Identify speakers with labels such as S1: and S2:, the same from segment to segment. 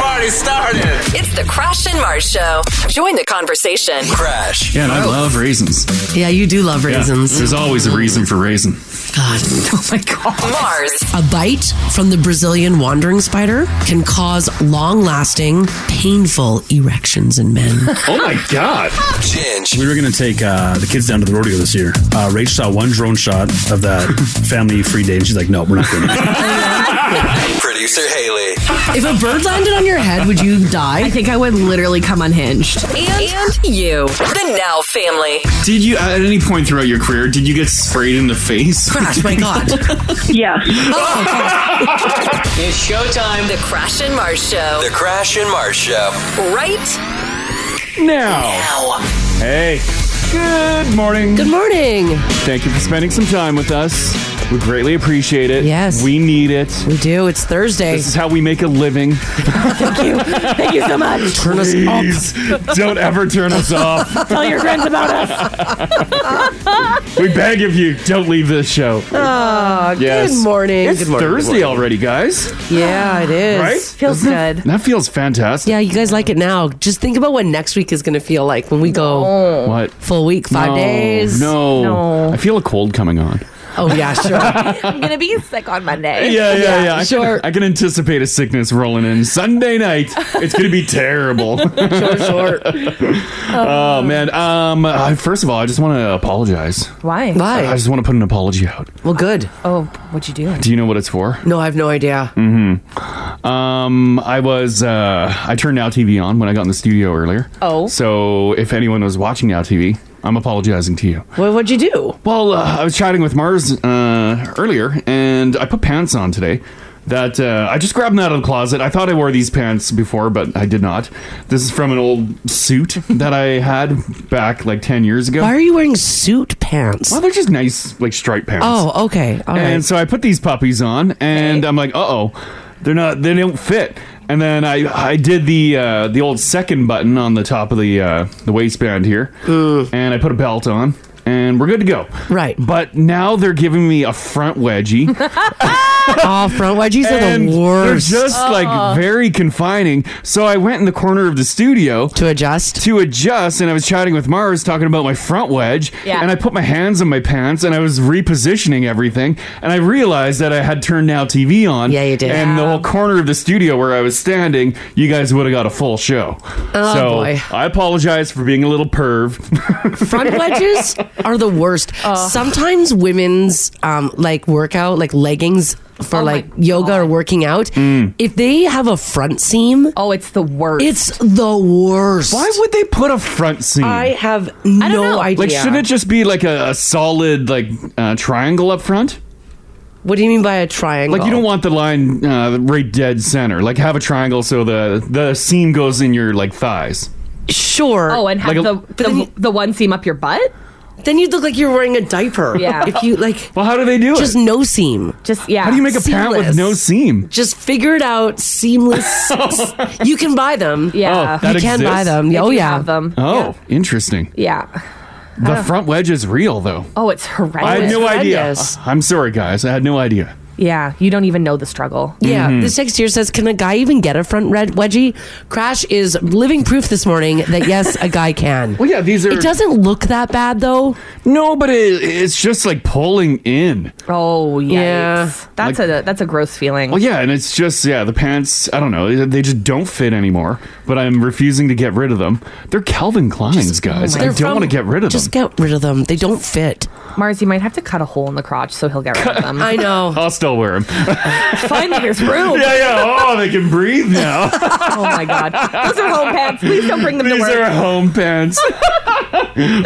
S1: already started.
S2: It's the Crash and Mars Show. Join the conversation.
S1: Crash.
S3: Yeah, and I love raisins.
S4: Yeah, you do love
S3: Yeah,
S4: raisins.
S3: There's always a reason for raisin.
S4: God, oh my God.
S2: Mars.
S4: A bite from the Brazilian wandering spider can cause long lasting, painful erections in men.
S3: Oh my god!
S1: Ginge.
S5: We were going to take uh, the kids down to the rodeo this year. Uh, Rach saw one drone shot of that family free day, and she's like, "No, we're not going." to
S1: Producer Haley.
S4: if a bird landed on your head, would you die?
S6: I think I would literally come unhinged.
S2: And, and you. The Now Family.
S7: Did you, at any point throughout your career, did you get sprayed in the face?
S4: Crash, my God.
S8: Yeah.
S2: It's showtime. The Crash and Mars Show.
S1: The Crash and Mars Show.
S2: Right
S7: Now,
S2: now.
S7: hey, good morning.
S4: Good morning.
S7: Thank you for spending some time with us. We greatly appreciate it.
S4: Yes.
S7: we need it.
S4: We do. It's Thursday.
S7: This is how we make a living.
S8: Thank you so much.
S4: Turn us
S7: Please, don't ever turn us off.
S8: Tell your friends about us.
S7: We beg of you, don't leave this show.
S6: Oh.
S4: up.
S7: Yes.
S4: Good morning.
S7: It's
S4: Good morning.
S7: Thursday already, guys.
S4: Yeah, it is.
S7: Right?
S6: Feels good.
S7: That feels fantastic.
S4: Yeah, you guys like it now. Just think about what next week is going to feel like when we go
S7: What?
S4: full week, five
S7: no,
S4: days.
S7: No.
S6: No.
S7: I feel a cold coming on.
S4: Oh, yeah, sure.
S6: I'm gonna be sick on Monday.
S7: Yeah, yeah, yeah. I,
S4: sure.
S7: can, I can anticipate a sickness rolling in Sunday night. It's going to be terrible.
S4: sure, sure.
S7: oh, man. Um, I, first of all, I just want to apologize.
S6: Why?
S7: I
S4: Bye.
S7: just want to put an apology out.
S4: Well, good.
S6: Oh, what'd you do?
S7: Do you know what it's for?
S4: No, I have no idea.
S7: Um, I was uh, I turned Now TV on when I got in the studio earlier.
S6: Oh.
S7: so if anyone was watching Now TV, I'm apologizing to you.
S4: Well, what'd you do?
S7: Well, uh, I was chatting with Mars uh, earlier, and I put pants on today. That uh, I just grabbed them out of the closet. I thought I wore these pants before, but I did not. This is from an old suit that I had back like ten years ago.
S4: Why are you wearing suit pants?
S7: Well, they're just nice, like striped pants.
S4: Oh, okay. All right.
S7: And so I put these puppies on, and I'm like, uh oh, they're not, they don't fit. And then I I did the uh, the old second button on the top of the uh, the waistband here, and I put a belt on. And we're good to go.
S4: Right.
S7: But now they're giving me a front wedgie.
S4: oh, front wedgies are
S7: and
S4: the worst
S7: They're just
S6: Oh.
S7: like very confining. So I went in the corner of the studio
S4: to adjust.
S7: to adjust and I was chatting with Mars talking about my front wedge
S6: Yeah.
S7: and I put my hands in my pants and I was repositioning everything and I realized that I had turned now TV on
S4: Yeah, you did.
S7: and the
S6: Yeah.
S7: whole corner of the studio where I was standing you guys would have got a full show oh, so
S4: boy.
S7: I apologize for being a little perv
S4: Front wedges are the worst.
S6: Oh.
S4: Sometimes women's um, like workout, like leggings for
S6: Oh my
S4: like yoga or working out,
S7: Mm.
S4: if they have a front seam,
S6: Oh, it's the worst.
S4: it's the worst.
S7: why would they put a front seam
S4: I have no
S6: don't know.
S4: idea.
S7: like shouldn't it just be like a, a solid like uh, triangle up front
S4: what do you mean by a triangle?
S7: Like you don't want the line uh, right dead center. Like have a triangle so the the seam goes in your like thighs.
S4: Sure.
S6: oh, and have
S7: Like a-
S6: the,
S4: then
S6: the,
S4: you-
S6: the one seam up your butt?
S4: then you'd look like you're wearing a diaper.
S6: Yeah.
S4: If you like,
S7: Well, how do they do
S4: just
S7: it?
S4: no seam.
S6: Just yeah.
S7: How do you make a pant with
S4: seamless.
S7: no seam?
S4: Just figure it out. Seamless. you can buy them.
S6: yeah.
S7: Oh, that
S4: you can buy
S7: exists?
S4: them.
S6: If
S4: oh
S6: you
S4: yeah.
S6: have them.
S7: Oh, interesting.
S6: Yeah.
S7: The front wedge is real though.
S6: Oh, it's horrendous.
S7: I had no idea.
S4: horrendous.
S7: I'm sorry, guys. I had no idea.
S6: yeah, you don't even know the struggle.
S4: Yeah. This text here says, "Can a guy even get a front red wedgie?" Crash is living proof this morning that yes, a guy can.
S7: Well, yeah, these are
S4: It doesn't look that bad though.
S7: no, but it, it's just like pulling in.
S6: Oh yikes.
S4: Yeah.
S6: That's a that's a gross feeling.
S7: Well, yeah, and it's just yeah, the pants. I don't know, they just don't fit anymore. But I'm refusing to get rid of them. They're Calvin Klein's, guys.
S4: oh
S7: I
S4: They're
S7: don't
S4: from-
S7: want to get rid of
S4: Just
S7: them.
S4: get rid of them. They don't fit.
S6: Mars, you might have to cut a hole in the crotch so he'll get rid of them.
S4: I know.
S7: I'll still wear them.
S6: Finally, there's room.
S7: Yeah, yeah. Oh, they can breathe now.
S6: Oh my god, those are home pants. Please don't bring them
S7: These
S6: to work.
S7: are home pants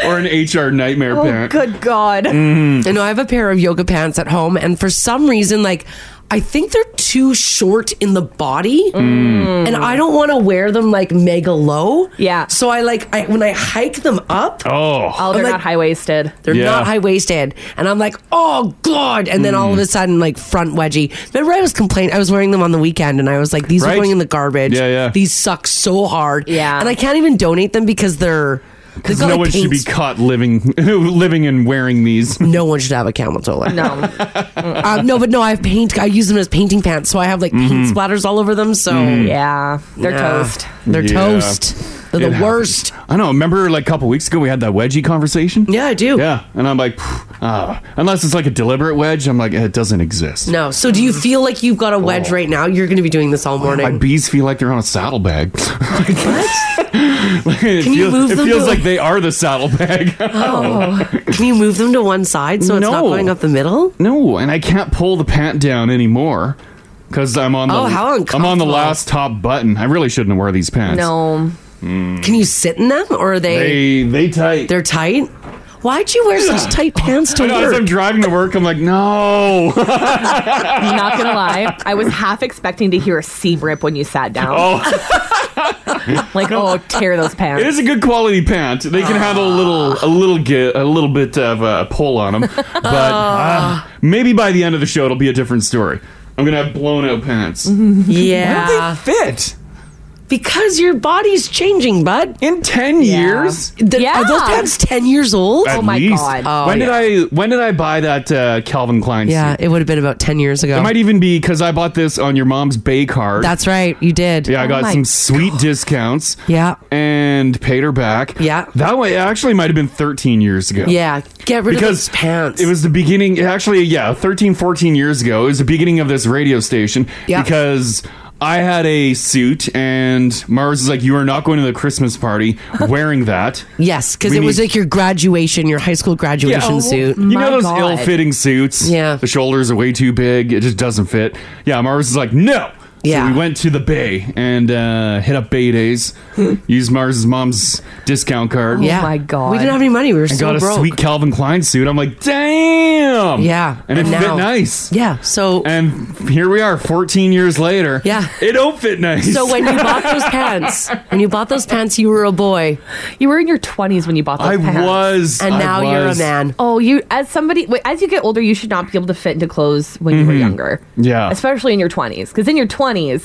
S7: or an HR nightmare
S6: Oh,
S7: pant.
S6: good God.
S4: I know I have a pair of yoga pants at home, and for some reason, like I think they're too short in the body, and I don't want to wear them like mega low.
S6: Yeah.
S4: So I like I, when I hike them up,
S7: Oh,
S6: Oh, they're
S4: like-
S6: not high waisted.
S4: they're
S7: Yeah.
S4: not high waisted, and I'm like, oh god! And then
S7: Mm.
S4: all of a sudden, like front wedgie. Remember, I was complaining. I was wearing them on the weekend, and I was like, these
S7: Right.
S4: are going in the garbage.
S7: Yeah, yeah.
S4: These suck so hard.
S6: Yeah.
S4: And I can't even donate them because they're.
S7: Because no one should be caught living living and wearing these.
S4: No one should have a camel toe like
S6: No.
S4: um, no, but no, I have paint. I use them as painting pants, so I have like
S7: Mhm.
S4: paint splatters all over them. So
S7: Mm-hmm.
S6: yeah,
S7: they're toast.
S4: They're
S7: Yeah.
S4: toast. They're the
S7: It happens.
S4: worst.
S7: I know. Remember, like a couple weeks ago, we had that wedgie conversation.
S4: Yeah, I do.
S7: Yeah, and I'm like, ah, unless it's like a deliberate wedge, I'm like, it doesn't exist.
S4: No. So do you feel like you've got a wedge right now? You're going to be doing this all
S7: Oh. My
S4: morning.
S7: bees feel like they're on a saddlebag. what? it
S4: Can you
S7: feels,
S4: move
S7: it
S4: them
S7: feels
S4: to-
S7: like they are the saddlebag.
S4: Oh. Can you move them to one side so it's not
S7: No.
S4: going up the middle?
S7: No, and I can't pull the pant down anymore because I'm on the
S4: Oh, how
S7: I'm on the
S4: uncomfortable.
S7: last top button. I really shouldn't wear these pants. Mm.
S6: No.
S4: Can you sit in them or are they,
S7: They they tight.
S4: they are tight? Why'd you wear such tight pants to
S7: I know, as I'm
S4: work?
S7: driving to work, I'm like, no.
S6: I'm not gonna lie. I was half expecting to hear a seam rip when you sat down. like, oh, tear those pants.
S7: It is a good quality pant. They can handle a little, a little, gi- a little bit of a pull on them. But
S4: Ah.
S7: uh, maybe by the end of the show, it'll be a different story. I'm gonna have blown out pants.
S4: Mm-hmm. Yeah.
S7: Fit
S4: Because your body's changing, bud.
S7: in ten years.
S4: Th-
S6: Yeah.
S4: Are those pants 10 years old?
S7: At
S6: Oh my
S7: least.
S6: God.
S7: when did I? When did I buy that uh, Calvin Klein?
S4: Yeah,
S7: suit?
S4: it would have been about 10 years ago.
S7: It might even be because I bought this on your mom's Bay card.
S4: That's right. Oh You did.
S7: yeah, I
S6: Oh
S7: got
S6: my
S7: some sweet discounts.
S4: Yeah.
S7: And paid her back.
S4: Yeah.
S7: That way actually might have been 13 years ago.
S4: Yeah. Get rid
S7: Because
S4: of those pants.
S7: It was the beginning, actually, yeah, 13, 14 years ago. It was the beginning of this radio station
S4: Yeah.
S7: because I had a suit, and Mars is like, You are not going to the Christmas party wearing that.
S4: Yes, because
S7: We
S4: it was
S7: need- oh,
S4: like your graduation, your high school graduation suit.
S7: You
S6: My
S7: know those
S6: God.
S7: ill fitting suits?
S4: Yeah.
S7: The shoulders are way too big. It just doesn't fit. Yeah, Mars is like, no.
S4: Yeah.
S7: So we went to the Bay and uh, hit up Bay Days, used Mars' mom's discount card.
S4: Hmm. yeah.
S6: Oh my God.
S4: We didn't have any money. We were
S7: And
S4: so
S7: got a
S4: broke.
S7: sweet Calvin Klein suit. I'm like, damn.
S4: Yeah.
S7: And it
S4: And
S7: fit
S4: now-
S7: nice.
S4: yeah. So
S7: And here we are, 14 years later.
S4: Yeah.
S7: It don't fit nice.
S4: so when you bought those pants, when you bought those pants, you were a boy,
S6: You were in your 20s when you bought those
S7: I
S6: pants.
S7: was.
S4: and
S7: I
S4: now you're a
S7: was.
S4: man.
S6: Oh, you as somebody wait, as you get older, you should not be able to fit into clothes when you were younger.
S7: Mm-hmm. Yeah.
S6: especially in your twenties, because in your twenties,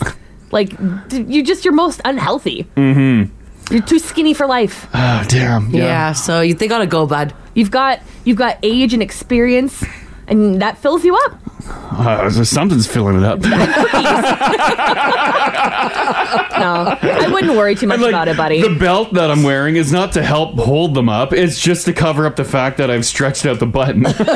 S6: like d- you just you're most unhealthy. Mm-hmm. You're too skinny for life.
S7: Oh, damn.
S4: Yeah. So you, they gotta go, bud.
S6: You've got you've got age and experience, and that fills you up.
S7: Uh, so something's filling it up.
S6: No, I wouldn't worry too much
S7: And, like,
S6: about it, buddy.
S7: The belt that I'm wearing is not to help hold them up. It's just to cover up the fact that I've stretched out the button. oh
S6: Been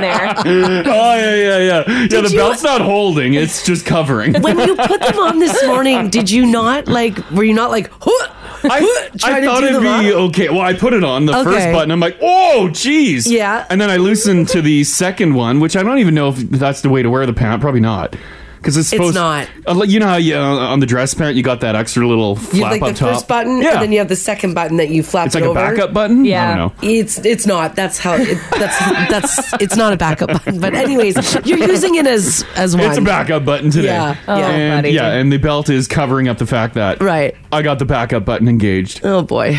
S6: there.
S7: yeah, yeah, yeah. Yeah, the
S4: you-
S7: belt's not holding. It's just covering.
S4: When you put them on this morning, did you not like? Were you not like? Huh,
S7: I,
S4: trying
S7: I
S4: to
S7: thought
S4: do
S7: it'd
S4: them
S7: be
S4: up?
S7: okay. Well, I put it on the first
S4: Okay.
S7: button. I'm like, oh, jeez.
S4: Yeah.
S7: And then I loosened to the second one, which I don't even know if that's the way to wear the pant. Probably not. Because it's supposed
S4: not.
S7: Uh, like, You know how you, uh, on the dress pant, you got that extra little flap
S4: You have, like
S7: up
S4: the
S7: top?
S4: first button,
S7: Yeah.
S4: and then you have the second button that you flap
S7: it's like
S4: it
S7: a
S4: over.
S7: backup button? I
S6: Yeah.
S7: don't know.
S4: It's it's not. That's how. It, that's that's. It's not a backup button. But anyways, you're using it as as one.
S7: It's a backup button today.
S4: Yeah. Oh,
S7: and,
S6: buddy.
S7: Yeah, and the belt is covering up the fact that
S4: Right.
S7: I got the backup button engaged.
S4: Oh boy.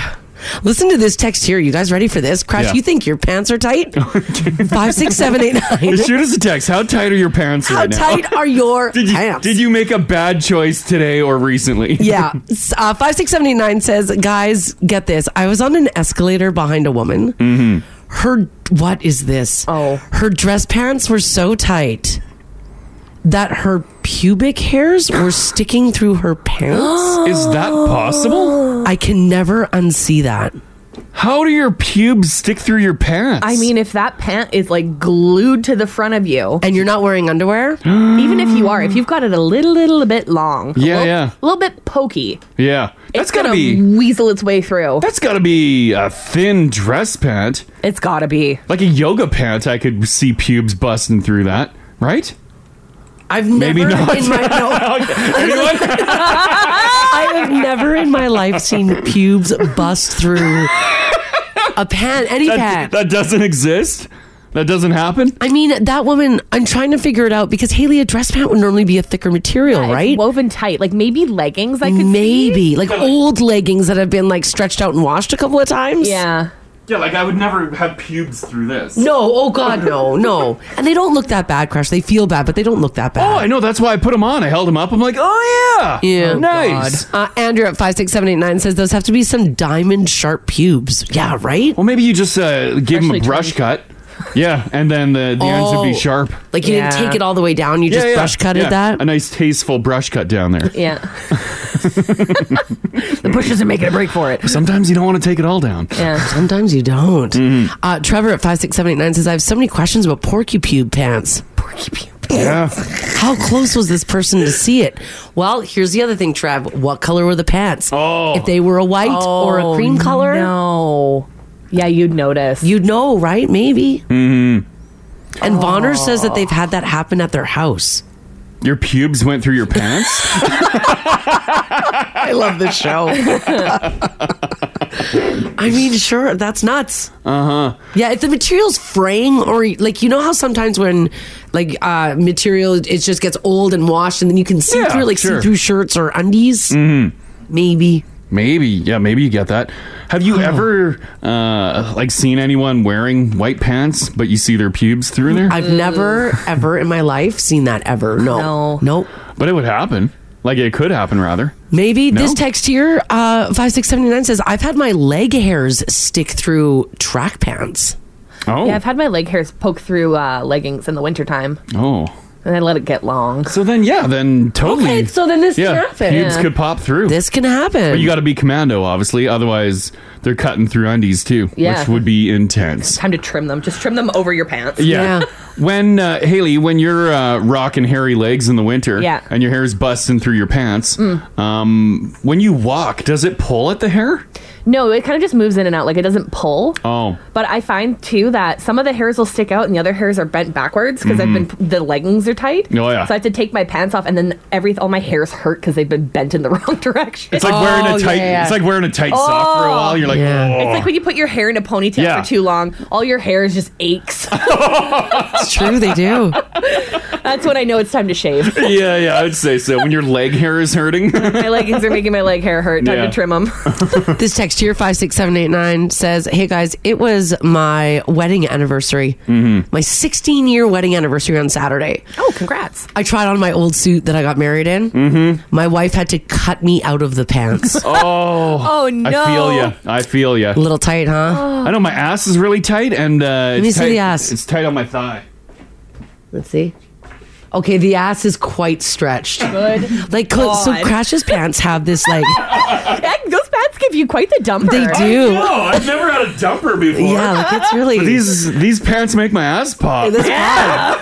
S4: Listen to this text here. You guys ready for this? Crash,
S7: Yeah.
S4: you think your pants are tight? Five, six, seven, eight, nine.
S7: Shoot us a text. How tight are your pants
S4: How
S7: right now?
S4: tight are your
S7: Did you,
S4: pants?
S7: did you make a bad choice today or recently?
S4: Yeah. S- Uh, 56789 says, guys, get this. I was on an escalator behind a woman.
S7: Mm-hmm.
S4: Her, what is this?
S6: Oh.
S4: Her dress pants were so tight that her pubic hairs were sticking through her pants.
S7: Is that possible?
S4: I can never unsee that.
S7: How do your pubes stick through your pants?
S6: I mean, if that pant is like glued to the front of you,
S4: And you're not wearing underwear?
S6: even if you are, if you've got it a little, little bit long, a
S7: Yeah,
S6: little,
S7: yeah.
S6: a little bit pokey,
S7: yeah, that's
S6: it's gonna
S7: gotta be
S6: weasel its way through.
S7: that's gotta be a thin dress pant,
S6: It's gotta be.
S7: like a yoga pant. I could see pubes busting through that, right?
S4: I've
S7: Maybe
S4: never
S7: not.
S4: in my no,
S7: Anyone?
S4: I have never in my life seen pubes bust through a pan, any
S7: that,
S4: pant.
S7: that doesn't exist. That doesn't happen.
S4: I mean, that woman, I'm trying to figure it out because Haley, a dress pant would normally be a thicker material,
S6: It's
S4: right?
S6: woven tight, like maybe leggings. I could see.
S4: Maybe. Like old leggings that have been like stretched out and washed a couple of times.
S6: Yeah.
S7: Yeah, like I would never have pubes through this.
S4: No, oh God, no, no. And they don't look that bad, Crash. They feel bad, but they don't look that bad.
S7: Oh, I know. That's why I put them on. I held them up. I'm like, oh yeah,
S4: Yeah.
S7: nice.
S4: Uh, Andrew at 56789 says those have to be some diamond sharp pubes. Yeah, right?
S7: Well, maybe you just uh, give them a brush cut. Yeah, and then the, the ends would be
S4: Oh.
S7: sharp.
S4: Like you didn't take it all the way down, you
S7: Yeah,
S4: just
S7: yeah,
S4: brush cutted
S7: yeah.
S4: that.
S7: A nice tasteful brush cut down there.
S6: Yeah. the bushes are making a break for it.
S7: Sometimes you don't want to take it all down. Mm-hmm.
S6: Yeah.
S4: Sometimes you don't. Uh, Trevor at 56789 says, I have so many questions about porky pube pants. Porky pube.
S7: Yeah.
S4: How close was this person to see it? Well, here's the other thing, Trev. What color were the pants?
S7: Oh.
S4: If they were a white or a cream color,
S6: Oh, No. Yeah, you'd notice.
S4: you'd know, right? Maybe.
S7: Mm-hmm.
S4: And Vonner says
S6: Oh.
S4: that they've had that happen at their house.
S7: Your pubes went through your pants.
S4: I love this show. I mean, sure, that's nuts. Uh huh. Yeah, if the material's fraying or like you know how sometimes when like uh material it just gets old and washed and then you can see
S7: Yeah,
S4: through it, like
S7: sure.
S4: see through shirts or undies. Mm-hmm. Maybe.
S7: maybe. Yeah, maybe you get that. Have you ever uh, like seen anyone wearing white pants, but you see their pubes through there?
S4: I've never ever in my life seen that ever. No.
S6: No.
S4: Nope.
S7: but it would happen. Like it could happen, rather.
S4: Maybe
S7: No?
S4: this text here, uh, five six seventy nine says, "I've had my leg hairs stick through track pants."
S7: Oh.
S6: Yeah, I've had my leg hairs poke through uh, leggings in the wintertime,
S7: oh.
S6: and I let it get long.
S7: So then, yeah, then totally.
S4: Okay, so then this can happen.
S7: Pubes
S6: Yeah.
S7: could pop through.
S4: This can happen.
S7: but you got to be commando, obviously. Otherwise, they're cutting through undies too,
S6: Yeah.
S7: which would be intense.
S6: Time to trim them. Just trim them over your pants.
S7: Yeah.
S4: Yeah.
S7: When uh, Haley, when you're uh, rocking hairy legs in the winter,
S6: Yeah.
S7: and your hair's busting through your pants, um, when you walk, does it pull at the hair?
S6: No, it kind of just moves in and out. Like it doesn't pull.
S7: Oh,
S6: But I find too that some of the hairs will stick out and the other hairs are bent backwards because I've been the leggings are tight.
S7: Mm-hmm. Oh, yeah.
S6: So I have to take my pants off and then every all my hairs hurt because they've been bent in the wrong direction.
S7: it's like wearing a tight. It's like wearing a tight sock for a while. You're like,
S4: Oh, Yeah.
S7: "Oh."
S6: It's like when you put your hair in a ponytail
S7: Yeah.
S6: for too long, all your hairs just aches.
S4: It's true, they do.
S6: That's when I know it's time to shave.
S7: yeah, yeah. I would say so. When your leg hair is hurting.
S6: my leggings are making my leg hair hurt. Time
S7: Yeah.
S6: to trim them.
S4: This text here, 56789, says, Hey guys, it was my wedding anniversary,
S7: Mm-hmm.
S4: my 16 year wedding anniversary on Saturday.
S6: oh, congrats.
S4: I tried on my old suit that I got married in. Mm-hmm. My wife had to cut me out of the pants. A
S6: Oh no.
S7: I feel you. I feel you.
S4: little tight, huh?
S7: Oh. I know my ass is really tight, and uh, it's
S4: me see
S7: tight,
S4: the ass.
S7: It's tight on my thigh.
S4: Let's see. Okay, the ass is quite stretched.
S6: Good.
S4: Like, co- so
S6: God.
S4: Crash's pants have this, like,
S6: That- Those pants give you quite the dumper.
S4: they do.
S7: I've never had a dumper before.
S4: Yeah, like, it's really.
S7: These these pants make my ass pop.
S4: That's bad.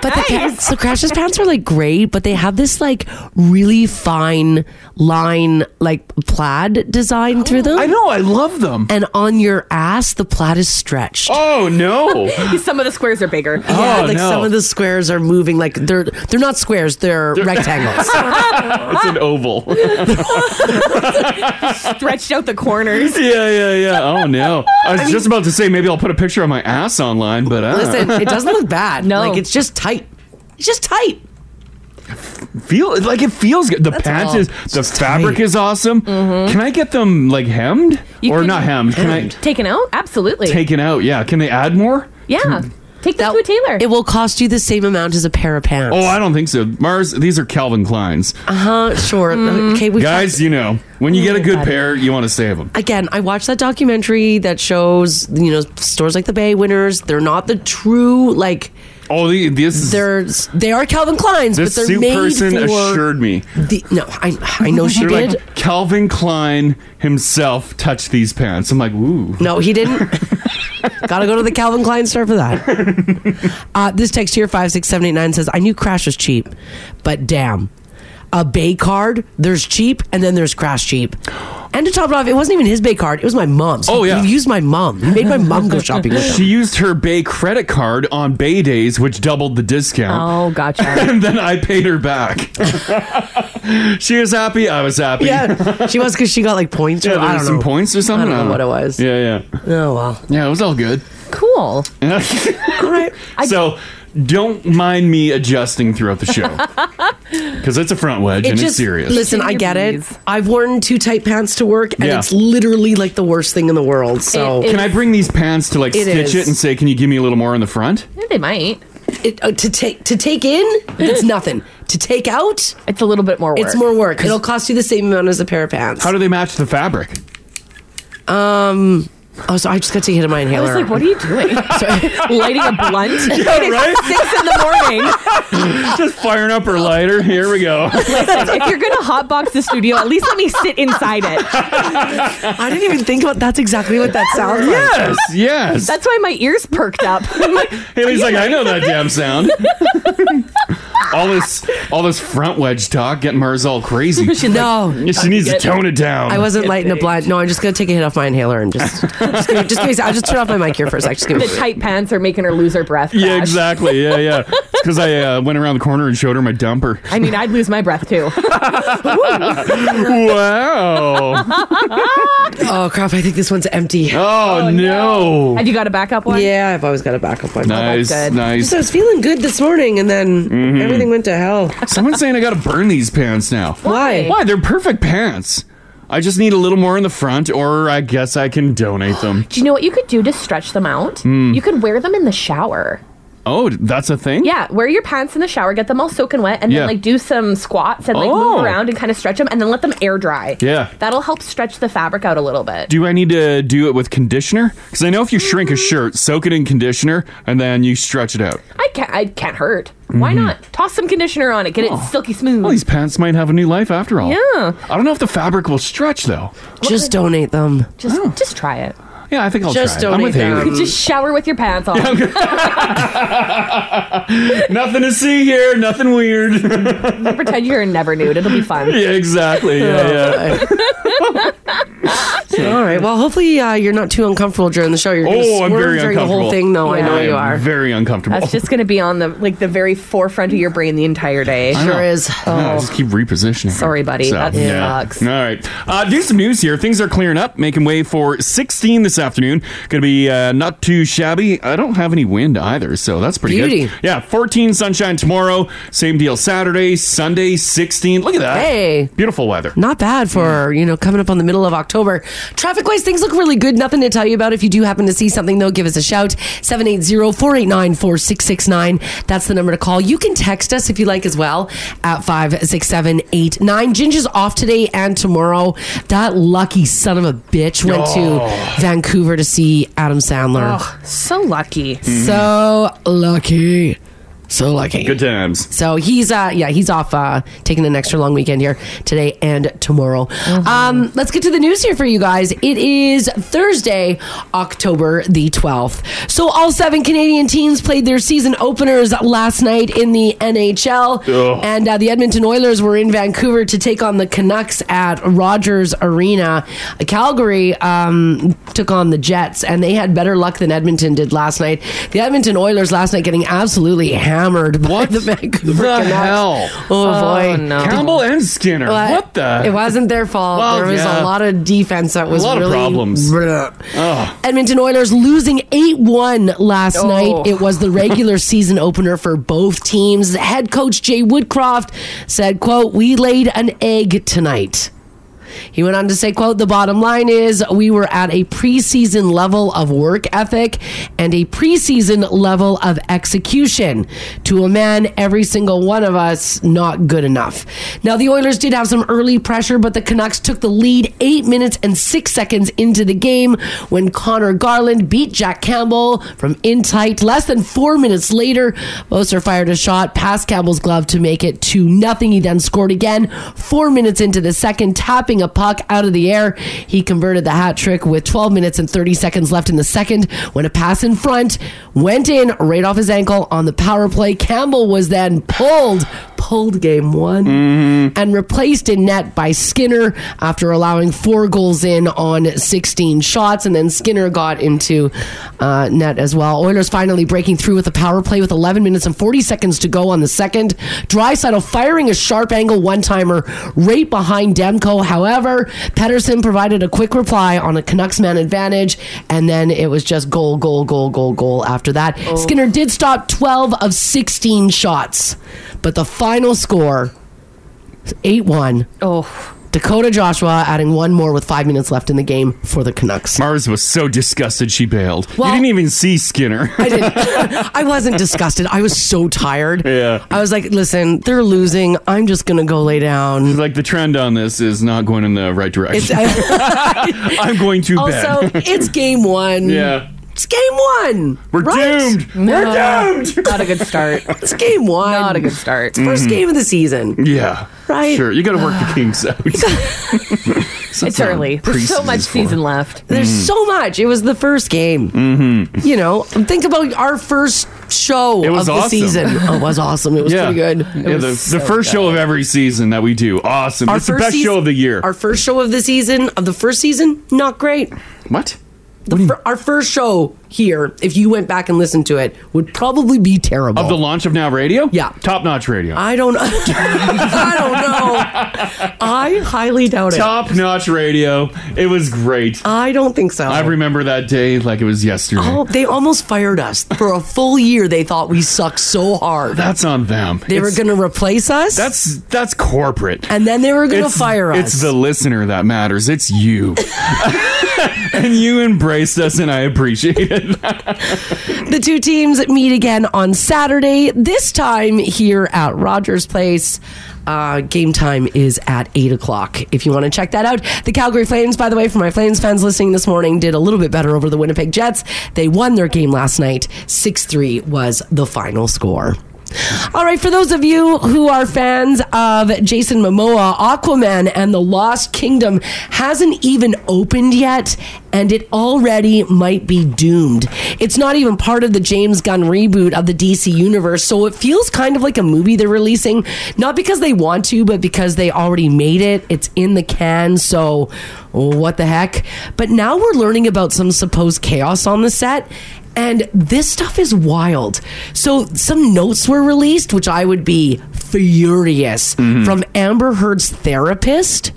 S4: But the pants, so Crash's pants are like great, but they have this like really fine line, like plaid design through them.
S7: Oh, I know. I love them.
S4: and on your ass, the plaid is stretched.
S7: Oh no!
S6: Some of the squares are bigger.
S4: Yeah,
S7: oh,
S4: like
S7: no.
S4: some of the squares are moving like they're they're not squares, they're rectangles.
S7: it's an oval.
S6: Stretched out the corners.
S7: yeah, yeah, yeah. Oh no! I was just about to say maybe I'll put a picture of my ass online, but uh, I don't
S4: Listen, it doesn't look bad.
S6: No.
S4: Like it's just tight. It's just tight.
S7: feel like it feels good. The pants
S4: all.
S7: is
S4: It's
S7: the
S4: just
S7: fabric
S4: tight. Mm-hmm.
S7: is awesome. Can I get them like hemmed
S6: You
S7: or
S6: can-
S7: not hemmed? Can I
S6: Taken out? Absolutely.
S7: taken out? Yeah. Can they add more?
S6: yeah. Take them to a tailor.
S4: Hmm. It will cost you the same amount as a pair of pants.
S7: Oh, I don't think so. Mars, these are Calvin Kleins.
S4: uh, sure.
S7: Mm.
S4: Okay, we
S7: Guys, you know, when you get a good pair, you want to save them.
S4: again, I watched that documentary that shows you know stores like the Bay winners. They're not the true like
S7: Oh, the, this is
S4: they're they are Calvin Klein's,
S7: this
S4: but they're
S7: suit
S4: made
S7: person
S4: for
S7: assured me.
S4: the, no. I I know she
S7: They're
S4: did.
S7: like Calvin Klein himself touched these pants. I'm like, ooh.
S4: No, he didn't. Gotta go to the Calvin Klein store for that. Uh, this text here, 56789, says, I knew Crash was cheap, but damn. A Bay card, there's cheap, and then there's Crash cheap. And to top it off, it wasn't even his Bay card, it was my mom's.
S7: Oh, yeah.
S4: He used my mom. He made my mom go shopping with him.
S7: She used her Bay credit card on Bay days, which doubled the discount.
S6: oh, gotcha.
S7: And then I paid her back. she was happy. I was happy.
S4: Yeah, she was because she got like points.
S7: Yeah,
S4: or,
S7: there
S4: I
S7: was
S4: don't
S7: some
S4: know.
S7: points or something.
S4: I don't know what it was.
S7: Yeah, yeah.
S4: Oh well.
S7: Yeah, it was all good.
S6: cool.
S7: so don't mind me adjusting throughout the show because it's a front wedge and it's serious.
S4: Listen, I get it. I've worn too tight pants to work, and
S7: Yeah.
S4: it's literally like the worst thing in the world. So
S7: can I bring these pants to like
S4: It
S7: stitch
S4: is.
S7: it and say, "Can you give me a little more in the front"?
S4: They might. It, uh, to take to take in, it's nothing. To take out,
S6: it's a little bit more.
S4: It's more work. It'll cost you the same amount as a pair of pants. How
S7: do they match the fabric?
S4: Um. Oh, so I just got to hit my inhaler.
S6: I was like, what are you doing? lighting a blunt.
S4: Yeah, right?
S6: It's Six in the morning.
S7: Just firing up her lighter. Here we go.
S6: Listen, if you're gonna hotbox the studio, at least let me sit inside it.
S4: I didn't even think about. That's exactly what that sounds like.
S7: Yes, yes.
S6: That's why my ears perked up. I'm like,
S7: Haley's like, I know that damn sound. all this, all this front wedge talk getting Mars all crazy.
S4: no,
S7: Yeah, she needs to tone it down.
S4: I wasn't lighting a blunt. No, I'm just gonna take a hit off my inhaler and just just, give, just give me. I'll just turn off my mic here for a sec. Just give me.
S6: the tight pants are making her lose her breath.
S7: Yeah,
S6: Crash.
S7: exactly. Yeah, yeah. Because I uh, went around the corner and showed her my dumper.
S6: I mean, I'd lose my breath too.
S7: wow.
S4: Oh crap! I think this one's empty.
S7: Oh, no.
S6: Have you got a backup one?
S4: Yeah, I've always got a backup one.
S7: Nice, nice.
S4: Just, I was feeling good this morning, and then
S7: Mhm.
S4: everything went to hell.
S7: Someone's saying I got to burn these pants now.
S4: Why?
S7: Why? They're perfect pants. I just need a little more in the front, or I guess I can donate them.
S6: Do you know what you could do to stretch them out?
S7: Hmm.
S6: You could wear them in the shower.
S7: Oh, that's a thing?
S6: Yeah, wear your pants in the shower, get them all soaking wet, and
S7: Yeah.
S6: then like do some squats and like
S7: Oh.
S6: move around and kind of stretch them, and then let them air dry.
S7: Yeah.
S6: that'll help stretch the fabric out a little bit.
S7: Do I need to do it with conditioner? Because I know if you shrink a shirt, soak it in conditioner, and then you stretch it out.
S6: I can't. I can't hurt. Why
S7: Mhm.
S6: not? Toss some conditioner on it. Get
S7: Oh.
S6: it silky smooth.
S7: Well, these pants might have a new life after all.
S6: Yeah.
S7: I don't know if the fabric will stretch though. Oh.
S4: Just donate them.
S6: Just, just try it.
S7: Yeah, I think I'll
S6: just
S7: try. it. I'm with Haley.
S6: Just shower with your pants on.
S7: nothing to see here. Nothing weird.
S6: Pretend you're never nude. It'll be fun.
S7: yeah, exactly. Yeah, yeah.
S4: All right. Well, hopefully uh, you're not too uncomfortable during the show. You're gonna
S7: Oh,
S4: squirm
S7: I'm very
S4: during
S7: uncomfortable.
S4: the whole thing. No, I
S6: Yeah.
S4: know
S6: I
S4: you
S6: am
S4: are.
S7: Very uncomfortable.
S6: That's just going to be on the like the very forefront of your brain the entire day.
S7: I know. I know, I
S6: Oh.
S7: just keep repositioning.
S6: Sorry, buddy. That sucks.
S7: All right. Uh, do some news here. Things are clearing up, making way for 16 this afternoon. Going to be uh, not too shabby. I don't have any wind either, so that's pretty
S4: Beauty.
S7: good. Yeah, 14 sunshine tomorrow. Same deal Saturday, Sunday, 16. Look at that.
S4: Hey.
S7: Beautiful weather.
S4: Not bad for, you know, coming up on the middle of October. Traffic wise, things look really good. Nothing to tell you about. If you do happen to see something, though, give us a shout. 780 489 4669. That's the number to call. You can text us if you like as well at 56789. Ginger's off today and tomorrow. That lucky son of a bitch went
S6: Oh.
S4: to Vancouver to see Adam Sandler.
S6: Oh, so lucky.
S4: So lucky. So lucky.
S7: Good times.
S4: So he's uh yeah, he's off uh taking an extra long weekend here today and tomorrow. Um let's get to the news here for you guys. It is Thursday, October the 12th. So all seven Canadian teams played their season openers last night in the NHL
S8: Ugh.
S4: and uh, the Edmonton Oilers were in Vancouver to take on the Canucks at Rogers Arena. Calgary um, took on the Jets, and they had better luck than Edmonton did last night. The Edmonton Oilers last night getting absolutely hammered by the Vancouver
S7: The
S4: Canucks.
S7: hell?
S4: Oh boy!
S7: Oh, no. Campbell and Skinner.
S4: Well,
S7: What the-
S4: It wasn't their fault.
S7: Well,
S4: there was
S7: yeah.
S4: a lot of defense that was
S7: a lot
S4: really
S7: of problems.
S4: Bleh.
S7: Oh.
S4: Edmonton Oilers losing 8 1 last
S6: Oh.
S4: night. It was the regular season opener for both teams. Head coach Jay Woodcroft said, quote, We laid an egg tonight. He went on to say, quote, the bottom line is we were at a preseason level of work ethic and a preseason level of execution. To a man, every single one of us, not good enough. Now, the Oilers did have some early pressure, but the Canucks took the lead eight minutes and six seconds into the game when Connor Garland beat Jack Campbell from in tight. Less than four minutes later, Moser fired a shot past Campbell's glove to make it 2 nothing. He then scored again four minutes into the second, tapping a puck out of the air. He converted the hat trick with 12 minutes and 30 seconds left in the second when a pass in front went in right off his ankle on the power play. Campbell was then pulled pulled game one and replaced in net by Skinner after allowing four goals in on 16 shots. And then Skinner got into uh, net as well. Oilers finally breaking through with a power play with 11 minutes and 40 seconds to go on the second. Drysaddle firing a sharp angle one timer right behind Demko. However, Pedersen provided a quick reply on a Canucks man advantage, and then it was just goal, goal, goal, goal, goal after that. Skinner did stop 12 of 16 shots, but the final score 8 1. Oh. Dakota Joshua adding one more with five minutes left in the game for the Canucks.
S7: Mars was so disgusted she bailed.
S4: Well-
S7: you didn't even see Skinner.
S4: I didn't. I wasn't disgusted. I was so tired.
S7: Yeah.
S4: I was like, listen, they're losing. I'm just going to go lay down.
S7: like the trend on this is not going in the right direction. I'm going to
S4: also,
S7: bed.
S4: it's game one.
S7: yeah.
S4: It's game one.
S7: We're
S4: right?
S7: doomed. We're doomed.
S6: Not a good start.
S4: It's game one.
S6: Not a good start.
S4: First game of the season.
S7: Mm-hmm. Yeah.
S4: Right.
S7: Sure. You got to work the kinks out.
S6: It's early. There's so
S7: preseason's
S6: much
S7: for. Mm.
S6: season left.
S4: There's so much. It was the first game. Mm-hmm. You know, think about our first show
S7: It was
S4: of the
S7: awesome.
S4: season. Oh, it was awesome. It was
S7: yeah.
S4: pretty good. It
S7: yeah.
S4: was
S7: The,
S4: so
S7: the first
S4: good.
S7: show of every season that we do. Awesome. it's the
S4: first
S7: best
S4: season-
S7: show of the year.
S4: Our first show of the season, of the first season, not great.
S7: what?
S4: The fir- our first show here, if you went back and listened to it, would probably be terrible.
S7: Of the launch of Now Radio?
S4: Yeah.
S7: Top notch radio.
S4: I don't. I don't know. I highly doubt it.
S7: Top notch radio. It was great.
S4: I don't think so.
S7: I remember that day like it was yesterday.
S4: Oh, they almost fired us for a full year. They thought we sucked so hard.
S7: That's on them.
S4: they were
S7: It's-
S4: going to replace us.
S7: That's that's corporate.
S4: and then they were going to fire us.
S7: It's the listener that matters. It's you. and you embraced us, and I appreciate it.
S4: The two teams meet again on Saturday, this time here at Rogers Place. Uh, game time is at 8 o'clock if you want to check that out. The Calgary Flames, by the way, for my Flames fans listening this morning, did a little bit better over the Winnipeg Jets. They won their game last night. 6 3 was the final score. All right, for those of you who are fans of Jason Momoa, Aquaman and the Lost Kingdom hasn't even opened yet, and it already might be doomed. It's not even part of the James Gunn reboot of the DC universe, so it feels kind of like a movie they're releasing, not because they want to, but because they already made it. It's in the can, so what the heck? But now we're learning about some supposed chaos on the set. And this stuff is wild. So some notes were released, which I would be furious
S7: Mm-hmm.
S4: from Amber Heard's therapist.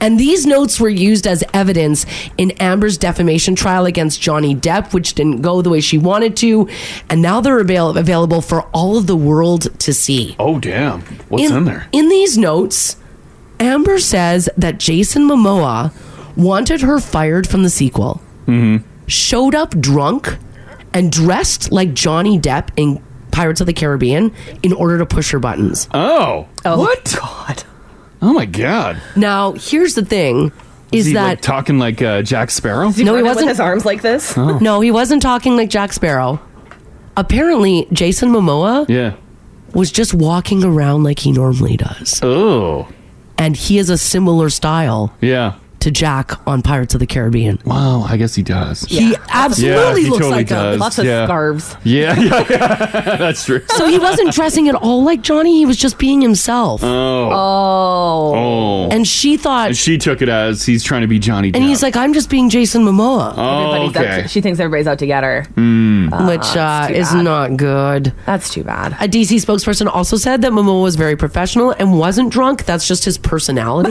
S4: And these notes were used as evidence in Amber's defamation trial against Johnny Depp, which didn't go the way she wanted to. And now they're avail- available for all of the world to see.
S7: Oh, damn. What's in, there?
S4: In these notes, Amber says that Jason Momoa wanted her fired from the sequel,
S7: Mm-hmm.
S4: showed up drunk, and dressed like Johnny Depp in Pirates of the Caribbean in order to push her buttons.
S7: Oh.
S6: Oh,
S7: What?
S6: God.
S7: Oh, my God.
S4: Now, here's the thing is
S7: Is he like,
S4: that.
S7: talking like uh, Jack Sparrow?
S4: No, he
S6: Running
S4: wasn't.
S6: With his arms like this.
S7: Oh.
S4: No, he wasn't talking like Jack Sparrow. Apparently, Jason Momoa
S7: Yeah.
S4: was just walking around like he normally does.
S7: Oh.
S4: And he has a similar style
S7: Yeah.
S4: to Jack on Pirates of the Caribbean.
S7: Wow, I guess he does.
S4: He absolutely
S7: he
S4: looks
S7: totally
S4: like him.
S7: does.
S6: Lots of
S7: Yeah.
S6: scarves.
S7: Yeah, yeah, yeah. That's true.
S4: So he wasn't dressing at all like Johnny. He was just being himself.
S7: Oh.
S4: and she thought,
S7: And she took it as he's trying to be Johnny
S4: and he's like, I'm just being Jason Momoa,
S7: oh,
S6: Everybody's
S7: okay.
S6: Up, she thinks everybody's out to get her.
S7: Hmm.
S4: which uh,
S6: too
S4: is
S6: bad.
S4: not good.
S6: That's too bad.
S4: A DC spokesperson also said that Momoa was very professional and wasn't drunk. That's just his personality.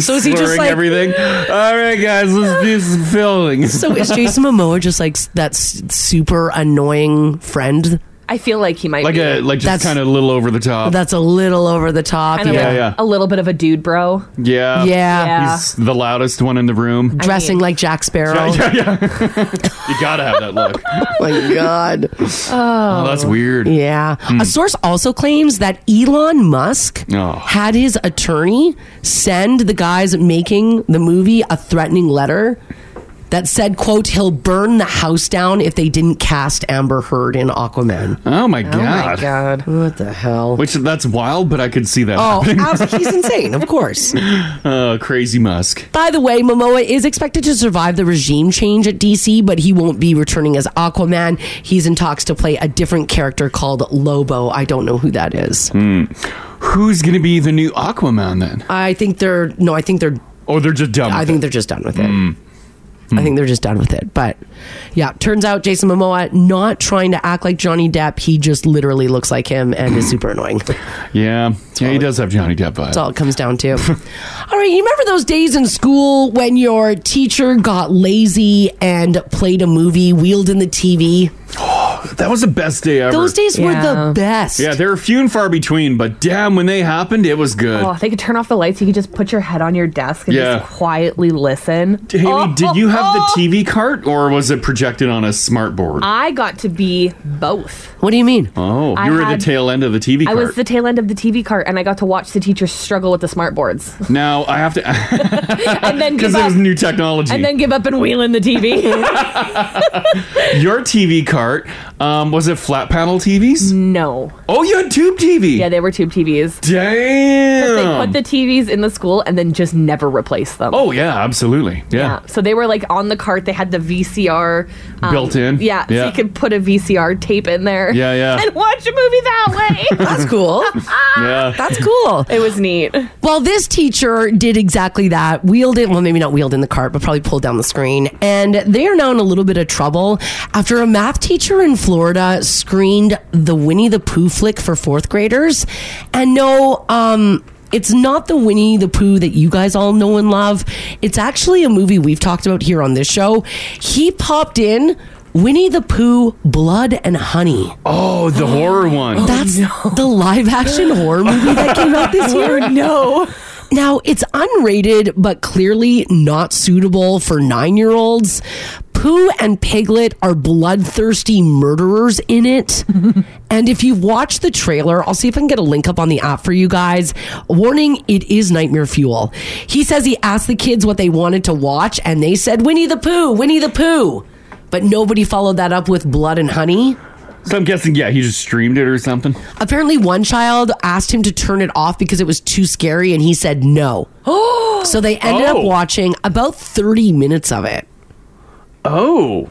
S4: so is he just
S7: Slurring
S4: like?
S7: everything. All right, guys, let's do some filming.
S4: So is Jason Momoa just like s- that s- super annoying friend
S6: I feel like he might
S7: like
S6: be
S7: a like just
S4: That's-
S7: kind of a little over the top.
S4: that's a little over the top?
S6: kind of
S7: Yeah,
S6: like
S7: yeah.
S6: a little bit of a dude bro.
S7: yeah,
S4: Yeah.
S6: Yeah.
S7: He's the loudest one in the room.
S4: Dressing like Jack Sparrow.
S7: Yeah, yeah. you gotta have that look.
S4: my God.
S7: Oh, that's weird. Hmm.
S4: Yeah. A source also claims that Elon Musk
S7: Oh.
S4: had his attorney send the guys making the movie a threatening letter that said, "quote He'll burn the house down if they didn't cast Amber Heard in Aquaman."
S7: Oh my god!
S4: god! What the hell?
S7: Which that's wild, but I could see that.
S4: Oh,
S7: happening.
S4: abs- he's insane, of course.
S7: Uh, crazy Musk.
S4: By the way, Momoa is expected to survive the regime change at DC, but he won't be returning as Aquaman. He's in talks to play a different character called Lobo. I don't know who that is.
S7: Hmm. Who's gonna be the new Aquaman then?
S4: I think they're no, I think they're
S7: Oh, they're just done. Hmm.
S4: I think they're just done with it. I think they're just done with it. But yeah, turns out Jason Momoa not trying to act like Johnny Depp. He just literally looks like him and is super annoying.
S7: Yeah, yeah, he does have Johnny Depp vibes.
S4: That's all it comes down to. all right, you remember those days in school when your teacher got lazy and played a movie wheeled in the TV?
S7: Oh, That was the best day ever.
S4: Those days were
S6: Yeah.
S4: the best.
S7: Yeah, they were few and far between, but damn, when they happened, it was good.
S6: Oh, if they could turn off the lights, you could just put your head on your desk and
S7: Yeah.
S6: just quietly listen.
S7: Haley,
S6: Oh,
S7: did you have the
S6: oh,
S7: TV cart or was it projected on a smart board?
S6: I got to be both.
S4: What do you mean?
S7: oh, you
S6: I
S7: were at
S6: had-
S7: the tail end of the TV
S6: I
S7: cart.
S6: was the tail end of the TV cart, and I got to watch the teachers struggle with the smart boards,
S7: now I have to,
S6: and then give
S7: because there
S6: up,
S7: was new technology.
S6: and then give up and wheel in the TV.
S7: Your TV cart um, was it flat panel TVs?
S6: no,
S7: Oh, you had tube TV.
S6: yeah, they were tube TVs. They put
S7: damn.
S6: the TVs in the school and then just never replaced them.
S7: oh yeah, absolutely. Yeah.
S6: Yeah. So they were like on the cart. They had the VCR um,
S7: Built in?
S6: Yeah,
S7: Yeah.
S6: So you could put a VCR tape in there.
S7: Yeah, yeah.
S6: And watch a movie that way.
S4: That's cool.
S7: yeah.
S4: That's cool.
S6: it was neat.
S4: Well, this teacher did exactly that. Wheeled it, well, maybe not wheeled in the cart, but probably pulled down the screen. And they are now in a little bit of trouble after a math teacher in Florida screened the Winnie the Pooh flick for fourth graders. And no, um, it's not the Winnie the Pooh that you guys all know and love. It's actually a movie we've talked about here on this show. He popped in Winnie the Pooh, Blood and Honey.
S7: Oh, the horror one. Oh,
S4: That's the live action horror movie that came out this year. no. Now, it's unrated, but clearly not suitable for nine year olds. Pooh and Piglet are bloodthirsty murderers in it. and if you've watched the trailer, I'll see if I can get a link up on the app for you guys. Warning, it is nightmare fuel. He says he asked the kids what they wanted to watch, and they said Winnie the Pooh, Winnie the Pooh. But nobody followed that up with Blood and Honey.
S7: So I'm guessing, yeah, he just streamed it or something.
S4: Apparently, one child asked him to turn it off because it was too scary, and he said no. so they ended
S7: Oh.
S4: up watching about 30 minutes of it.
S7: Oh.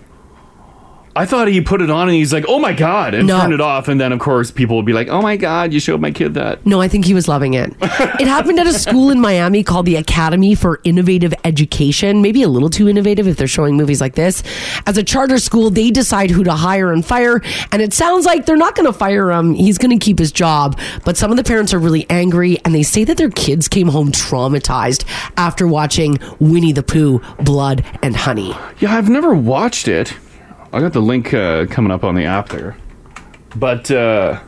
S7: I thought he put it on and he's like, oh my God, and
S4: No.
S7: turned it off. And then, of course, people would be like, oh my God, you showed my kid that.
S4: No, I think he was loving it. it happened at a school in Miami called the Academy for Innovative Education. Maybe a little too innovative if they're showing movies like this. As a charter school, they decide who to hire and fire, and it sounds like they're not going to fire him. He's going to keep his job. But some of the parents are really angry, and they say that their kids came home traumatized after watching Winnie the Pooh, Blood and Honey.
S7: Yeah, I've never watched it. I got the link uh, coming up on the app there. But uh,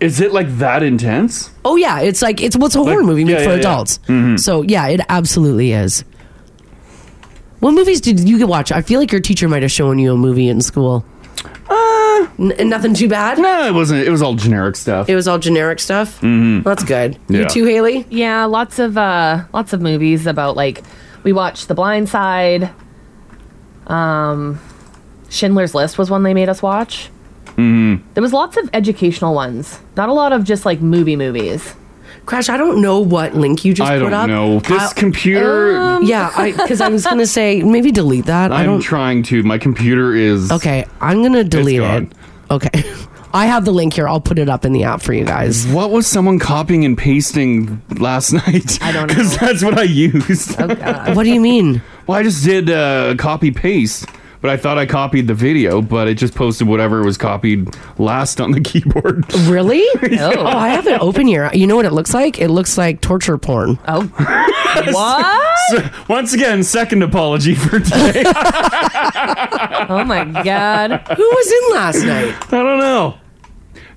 S7: is it like that intense?
S4: Oh yeah, it's like it's what's a horror movie made
S7: yeah, Mm-hmm.
S4: for
S7: yeah, yeah.
S4: adults. So yeah, it absolutely is. What movies did you watch? I feel like your teacher might have shown you a movie in school. Uh, N- nothing too bad.
S7: No, it wasn't. It was all generic stuff.
S4: It was all generic stuff. Mm-hmm. That's good.
S7: Yeah.
S4: You too, Haley.
S6: Yeah, lots of uh lots of movies about like we watched The Blind Side. Um Schindler's List was one they made us watch. Mm.
S7: Mm-hmm.
S6: There was lots of educational ones. Not a lot of just like movie movies.
S4: Crash. I don't know what link you just
S7: I
S4: put
S7: don't
S4: up. um,
S7: know. This computer,
S4: Yeah, I because I was gonna say maybe delete that. I
S7: I'm
S4: don't.
S7: trying to. My computer is.
S4: okay, I'm gonna delete it.
S7: gone.
S4: Okay, I have the link here. I'll put it up in the app for you guys.
S7: What was someone copying and pasting last night? I
S6: don't know.
S7: Because that's what I used.
S4: Oh, what do you mean?
S7: Well, I just did uh, copy paste, but I thought I copied the video, but it just posted whatever was copied last on the keyboard.
S4: Really? Oh, I have it open here. You know what it looks like? It looks like torture porn.
S6: Oh. what?
S7: So, once again, second apology for today. I
S6: Oh my god.
S4: Who was in last night?
S7: don't know.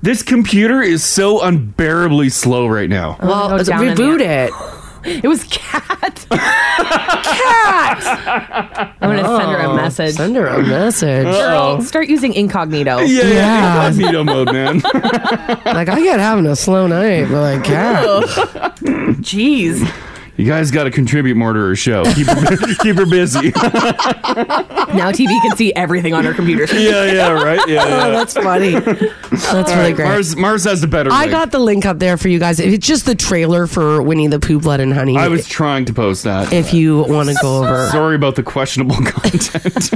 S7: This computer is so unbearably slow right now.
S4: Well,
S6: go down in
S4: reboot it.
S6: It was Cat. Cat. I'm going to send her a message.
S4: Oh, Send her a message.
S6: Girl, start using incognito.
S7: yeah,
S4: yeah.
S7: yeah. incognito mode, man.
S4: like I get having a slow night, but like, yeah.
S6: Jeez.
S7: You guys got to contribute more to her show. Keep her, keep her busy.
S6: now TV can see everything on her computer.
S7: yeah, yeah, right. Yeah, yeah.
S4: Oh, that's funny. That's
S7: All
S4: really
S7: right,
S4: great.
S7: Mars, Mars has the better.
S4: I
S7: leg.
S4: got the link up there for you guys. It's just the trailer for Winnie the Pooh, Blood and Honey.
S7: I was trying to post that.
S4: if you want to go over
S7: Sorry about the questionable content.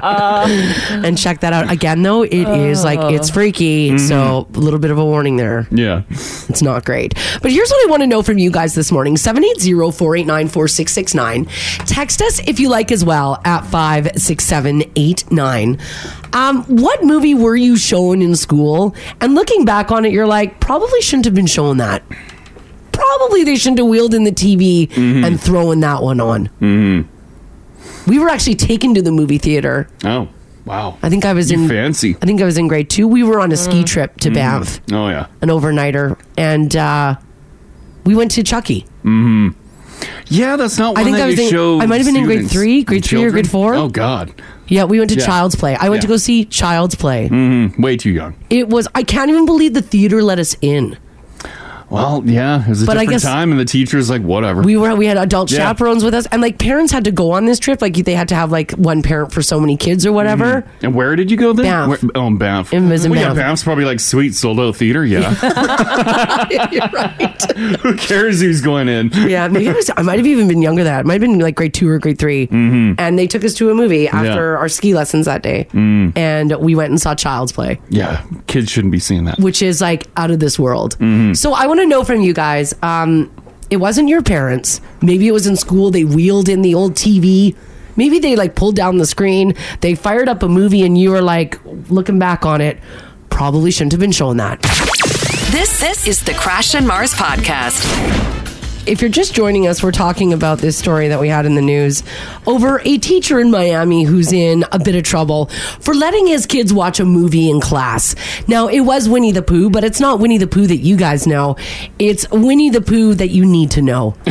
S4: Uh. and check that out again, though, it is like
S6: Oh.
S4: it's freaky.
S7: Mm-hmm.
S4: So a little bit of a warning there.
S7: yeah.
S4: It's not great. But here's what I want to know from you guys this morning 780-489-4669. Text us if you like as well at 56789. Um, what movie were you shown in school? And looking back on it, you're like, probably shouldn't have been shown that. Probably they shouldn't have wheeled in the TV
S7: Mm-hmm.
S4: and throwing that one on. We were actually taken to the movie theater.
S7: Oh, wow.
S4: I think I was
S7: You
S4: in
S7: fancy. Mm.
S4: I think I was in grade two. We were on a ski trip to Banff
S7: Oh yeah.
S4: an overnighter, and uh, we went to Chucky.
S7: Mm-hmm. Yeah, that's not. One
S4: I think
S7: that
S4: I was
S7: you
S4: in-
S7: show
S4: I might have been in grade
S7: students
S4: three,
S7: and
S4: grade three or
S7: children.
S4: grade four.
S7: Oh God,
S4: Yeah, we went to
S7: Yeah.
S4: Child's Play. I went to
S7: Yeah.
S4: go see Child's Play.
S7: Mm-hmm. way too young.
S4: It was I can't even believe the theater let us in.
S7: Well, yeah, it was a
S4: But I
S7: different
S4: guess-
S7: time, and the teacher's like, whatever.
S4: We were we had adult
S7: Yeah.
S4: chaperones with us, and like parents had to go on this trip. Like they had to have like one parent for so many kids or whatever.
S7: and where did you go then?
S4: Banff.
S7: Where, oh, in Banff.
S4: It was in
S7: well, yeah,
S4: Banff.
S7: Banff's probably like sweet sold out theater. Yeah,
S4: You're right.
S7: who cares who's going in?
S4: Yeah, maybe I, was, I might have even been younger than that. It might have been like grade two or grade 3
S7: Mm-hmm.
S4: And they took us to a movie after our ski lessons that day,
S7: Mm.
S4: and we went and saw Child's Play.
S7: Yeah, kids shouldn't be seeing that.
S4: which is like out of this world.
S7: Mm-hmm.
S4: So I want to know from you guys. Um, it wasn't your parents. Maybe it was in school. They wheeled in the old TV. Maybe they like pulled down the screen. They fired up a movie, and you were like, looking back on it, probably shouldn't have been shown that.
S2: This this is the Crash and Mars podcast.
S4: If you're just joining us, we're talking about this story that we had in the news over a teacher in Miami who's in a bit of trouble for letting his kids watch a movie in class. Now, it was Winnie the Pooh, but it's not Winnie the Pooh that you guys know. It's Winnie the Pooh that you need to know.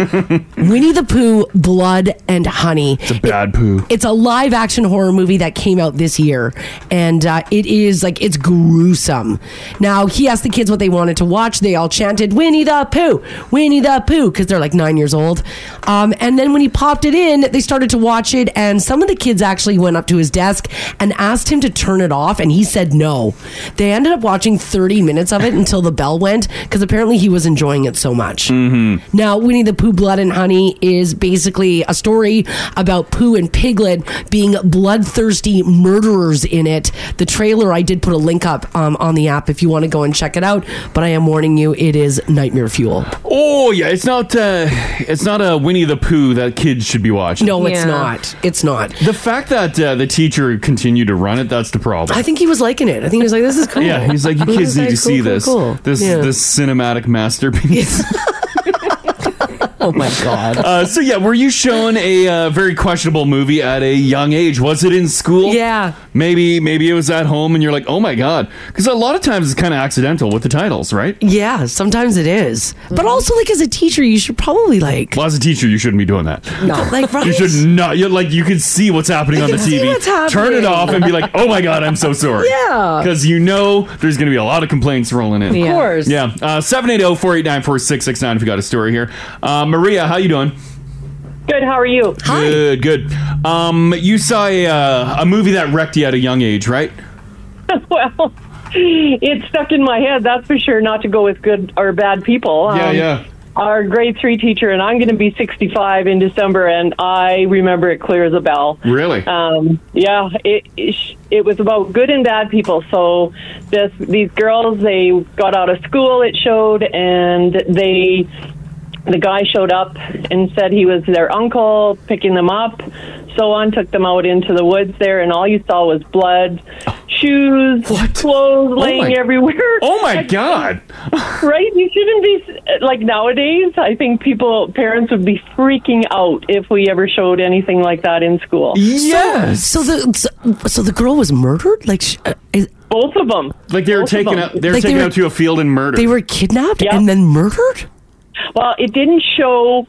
S4: Winnie the Pooh, Blood and Honey.
S7: It's a bad poo.
S4: It's a live action horror movie that came out this year, and uh, it is like it's gruesome. Now he asked the kids what they wanted to watch. They all chanted Winnie the Pooh, Winnie the Pooh, because they're like nine years old. Um, and then when he popped it in, they started to watch it, and some of the kids actually went up to his desk and asked him to turn it off, and he said no. They ended up watching thirty minutes of it until the bell went, because apparently he was enjoying it so much.
S7: Mm-hmm.
S4: Now, Winnie the Pooh Blood and Honey is basically a story about Pooh and Piglet being bloodthirsty murderers in it. The trailer, I did put a link up um, on the app if you want to go and check it out, but I am warning you, it is nightmare fuel.
S7: Oh yeah, it's not. Uh, it's not a Winnie the Pooh that kids should be watching.
S4: No, it's
S6: Yeah.
S4: not. It's not.
S7: The fact that uh, the teacher continued to run it, that's the problem.
S4: I think he was liking it. I think he was like, this is cool.
S7: yeah, he's like, you
S4: This
S7: kids
S4: is
S7: need
S4: like
S7: to see
S4: cool, cool,
S7: this.
S4: cool."
S7: This
S4: Yeah.
S7: this cinematic masterpiece.
S4: Oh my God.
S7: uh, so yeah, were you shown a uh, very questionable movie at a young age? Was it in school?
S4: Yeah.
S7: Maybe maybe it was at home, and you're like, oh my god, because a lot of times it's kind of accidental with the titles, right?
S4: Yeah, sometimes it is. But also, like, as a teacher, you should probably, like,
S7: Well, as a teacher, you shouldn't be doing that.
S4: no, like, right?
S7: You should not. You're like you can see what's happening on the
S4: can see
S7: TV.
S4: what's
S7: Turn
S4: happening.
S7: it off and be like, "Oh my god, I'm so sorry."
S4: Yeah.
S7: because you know there's going to be a lot of complaints rolling in.
S6: Of
S4: course.
S7: Yeah. uh, Seven eight zero four eight nine four six six nine. If you got a story here, uh, Maria, how you doing?
S8: Good. How are you?
S7: Good, good. Um, you saw a, uh, a movie that wrecked you at a young age, right?
S8: Well, it stuck in my head. That's for sure. Not to go with good or bad people. Um, Our grade three teacher and I'm going to be 65 in December, and I remember it clear as a bell.
S7: Really?
S8: Um, yeah, it, it sh- it was about good and bad people. So this these girls they got out of school. It showed, and they the guy showed up and said he was their uncle picking them up. So on took them out into the woods there, and all you saw was blood, shoes,
S7: Oh. What? Oh
S8: clothes
S7: my-
S8: laying everywhere.
S7: oh my god!
S8: Right? You shouldn't be like nowadays. I think people parents would be freaking out if we ever showed anything like that in school.
S7: Yes.
S4: So the so, so the girl was murdered. Like sh- uh, is-
S8: Both of them.
S7: like they were
S8: Both of
S7: taken
S8: them.
S7: out. They were
S4: Like they
S7: taken
S4: were-
S7: out to a field and murdered.
S4: they were kidnapped
S8: Yeah.
S4: and then murdered.
S8: Well, it didn't show.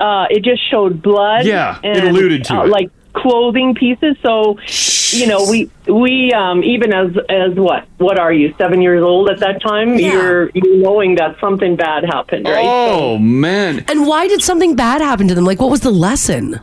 S8: Uh, it just showed blood.
S7: Yeah, it
S8: and,
S7: alluded to
S8: uh,
S7: it.
S8: Like clothing pieces. So, you know, we we um, even as as what what are you seven years old at that time?
S4: Yeah.
S8: You're you're knowing that something bad happened, right?
S7: Oh man.
S4: And why did something bad happen to them? Like, what was the lesson?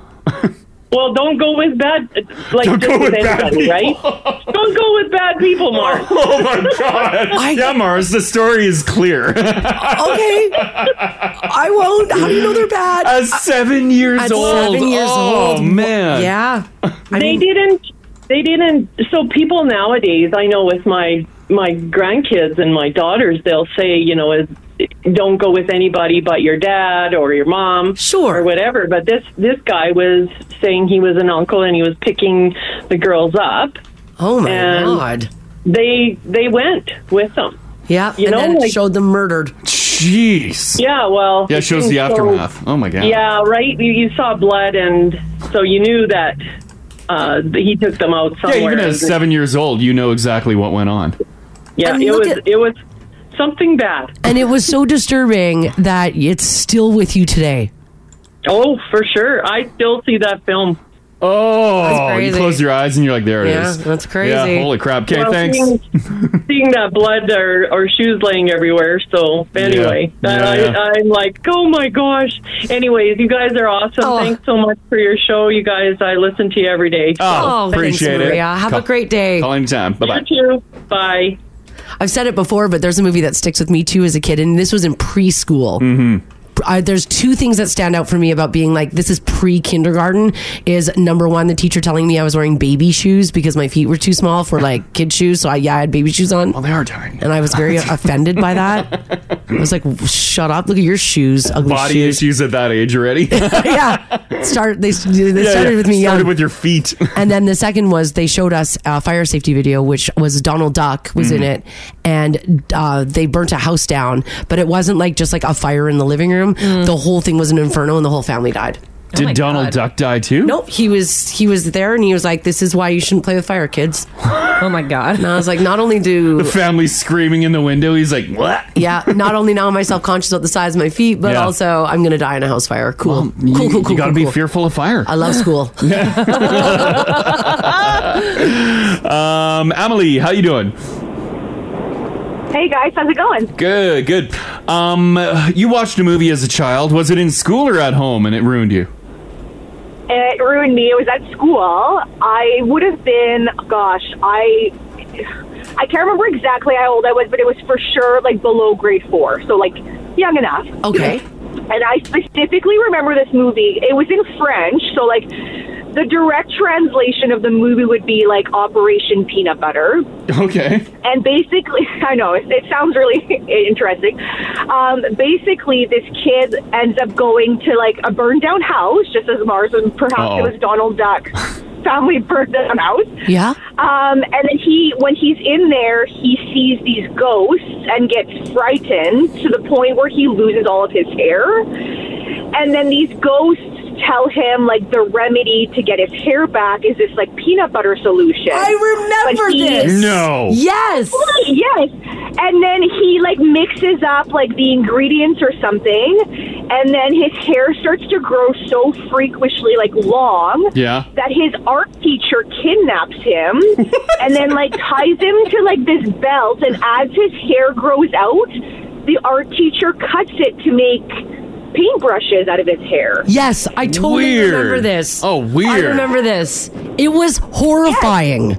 S8: Well, don't go with bad like
S7: Don't
S8: just
S7: go with bad
S8: anybody,
S7: people.
S8: right? don't go with bad people, Mark.
S7: Oh my god. yeah, Mars, the story is clear.
S4: Okay, I won't. How do you know they're bad?
S7: At seven years
S4: At
S7: old.
S4: seven years
S7: oh,
S4: old.
S7: man.
S4: yeah,
S8: they didn't they didn't so people nowadays i know with my my grandkids and my daughters they'll say you know is don't go with anybody but your dad or your mom
S4: Sure.
S8: or whatever but this this guy was saying he was an uncle and he was picking the girls up
S4: Oh my
S8: And-
S4: god.
S8: they they went with them
S4: Yeah,
S8: You
S4: and
S8: know,
S4: then it
S8: like-
S4: showed them murdered.
S7: Jeez.
S8: yeah well
S7: Yeah, it shows the
S8: so-
S7: aftermath. Oh my god.
S8: yeah right you, you saw blood and so you knew that uh, he took them out
S7: Yeah,
S8: somewhere
S7: even at seven years old, you know exactly what went on.
S8: yeah
S4: And
S8: it
S4: look
S8: was
S4: at-
S8: it was something bad
S4: And it was so disturbing that it's still with you today.
S8: Oh, for sure. I still see that film.
S7: Oh, you
S4: crazy.
S7: close your eyes and you're like, there it is.
S4: Yeah, that's crazy.
S7: Yeah, holy crap. Okay,
S8: Well,
S7: thanks.
S8: Seeing, seeing that blood or, or shoes laying everywhere. So, anyway,
S7: Yeah.
S8: that
S7: Yeah, yeah.
S8: I, I'm like, oh my gosh. Anyways, you guys are awesome.
S4: Oh.
S8: Thanks so much for your show, you guys. I listen to you every day.
S7: Oh, appreciate
S4: thanks,
S7: it.
S4: Maria. Have
S7: Call-
S4: a great day.
S7: Call anytime. Bye bye.
S8: Thank you. Bye.
S4: I've said it before, but there's a movie that sticks with me too as a kid, and this was in preschool. Mm-hmm. I, there's two things that stand out for me about being like this is pre kindergarten. Is number one the teacher telling me I was wearing baby shoes because my feet were too small for like kid shoes, so I yeah I had baby shoes on.
S7: Well, they are tiny.
S4: and I was very offended by that. I was like, "Shut up! Look at your shoes, ugly
S7: Body
S4: shoes."
S7: issues at that age already. yeah,
S4: yeah, Oh start. They, they started
S7: yeah.
S4: with me
S7: Started
S4: young,
S7: with your feet.
S4: and then the second was they showed us a fire safety video, which was Donald Duck was
S7: Mm.
S4: in it, and uh, they burnt a house down, but it wasn't like just like a fire in the living room. The whole thing was an inferno, and the whole family died.
S7: Did
S6: Mm. Oh my
S7: Donald
S6: God.
S7: Duck die too?
S4: Nope, he was he was there, and he was like, "This is why you shouldn't play with fire, kids."
S6: Oh my god.
S4: And I was like, "Not only do
S7: Family screaming in the window. He's like, what?
S4: Yeah, not only now am I self conscious about the size of my feet, but
S7: Yeah.
S4: also I'm going to die in a house fire. Cool.
S7: You,
S4: cool, cool, cool.
S7: you gotta
S4: cool,
S7: be
S4: cool.
S7: fearful of fire.
S4: I love school.
S7: Um, Emily, how you doing?
S9: Hey guys, how's it going?
S7: Good, good. Um, you watched a movie as a child. Was it in school or at home, and it ruined you?
S9: It ruined me. It was at school. I would have been, gosh, I, I can't remember exactly how old I was, but it was for sure like below grade four, so like young enough.
S4: Okay.
S9: And I specifically remember this movie. It was in French, so like the direct translation of the movie would be like Operation Peanut Butter.
S7: Okay.
S9: and basically, I know it, it sounds really interesting. Um, basically, this kid ends up going to like a burned down house, just as Mars and perhaps
S7: Uh-oh.
S9: it was Donald Duck family burned down house.
S4: Yeah.
S9: Um, and then he, when he's in there, he sees these ghosts and gets frightened to the point where he loses all of his hair. And then these ghosts tell him like the remedy to get his hair back is this like peanut butter solution. But he-
S7: No.
S4: Yes.
S9: Yes. And then he like mixes up like the ingredients or something and then his hair starts to grow so freakishly like long
S7: Yeah.
S9: that his art teacher kidnaps him and then like ties him to like this belt and as his hair grows out the art teacher cuts it to make paintbrushes out of his hair.
S4: Yes. I totally
S7: Weird.
S4: remember this.
S7: Oh, weird.
S4: I remember this. It was horrifying.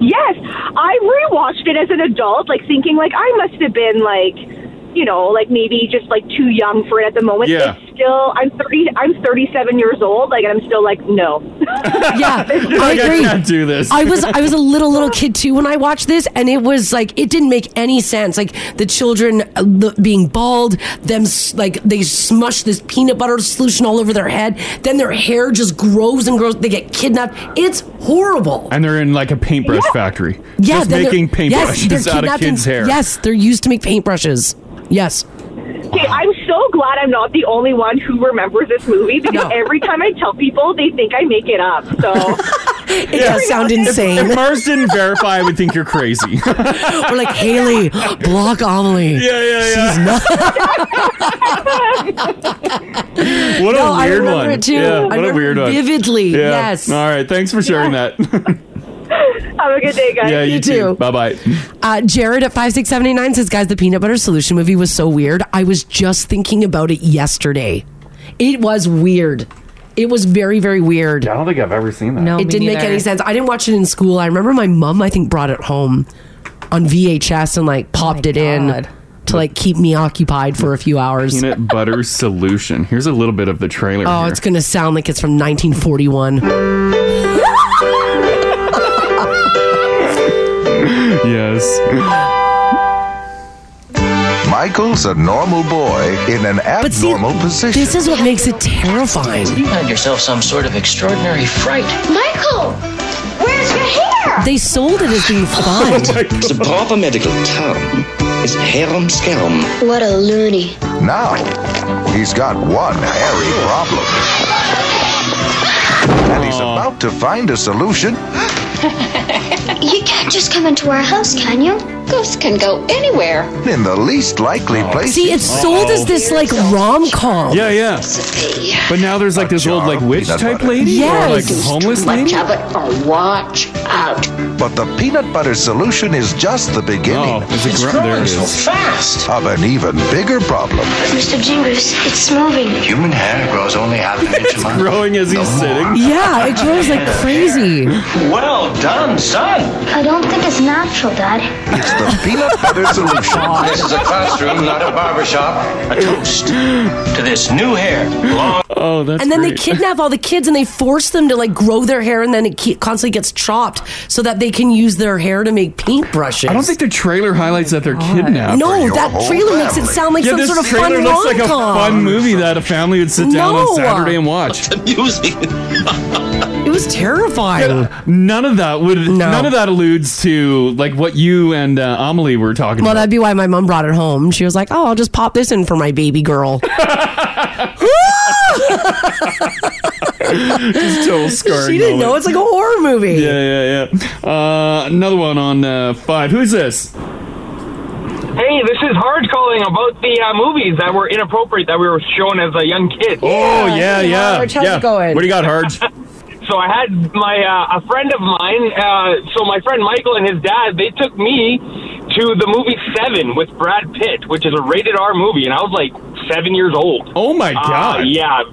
S9: Yes, I rewatched it as an adult, like thinking like I must have been like, you know, like maybe just like too young for it at the moment.
S7: Yeah.
S9: It's still I'm thirty. I'm thirty seven years old. Like, and I'm still like no.
S4: Yeah. I
S7: Like, I
S4: agree.
S7: can't do this.
S4: I was I was a little little kid too when I watched this, and it was like it didn't make any sense. Like the children uh, the, being bald, them s- like they smush this peanut butter solution all over their head, then their hair just grows and grows. They get kidnapped. It's horrible.
S7: and they're in like a paintbrush factory. Just
S4: then they're-
S7: making
S4: yes,
S7: paintbrushes
S4: they're
S7: out of
S4: kidnapped and-
S7: kids' hair.
S4: Yes, they're used to make paintbrushes. Yes.
S9: Okay, I'm so glad I'm not the only one who remembers this movie because
S4: No.
S9: every time I tell people, they think I make it up. So
S4: It does sound insane.
S7: If Mars didn't verify, I would think you're crazy.
S4: We're like, Haley, block Amelie.
S7: yeah,
S4: She's not.
S7: What
S4: No,
S7: a
S4: I
S7: weird
S4: remember
S7: one.
S4: it too.
S7: Yeah,
S4: I
S7: what a
S4: remember
S7: weird one.
S4: vividly.
S7: Yeah.
S4: Yes.
S7: All right. Thanks for sharing that.
S10: Have a good day, guys.
S7: yeah, you,
S4: You
S7: too.
S4: too.
S7: Bye bye.
S4: Uh, Jared at 56789 says, Guys, the peanut butter solution movie was so weird. I was just thinking about it yesterday. It was weird. It was very, very weird.
S7: I don't think I've ever seen that.
S11: No,
S4: it didn't make any sense. I didn't watch it in school. I remember my mom, I think, brought it home on VHS and like popped it in
S11: Oh God.
S4: to like keep me occupied for a few hours.
S7: Peanut butter solution. Here's a little bit of the trailer.
S4: Oh,
S7: here.
S4: it's going to sound like it's from 1941.
S7: yes.
S12: Michael's a normal boy in an
S4: But see,
S12: abnormal position.
S4: this is what makes it terrifying.
S13: You had yourself some sort of extraordinary fright.
S10: Michael, where's your hair?
S4: They sold it as being fun.
S13: The proper medical term is harum scarum.
S10: What a loony.
S12: Now, he's got one hairy problem. And he's about to find a solution
S10: You can't just come into our house, can you? Ghosts can go anywhere.
S12: in the least likely place.
S4: see, it's sold as this like rom com.
S7: Oh. Yeah, yeah. But now there's like this old like witch
S12: Peanut
S7: type
S12: butter.
S7: lady or like
S4: Yes.
S7: homeless lady.
S10: Have it or watch out.
S12: But the peanut butter solution is just the
S7: Oh,
S12: beginning
S7: there's a gr- there it
S13: so
S7: is.
S13: fast.
S12: of an even bigger problem.
S10: Mr. Jingles, it's moving.
S13: Human hair grows only half an inch a month.
S7: Growing as he's sitting.
S4: Yeah, it grows like crazy.
S13: Well done, son.
S10: I don't think it's natural, Dad.
S12: It's the peanut butter solution.
S13: This is a classroom, not a barber shop. A toast to this new hair. Long
S7: Oh, that's
S4: And then
S7: great.
S4: they kidnap all the kids and they force them to like grow their hair and then it ke- constantly gets chopped so that they can use their hair to make paintbrushes.
S7: I don't think the trailer highlights that they're kidnapped.
S4: Oh No,
S12: your
S4: that
S12: whole
S4: trailer makes it
S12: family.
S4: sound like
S7: Yeah,
S4: some
S7: this
S4: sort of
S7: trailer
S4: fun
S7: looks like a
S4: rom-com.
S7: fun movie that a family would sit down
S4: No.
S7: on Saturday and watch.
S13: music.
S4: It was terrifying.
S7: None of that would. None of that alludes to like what you and uh, Amelie were talking
S4: Well,
S7: about.
S4: that'd be why my mom brought it home. She was like, "Oh, I'll just pop this in for my baby girl."
S7: That's total scarring.
S4: she didn't know
S7: moment.
S4: it's like oh, a horror movie.
S7: Yeah, yeah, yeah. Uh, another one on uh, five. Who's this?
S14: Hey, this is Hard calling about the uh, movies that were inappropriate that we were shown as a young kid.
S7: Oh yeah,
S4: hey,
S7: yeah.
S4: Harge, how's it
S7: yeah.
S4: going?
S7: What do you got, Harge?
S14: So I had my uh, a friend of mine. Uh, so my friend Michael and his dad they took me to the movie Seven with Brad Pitt, which is a rated R movie, and I was like seven years old.
S7: Oh my
S14: Uh,
S7: god.
S14: yeah,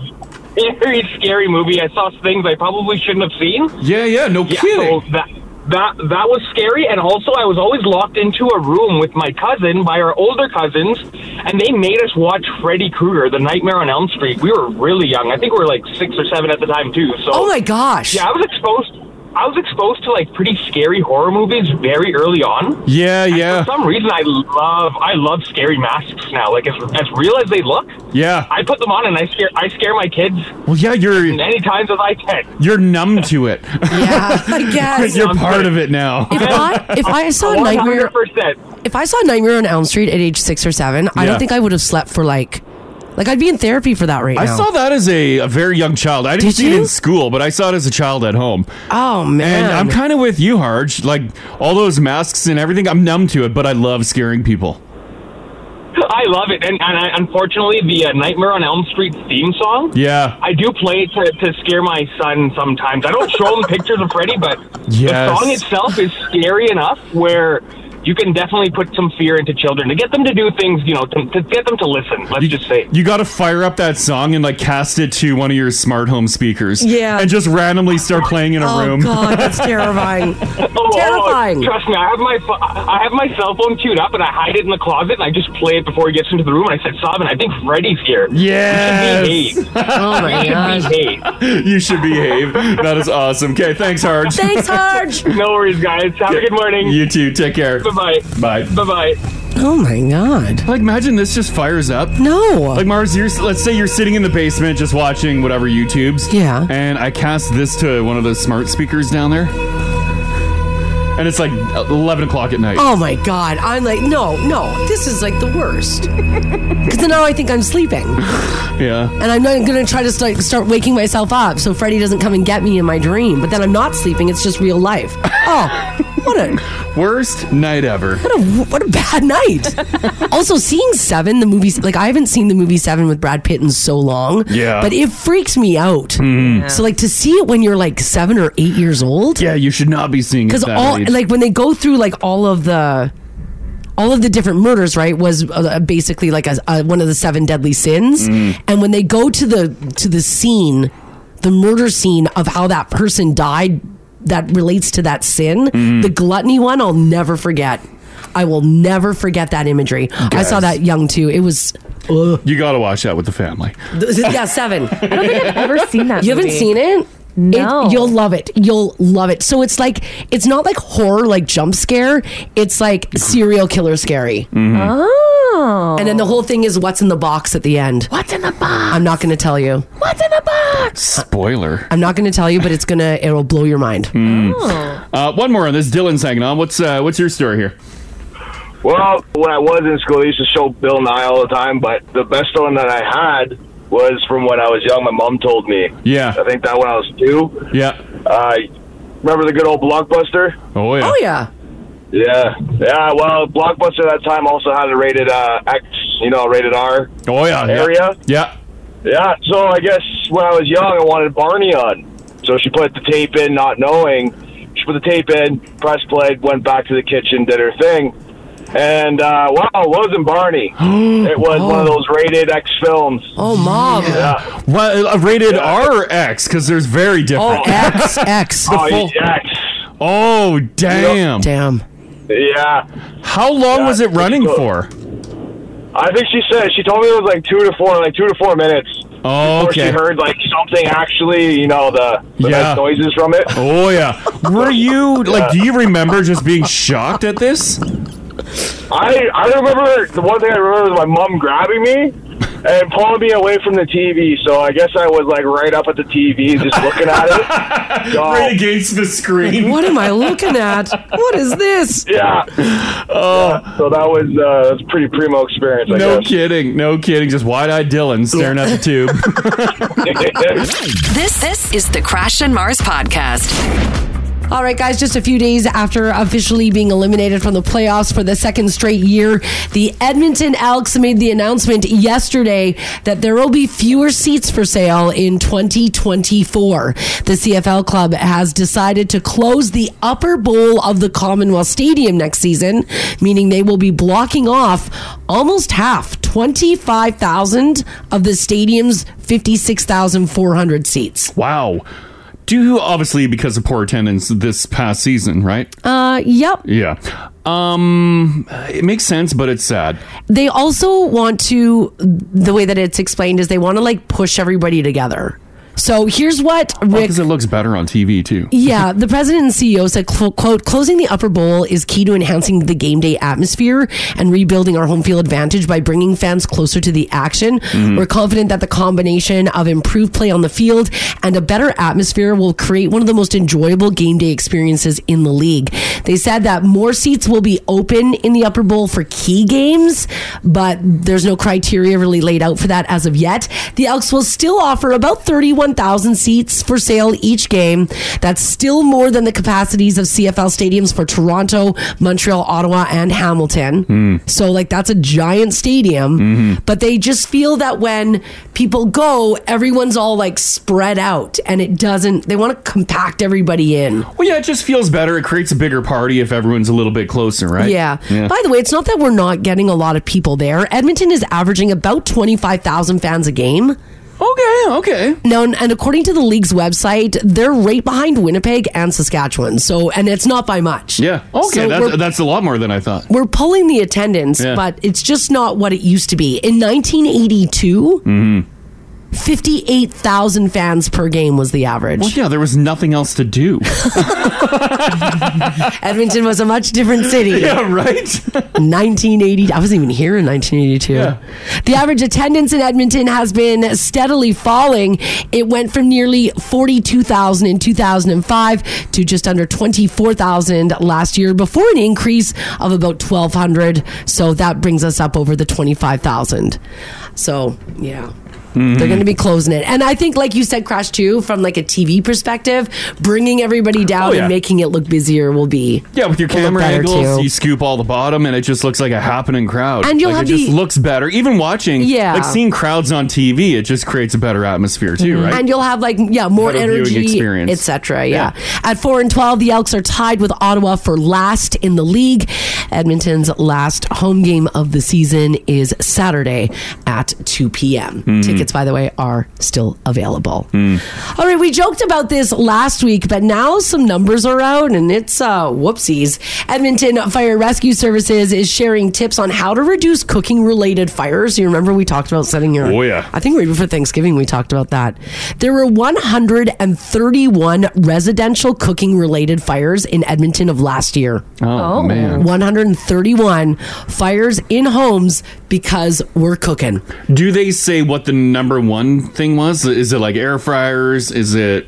S14: very scary movie. I saw things I probably shouldn't have seen.
S7: yeah, yeah. No
S14: Yeah,
S7: kidding.
S14: so that that that was scary, and also I was always locked into a room with my cousin by our older cousins, and they made us watch Freddy Krueger: The Nightmare on Elm Street. We were really young. I think we were like six or seven at the time too. So
S4: Oh my gosh.
S14: yeah, I was exposed. I was exposed to like pretty scary horror movies very early on.
S7: yeah, yeah,
S14: For some reason, I love I love scary masks now. Like as, as real as they look,
S7: yeah.
S14: I put them on and I scare I scare my kids
S7: Well, yeah. You're
S14: many times as I can.
S7: you're numb to it.
S4: Yeah, I guess.
S7: you're part of it now.
S4: If I if I saw
S14: One
S4: Nightmare
S14: hundred percent.
S4: if I saw Nightmare on Elm Street at age six or seven, I
S7: Yeah.
S4: don't think I would have slept for like like I'd be in therapy for that right
S7: I
S4: now.
S7: saw that as a, a very young child. I didn't
S4: Did
S7: see it
S4: you?
S7: in school, but I saw it as a child at home.
S4: oh man.
S7: And I'm kind of with you, Harge. Like all those masks and everything, I'm numb to it, but I love scaring people.
S14: I love it, and, and I, unfortunately, the uh, Nightmare on Elm Street theme song.
S7: Yeah.
S14: I do play it to, to scare my son sometimes. I don't show him pictures of Freddy, but
S7: Yes.
S14: the song itself is scary enough where you can definitely put some fear into children to get them to do things, you know, to, to get them to listen. Let's just say.
S7: You got to fire up that song and like cast it to one of your smart home speakers.
S4: Yeah.
S7: And just randomly start playing in a
S4: oh
S7: room.
S4: god, that's terrifying.
S14: Oh,
S4: Terrifying.
S14: trust me, I have my pho- I have my cell phone queued up, and I hide it in the closet, and I just play it before he gets into the room. And I said, "Sobbing, I think Freddy's here."
S7: Yes.
S14: Behave.
S4: oh my gosh.
S14: Behave.
S7: you should behave. That is awesome. Okay. Thanks, Harge.
S4: Thanks, Harge.
S14: No worries, guys. Have a good morning.
S7: You too. Take care.
S14: Bye
S7: Bye.
S14: bye. Bye bye.
S4: Oh my god.
S7: Like, imagine this just fires up.
S4: No.
S7: Like Mars, you're, let's say you're sitting in the basement just watching whatever YouTubes.
S4: Yeah.
S7: And I cast this to one of those smart speakers down there. and it's like eleven o'clock at night.
S4: Oh my god! I'm like, no, no, this is like the worst. Because now I think I'm sleeping,
S7: Yeah.
S4: and I'm not gonna try to start, start waking myself up so Freddy doesn't come and get me in my dream. But then I'm not sleeping; it's just real life. Oh, what a
S7: Worst night ever.
S4: what a what a bad night. also, seeing Seven, the movie, like I haven't seen the movie Seven with Brad Pitt in so long.
S7: Yeah.
S4: but it freaks me out. So like to see it when you're like seven or eight years old.
S7: Yeah, you should not be seeing it
S4: because
S7: that
S4: all
S7: age.
S4: like when they go through like all of the all of the different murders right was uh, basically like a, a, one of the seven deadly sins
S7: Mm-hmm.
S15: Mm-hmm.
S4: and when they go to the to the scene the murder scene of how that person died that relates to that sin
S7: Mm-hmm.
S4: the gluttony one i'll never forget i will never forget that imagery i saw
S7: Yes.
S4: that young too it was
S7: you got to watch that with the family.
S4: th- yeah seven
S12: I don't think I've ever seen that.
S4: You haven't
S12: movie.
S4: seen it?
S12: No.
S4: It- you'll love it. You'll love it. So it's like it's not like horror, like jump scare. It's like serial killer scary.
S12: Oh.
S4: And then the whole thing is what's in the box at the end.
S12: What's in the box?
S4: I'm not going to tell you.
S12: What's in the box?
S7: Spoiler.
S4: I'm not going to tell you, but it's gonna it'll blow your mind.
S12: Oh.
S7: Uh, one more on this. Dylan sang on. What's uh, what's your story here?
S16: Well, when I was in school, I used to show Bill Nye all the time, but the best one that I had was from when I was young. My mom told me.
S7: Yeah.
S16: I think that when I was two.
S7: Yeah.
S16: Uh, remember the good old Blockbuster?
S7: Oh yeah.
S4: Oh yeah.
S16: Yeah. Yeah, well, Blockbuster that time also had a rated uh, X, you know, rated R.
S7: Oh yeah. yeah.
S16: Area?
S7: Yeah.
S16: Yeah, so I guess when I was young, I wanted Barney on. So she put the tape in, not knowing. She put the tape in, press played, went back to the kitchen, did her thing. And uh, wow, it wasn't Barney. it was one of
S7: Oh.
S16: those rated X films.
S4: Oh mom.
S16: Yeah.
S7: Well, uh, rated R X because there's very
S4: Oh
S7: different.
S4: X X.
S16: Oh,
S7: full-
S16: yes.
S7: Oh, damn.
S4: Damn.
S16: Yeah.
S7: How long
S16: Yeah,
S7: was it
S16: it's
S7: running
S16: cool.
S7: for?
S16: I think she said, she told me it was like two to four, like two to four minutes.
S7: Oh,
S16: Before she
S7: okay.
S16: heard like something actually, you know, the, the
S7: Yeah.
S16: nice noises from it.
S7: Oh yeah. Were you like? Do you remember just being shocked at this?
S16: I I remember the one thing I remember was my mom grabbing me and pulling me away from the TV. So I guess I was like right up at the TV, just looking at it. So,
S7: Right against the screen.
S4: What am I looking at? What is this?
S16: yeah.
S7: Oh.
S16: Yeah, So that was uh, that's a pretty primo experience. I
S7: No
S16: guess.
S7: kidding. No kidding. Just wide-eyed Dylan staring at the tube.
S2: This this is the Crash and Mars podcast.
S4: All right, guys, just a few days after officially being eliminated from the playoffs for the second straight year, the Edmonton Elks made the announcement yesterday that there will be fewer seats for sale in 2024. The CFL club has decided to close the upper bowl of the Commonwealth Stadium next season, meaning they will be blocking off almost half, 25,000 of the stadium's 56,400 seats.
S7: wow. Do obviously because of poor attendance this past season, right?
S4: Uh, yep.
S7: yeah. Um, it makes sense, but it's sad.
S4: they also want to the way that it's explained is they want to like push everybody together so here's what rick
S7: Because Oh, it looks better on TV too.
S4: yeah, the president and CEO said, quote, quote, closing the upper bowl is key to enhancing the game day atmosphere and rebuilding our home field advantage by bringing fans closer to the action. We're confident that the combination of improved play on the field and a better atmosphere will create one of the most enjoyable game day experiences in the league. They said that more seats will be open in the upper bowl for key games, but there's no criteria really laid out for that as of yet. The Elks will still offer about 31,000 seats for sale each game. That's still more than the capacities of CFL stadiums for Toronto, Montreal, Ottawa, and Hamilton. So, like, that's a giant stadium. But they just feel that when people go, everyone's all like spread out and it doesn't, they want to compact everybody in.
S7: Well, yeah, it just feels better. It creates a bigger party if everyone's a little bit closer, right?
S4: Yeah.
S7: Yeah.
S4: By the way, it's not that we're not getting a lot of people there. Edmonton is averaging about 25,000 fans a game.
S7: okay, okay.
S4: No, and and according to the league's website, they're right behind Winnipeg and Saskatchewan. So, and it's not by much.
S7: Yeah. Okay,
S4: So
S7: that's,
S4: we're,
S7: that's a lot more than I thought.
S4: we're pulling the attendance,
S7: Yeah. Mm-hmm.
S4: but it's just not what it used to be. In 1982, 58,000 fans per game was the average.
S7: Well, yeah, there was nothing else to do.
S4: Edmonton was a much different city.
S7: Yeah, right.
S4: 1980. I wasn't even here in 1982. The average attendance in Edmonton has been steadily falling. It went from nearly 42,000 in 2005 to just under 24,000 last year before an increase of about 1,200. So that brings us up over the 25,000. So, yeah.
S7: Mm-hmm.
S4: They're going to be closing it. And I think, like you said, Crash 2, from like a TV perspective, bringing everybody down
S7: Oh, yeah.
S4: and making it look busier will be.
S7: Yeah, with your
S4: will look
S7: camera
S4: better
S7: angles,
S4: too.
S7: you scoop all the bottom, and it just looks like a happening crowd.
S4: And you'll
S7: Like,
S4: have
S7: it just
S4: the-
S7: looks better. Even watching,
S4: Yeah.
S7: like seeing crowds on TV, it just creates a better atmosphere too, right?
S4: Mm-hmm. And you'll have like yeah, more
S7: Better viewing
S4: energy,
S7: experience.
S4: etc. Yeah. At four and twelve, the Elks are tied with Ottawa for last in the league. Edmonton's last home game of the season is Saturday at two p.m.
S7: Mm-hmm.
S17: Mm.
S4: Tickets, by the way, are still available.
S7: Mm.
S4: All right, we joked about this last week, but now some numbers are out and it's uh, whoopsies. Edmonton Fire Rescue Services is sharing tips on how to reduce cooking related fires. You remember we talked about setting your.
S7: Oh, yeah.
S4: I think right before Thanksgiving we talked about that. There were 131 residential cooking related fires in Edmonton of last year.
S7: Oh, man.
S4: 131 fires in homes because we're cooking.
S7: Do they say what the number one thing was? Is it like air fryers? Is it?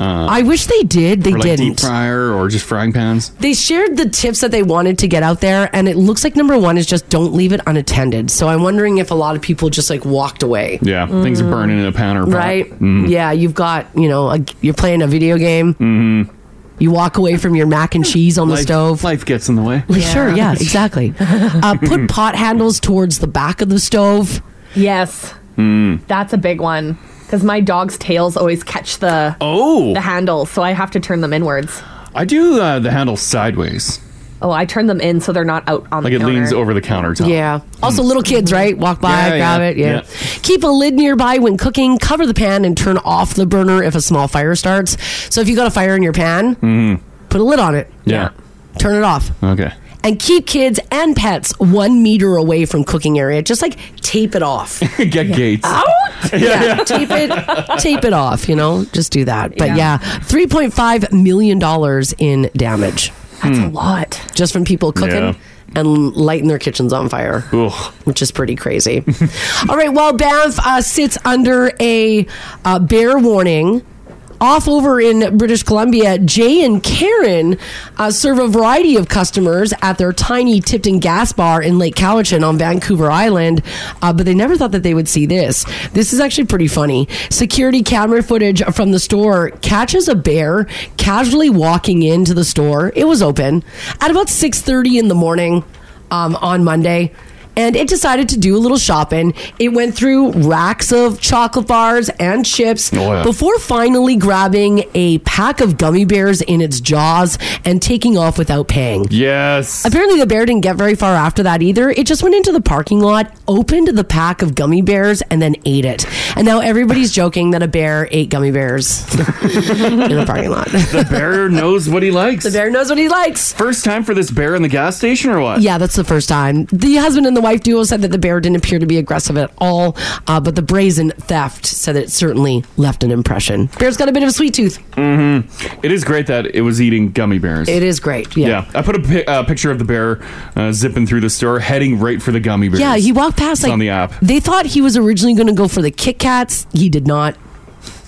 S7: Uh,
S4: I wish they did. They
S7: or like
S4: didn't.
S7: Deep fryer or just frying pans?
S4: They shared the tips that they wanted to get out there, and it looks like number one is just don't leave it unattended. So I'm wondering if a lot of people just like walked away.
S7: Yeah, things are burning in a pan or pot.
S4: Mm. Right?
S7: Mm.
S4: Yeah, you've got, you know, a, you're playing a video game. Mm-hmm. You walk away from your mac and cheese on the stove.
S7: Life gets in the way.
S4: Sure, yeah, exactly. uh,
S7: Mm-hmm.
S4: put pot handles towards the back of the stove.
S6: Yes,
S7: Mm.
S6: that's a big one because my dog's tails always catch the
S7: oh
S6: the handle, so I have to turn them inwards.
S7: I do uh, the handle sideways,
S6: Oh, I turn them in so they're not out on
S7: like
S6: the
S7: it
S6: counter.
S7: leans over the countertop.
S4: Yeah. Also, little kids, right? Walk by,
S7: Yeah,
S4: grab
S7: yeah,
S4: it. Yeah.
S7: yeah.
S4: Keep a lid nearby when cooking. Cover the pan and turn off the burner if a small fire starts. So if you got a fire in your pan,
S7: Mm-hmm.
S4: put a lid on it.
S7: Yeah.
S4: Turn it off.
S7: Okay.
S4: And keep kids and pets one meter away from cooking area. Just like tape it off.
S7: Get gates.
S4: Out? Yeah, tape it, tape it off. You know, just do that. But yeah, three point five million dollars in damage.
S6: That's a lot.
S4: Just from people cooking
S6: Yeah.
S4: and lighting their kitchens on fire, which is pretty crazy. All right, well, Banff uh, sits under a uh, bear warning. Off over in British Columbia, Jay and Karen uh, serve a variety of customers at their tiny Tipton Gas Bar in Lake Cowichan on Vancouver Island, uh, but they never thought that they would see this. This is actually pretty funny. Security camera footage from the store catches a bear casually walking into the store. It was open at about six thirty in the morning um, on Monday. And it decided to do a little shopping. It went through racks of chocolate bars and chips
S17: Oh, yeah.
S4: before finally grabbing a pack of gummy bears in its jaws and taking off without paying.
S7: Yes.
S4: Apparently, the bear didn't get very far after that either. It just went into the parking lot, opened the pack of gummy bears, and then ate it. And now everybody's joking that a bear ate gummy bears in a parking lot.
S7: the bear knows what he likes. The bear
S4: knows what he likes.
S7: First time for this bear in the gas station or what?
S4: Yeah, that's the first time. The husband and the wife duo said that the bear didn't appear to be aggressive at all, uh, but the brazen theft said it certainly left an impression. Bear's got a bit of a sweet tooth.
S7: Mm-hmm. It is great that it was eating gummy bears.
S4: It is great.
S7: Yeah.
S4: Yeah.
S7: I put a pi- uh, picture of the bear uh, zipping through the store, heading right for the gummy bears.
S4: Yeah, he walked past
S7: It's
S4: like
S7: on the app.
S4: They thought he was originally going to go for the Kit Kats. He did not.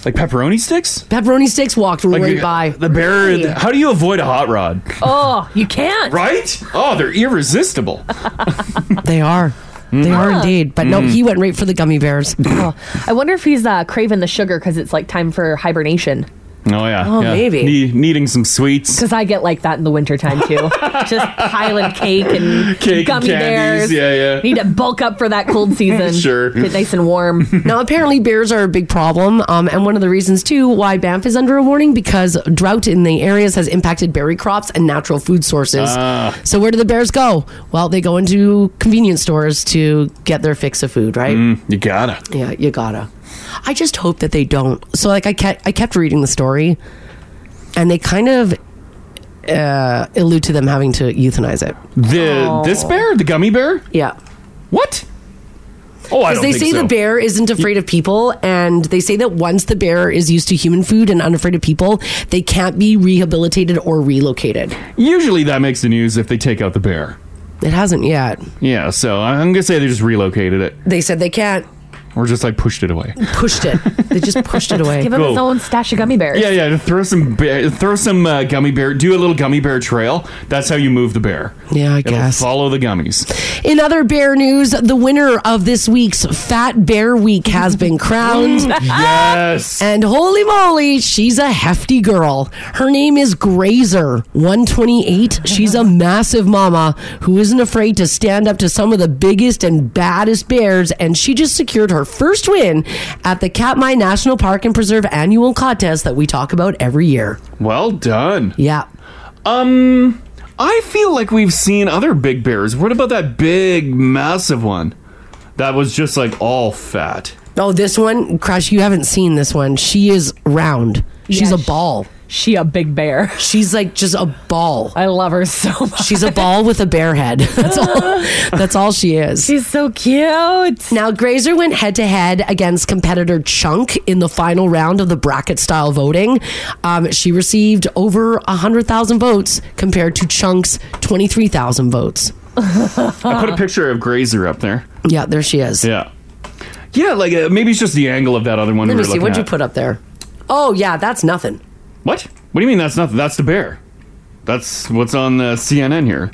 S7: Like pepperoni sticks?
S4: Pepperoni sticks walked
S7: Like
S4: right
S7: the-
S4: by.
S7: The bear. How do you avoid a hot rod?
S6: Oh, you can't.
S7: Right? Oh, they're irresistible. Oh,
S4: They are.
S7: Mm-hmm.
S4: They are indeed. But no,
S7: Mm.
S4: he went right for the gummy bears.
S6: oh, I wonder if he's uh, craving the sugar because it's like time for hibernation.
S7: Oh yeah.
S6: Oh,
S7: yeah.
S6: maybe.
S7: Ne- needing some sweets.
S6: Because I get like that in the wintertime too. Just piling cake and
S7: Cake and
S6: gummy
S7: candies,
S6: bears.
S7: yeah, yeah.
S6: Need to bulk up for that cold season.
S7: Sure.
S6: Get nice and warm.
S4: now, apparently, bears are a big problem, um, and one of the reasons too why Banff is under a warning because drought in the areas has impacted berry crops and natural food sources.
S7: Ah.
S4: So, where do the bears go? Well, they go into convenience stores to get their fix of food, right?
S7: Mm, you gotta.
S4: Yeah, you gotta. I just hope that they don't. So like I kept I kept reading the story, and they kind of uh, allude to them
S7: uh,
S4: having to euthanize it.
S7: The this bear, the gummy bear.
S4: Yeah.
S7: What?
S4: Oh,
S7: I don't
S4: they
S7: think
S4: say
S7: so.
S4: the bear isn't afraid of people, and they say that once the bear is used to human food and unafraid of people, they can't be rehabilitated or relocated.
S7: Usually that makes the news if they take out the bear.
S4: It hasn't yet.
S7: Yeah, so I- I'm gonna say they just relocated it
S4: They said they can't.
S7: or just like pushed it away.
S4: Pushed it. They just pushed it away.
S6: Give him his
S7: Go.
S6: own stash of gummy bears.
S7: Yeah, yeah. to Throw some bear, throw some uh, gummy bear. Do a little gummy bear trail. That's how you move the bear.
S4: Yeah, I
S7: guess. Follow the gummies.
S4: In other bear news, the winner of this week's Fat Bear Week has been crowned.
S7: yes.
S4: And holy moly, she's a hefty girl. Her name is Grazer, 128. She's a massive mama who isn't afraid to stand up to some of the biggest and baddest bears. And she just secured her first win at the Katmai National Park and Preserve annual contest that we talk about every year.
S7: Well done.
S4: Yeah.
S7: Um, I feel like we've seen other big bears. What about that big, massive one that was just like all fat?
S4: Oh, this one, Crash, you haven't seen this one. She is round. She's a ball.
S6: She a big bear.
S4: She's like just a ball.
S6: I love her so much.
S4: She's a ball with a bear head. That's all. That's all she is.
S6: She's so cute.
S4: Now, Grazer went head to head against competitor Chunk in the final round of the bracket style voting. Um, she received over 100,000 votes compared to Chunk's 23,000 votes.
S7: I put a picture of Grazer up there.
S4: Yeah, there she is.
S7: Yeah. Yeah, like uh, maybe it's just the angle of that other one.
S4: Let
S7: we
S4: me
S7: were
S4: see. What'd
S7: looking
S4: you
S7: at.
S4: put up there? Oh, yeah, that's nothing.
S7: What? What do you mean that's nothing? That's the bear. That's what's on uh, the CNN here.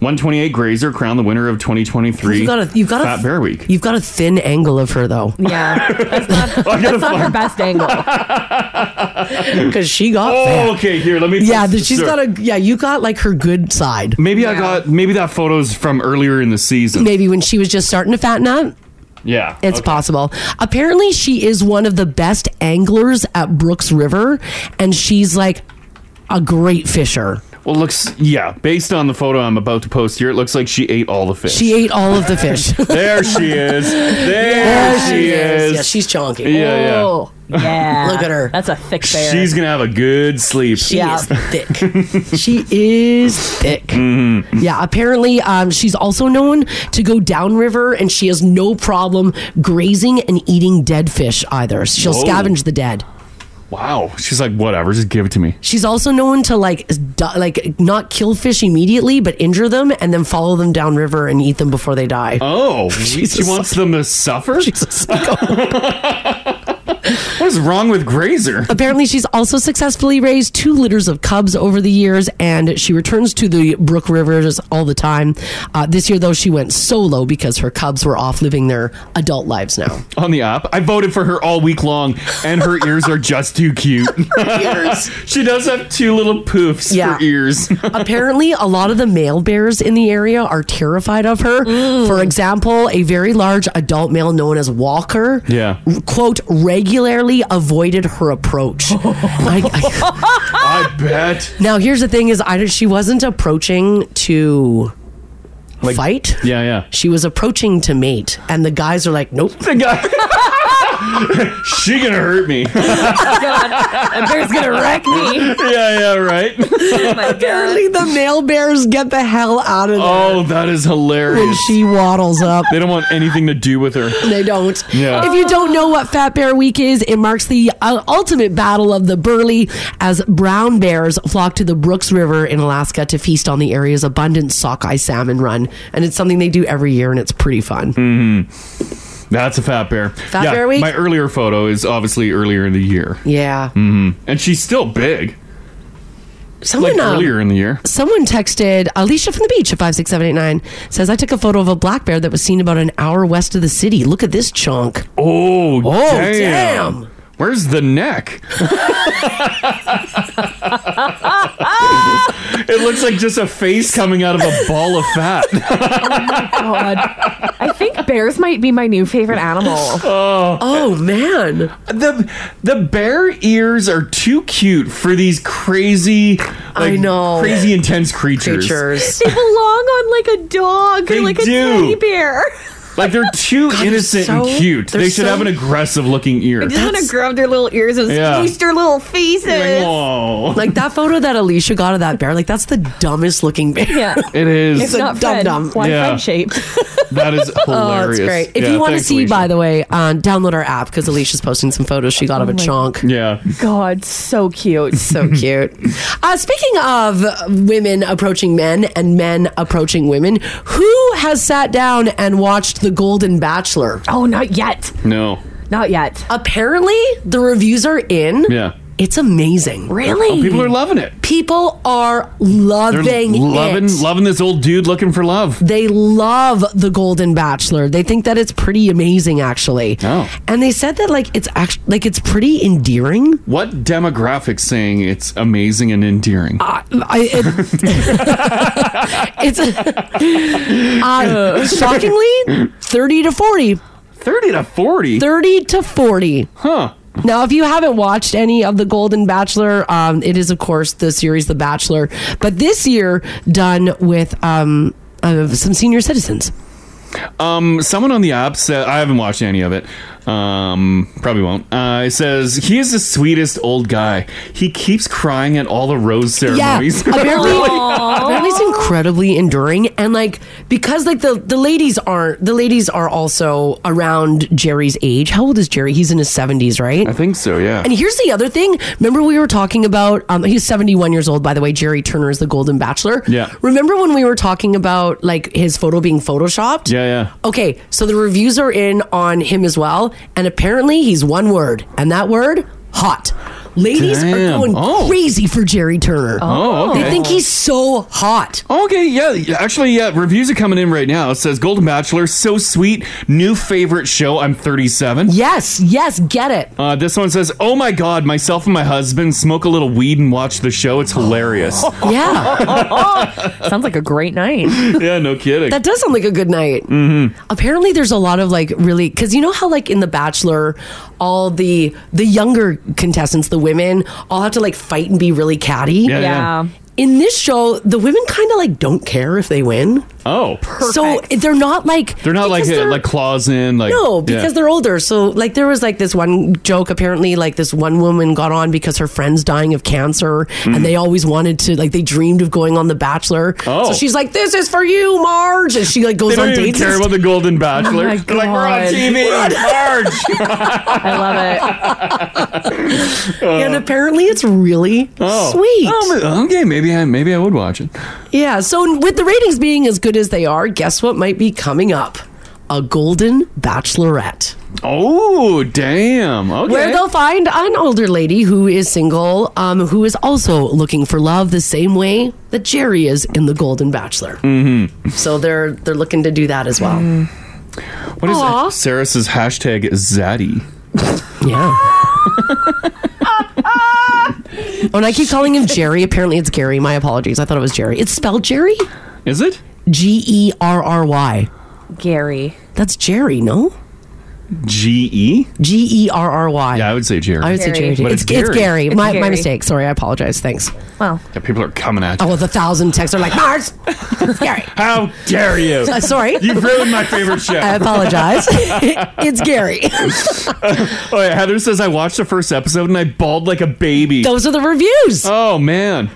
S7: 128 Grazer crowned the winner of 2023
S4: You've got a- you've got a-
S7: Fat Bear Week.
S4: You've got a thin angle of her, though.
S6: Yeah. That's not, that's not her best angle.
S4: Because she got
S7: Oh,
S4: fat.
S7: okay. Here, let me.
S4: Yeah,
S7: she's
S4: that she's got a. Yeah, you got like her good side.
S7: Maybe I got maybe that photo's from earlier in the season.
S4: Maybe when she was just starting to fatten up.
S7: Yeah,
S4: It's possible. Apparently, she is one of the best anglers at Brooks River, and she's like a great fisher.
S7: Well, looks yeah. Based on the photo I'm about to post here, it looks like she ate all the fish.
S4: She ate all of the fish.
S7: there she is. There
S4: Yeah,
S7: she
S4: she is.
S7: is.
S4: Yeah, she's chunky.
S7: Yeah,
S6: Oh, yeah.
S4: Look at her.
S6: That's a thick
S7: yeah.
S6: bear.
S7: She's gonna have a good sleep.
S4: She is thick. she is thick.
S7: Mm-hmm.
S4: Yeah, apparently um, she's also known to go downriver and she has no problem grazing and eating dead fish either. She'll
S7: Whoa.
S4: scavenge the dead.
S7: Wow. She's like, whatever. Just give it to me.
S4: She's also known to like di- like not kill fish immediately, but injure them and then follow them downriver and eat them before they die.
S7: Oh, she wants them to suffer. what is wrong with Grazer?
S4: Apparently, she's also successfully raised two litters of cubs over the years, and she returns to the Brook Rivers all the time. Uh, this year, though, she went solo because her cubs were off living their adult lives now.
S7: on the app. I voted for her all week long, and her ears are just too cute. she does have two little poofs
S4: Yeah.
S7: for ears.
S4: Apparently, a lot of the male bears in the area are terrified of her. For example, a very large adult male known as Walker,
S7: Yeah.
S4: quote, regularly avoided her approach. I- I-
S7: I bet.
S4: Now, here's the thing: is I she wasn't approaching to fight.
S7: Yeah, yeah.
S4: She was approaching to mate, and the guys are like, "Nope."
S7: The guy. she gonna hurt me.
S4: Oh,
S6: God, that bear's gonna wreck me.
S7: yeah, yeah, right.
S6: Oh my God.
S4: Apparently, the male bears get the hell out of there
S7: Oh, that is
S4: when
S7: hilarious.
S4: she waddles up.
S7: They don't want anything to do with her.
S4: They don't.
S7: Yeah.
S4: If you don't know what Fat Bear Week is, it marks the uh, ultimate battle of the burly as brown bears flock to the Brooks River in Alaska to feast on the area's abundant sockeye salmon run. And it's something they do every year, and it's pretty fun.
S7: Mm-hmm. That's a fat bear.
S4: Fat bear week?
S7: My earlier photo is obviously earlier in the year,
S4: Yeah.
S7: and she's still big.
S4: Someone
S7: like
S4: um,
S7: earlier in the year.
S4: Someone texted Alicia from the beach at 56789 says, I took a photo of a black bear that was seen about an hour west of the city. Look at this chunk.
S7: Oh,
S4: Oh,
S7: damn.
S4: damn.
S7: Where's the neck? it looks like just a face coming out of a ball of fat.
S6: God. I think bears might be my new favorite animal.
S4: Oh, man.
S7: the the bear ears are too cute for these crazy like,
S4: know.
S7: crazy intense creatures.
S4: Creatures.
S6: They belong on like a dog
S7: They
S6: or like a
S7: do.
S6: teddy bear.
S7: Like they're too innocent
S17: so-
S7: and cute.
S17: they're
S7: They should
S17: so-
S7: have an aggressive looking ear.
S17: I just want to grab their little ears and
S7: Yeah.
S17: squeeze their little faces.
S7: Like, "Aw."
S4: Like that photo that Alicia got of that bear, like that's the dumbest looking bear.
S6: Yeah.
S7: It is.
S4: It's, a dumb
S6: Fred.
S4: dumb.
S6: Why Fred shaped?
S7: That is
S4: Oh,
S7: hilarious.
S4: it's great. If you want to see, by the way, uh, download our app because Alicia's posting some photos she got of a
S6: Oh my-
S4: chonk.
S7: Yeah.
S6: God, so cute.
S4: so cute. Uh, speaking of women approaching men and men approaching women, who has sat down and watched The Golden Bachelor?
S6: Oh, not yet.
S7: No.
S6: Not yet.
S4: Apparently, the reviews are in.
S7: Yeah.
S4: It's amazing.
S7: Really? Oh, people are loving it.
S4: People are loving
S7: They're loving
S4: it.
S7: loving this old dude looking for love.
S4: They love The Golden Bachelor. They think that it's pretty amazing, actually.
S7: Oh.
S4: And they said that like it's actually like it's pretty endearing.
S7: What demographic saying it's amazing and endearing?
S4: Ah. I, it, it's uh, shockingly 30 to 40.
S7: 30 to 40?
S4: 30 to 40.
S7: Huh.
S4: Now, if you haven't watched any of The Golden Bachelor, um, it is, of course, the series The Bachelor, but this year done with um, uh, some senior citizens.
S7: Um, someone on the app said I haven't watched any of it. Um, probably won't. Uh, it says he is the sweetest old guy. He keeps crying at all the rose ceremonies.
S4: Yeah, apparently,
S7: Really?
S4: apparently it's incredibly enduring, and like because like the the ladies aren't the ladies are also around Jerry's age. How old is Jerry? He's in his seventies, right? I
S7: think so. Yeah.
S4: And here's the other thing. Remember we were talking about? Um, he's seventy one years old, by the way. Jerry Turner is the Golden Bachelor.
S7: Yeah.
S4: Remember when we were talking about like his photo being photoshopped?
S7: Yeah, yeah.
S4: Okay, so the reviews are in on him as well, and apparently he's one word, and that word hot. Ladies
S7: Damn.
S4: are going
S7: Oh.
S4: crazy for Jerry Turner.
S7: Oh, okay.
S4: They think he's so hot.
S7: Okay, yeah, yeah, actually, yeah. Reviews are coming in right now. It says Golden Bachelor, so sweet, new favorite show. I'm 37.
S4: Yes, yes, get it.
S7: Uh, this one says, "Oh my God, myself and my husband smoke a little weed and watch the show. It's hilarious."
S4: Yeah.
S6: Sounds like a great night.
S7: yeah, no kidding.
S4: That does sound like a good night.
S7: Mm-hmm.
S4: Apparently, there's a lot of like really because you know how like in The Bachelor, all the the younger contestants, the women, all have to like fight and be really catty.
S17: Yeah, yeah. Yeah.
S4: In this show, the women kind of like don't care if they win.
S7: Oh,
S4: So they're not like
S7: They're not like
S4: because
S7: hit,
S4: they're-
S7: like claws in like
S4: no, because
S7: yeah.
S4: they're older. So, like, there was like this one joke. Apparently, like this one woman got on because her friend's dying of cancer,
S17: Mm.
S7: Mm-hmm.
S4: and they always wanted to, like, they dreamed of going on The Bachelor.
S17: Oh.
S4: so she's like, "This is for you, Marge," and she like goes
S7: They don't
S4: on
S7: even
S4: dates.
S7: care
S4: and Oh
S7: about the Golden Bachelor.
S4: my
S7: They're like we're on
S4: God.
S7: TV,
S4: We're on-
S7: Marge.
S6: I love
S4: stuff. and apparently, it's really sweet.
S7: Oh, okay, maybe I maybe I would watch it.
S4: yeah. So, with the ratings being as good as they are, guess what might be coming up? A Golden Bachelorette.
S7: Oh damn! Okay.
S4: Where they'll find an older lady who is single, um, who is also looking for love the same way that Jerry is in The Golden Bachelor.
S7: Mm-hmm.
S4: So they're they're looking to do that as well.
S7: Hmm. What is
S4: Aw.
S7: it? Sarah says hashtag Zaddy.
S4: Yeah. When I keep calling him Jerry, apparently it's Gary. My apologies. I thought it was Jerry. It's spelled Jerry.
S7: Is it
S4: G E R R Y?
S6: Gary.
S4: That's Jerry. No.
S7: G E
S4: G E R R Y?
S7: Yeah, I would say Jerry.
S4: I would say Jerry.
S7: But
S4: It's, it's Gary.
S6: It's
S4: my, my
S6: Gary.
S4: mistake. Sorry. I apologize. Thanks.
S6: Well.
S7: Yeah, people are coming at you.
S4: Oh, well, the thousand texts are like Mars. Gary.
S7: How dare you?
S4: Uh, sorry.
S7: You've ruined my favorite show.
S4: I apologize. it's Gary.
S7: oh, yeah, Heather says I watched the first episode and I bawled like a baby.
S4: Those are the reviews.
S7: Oh man.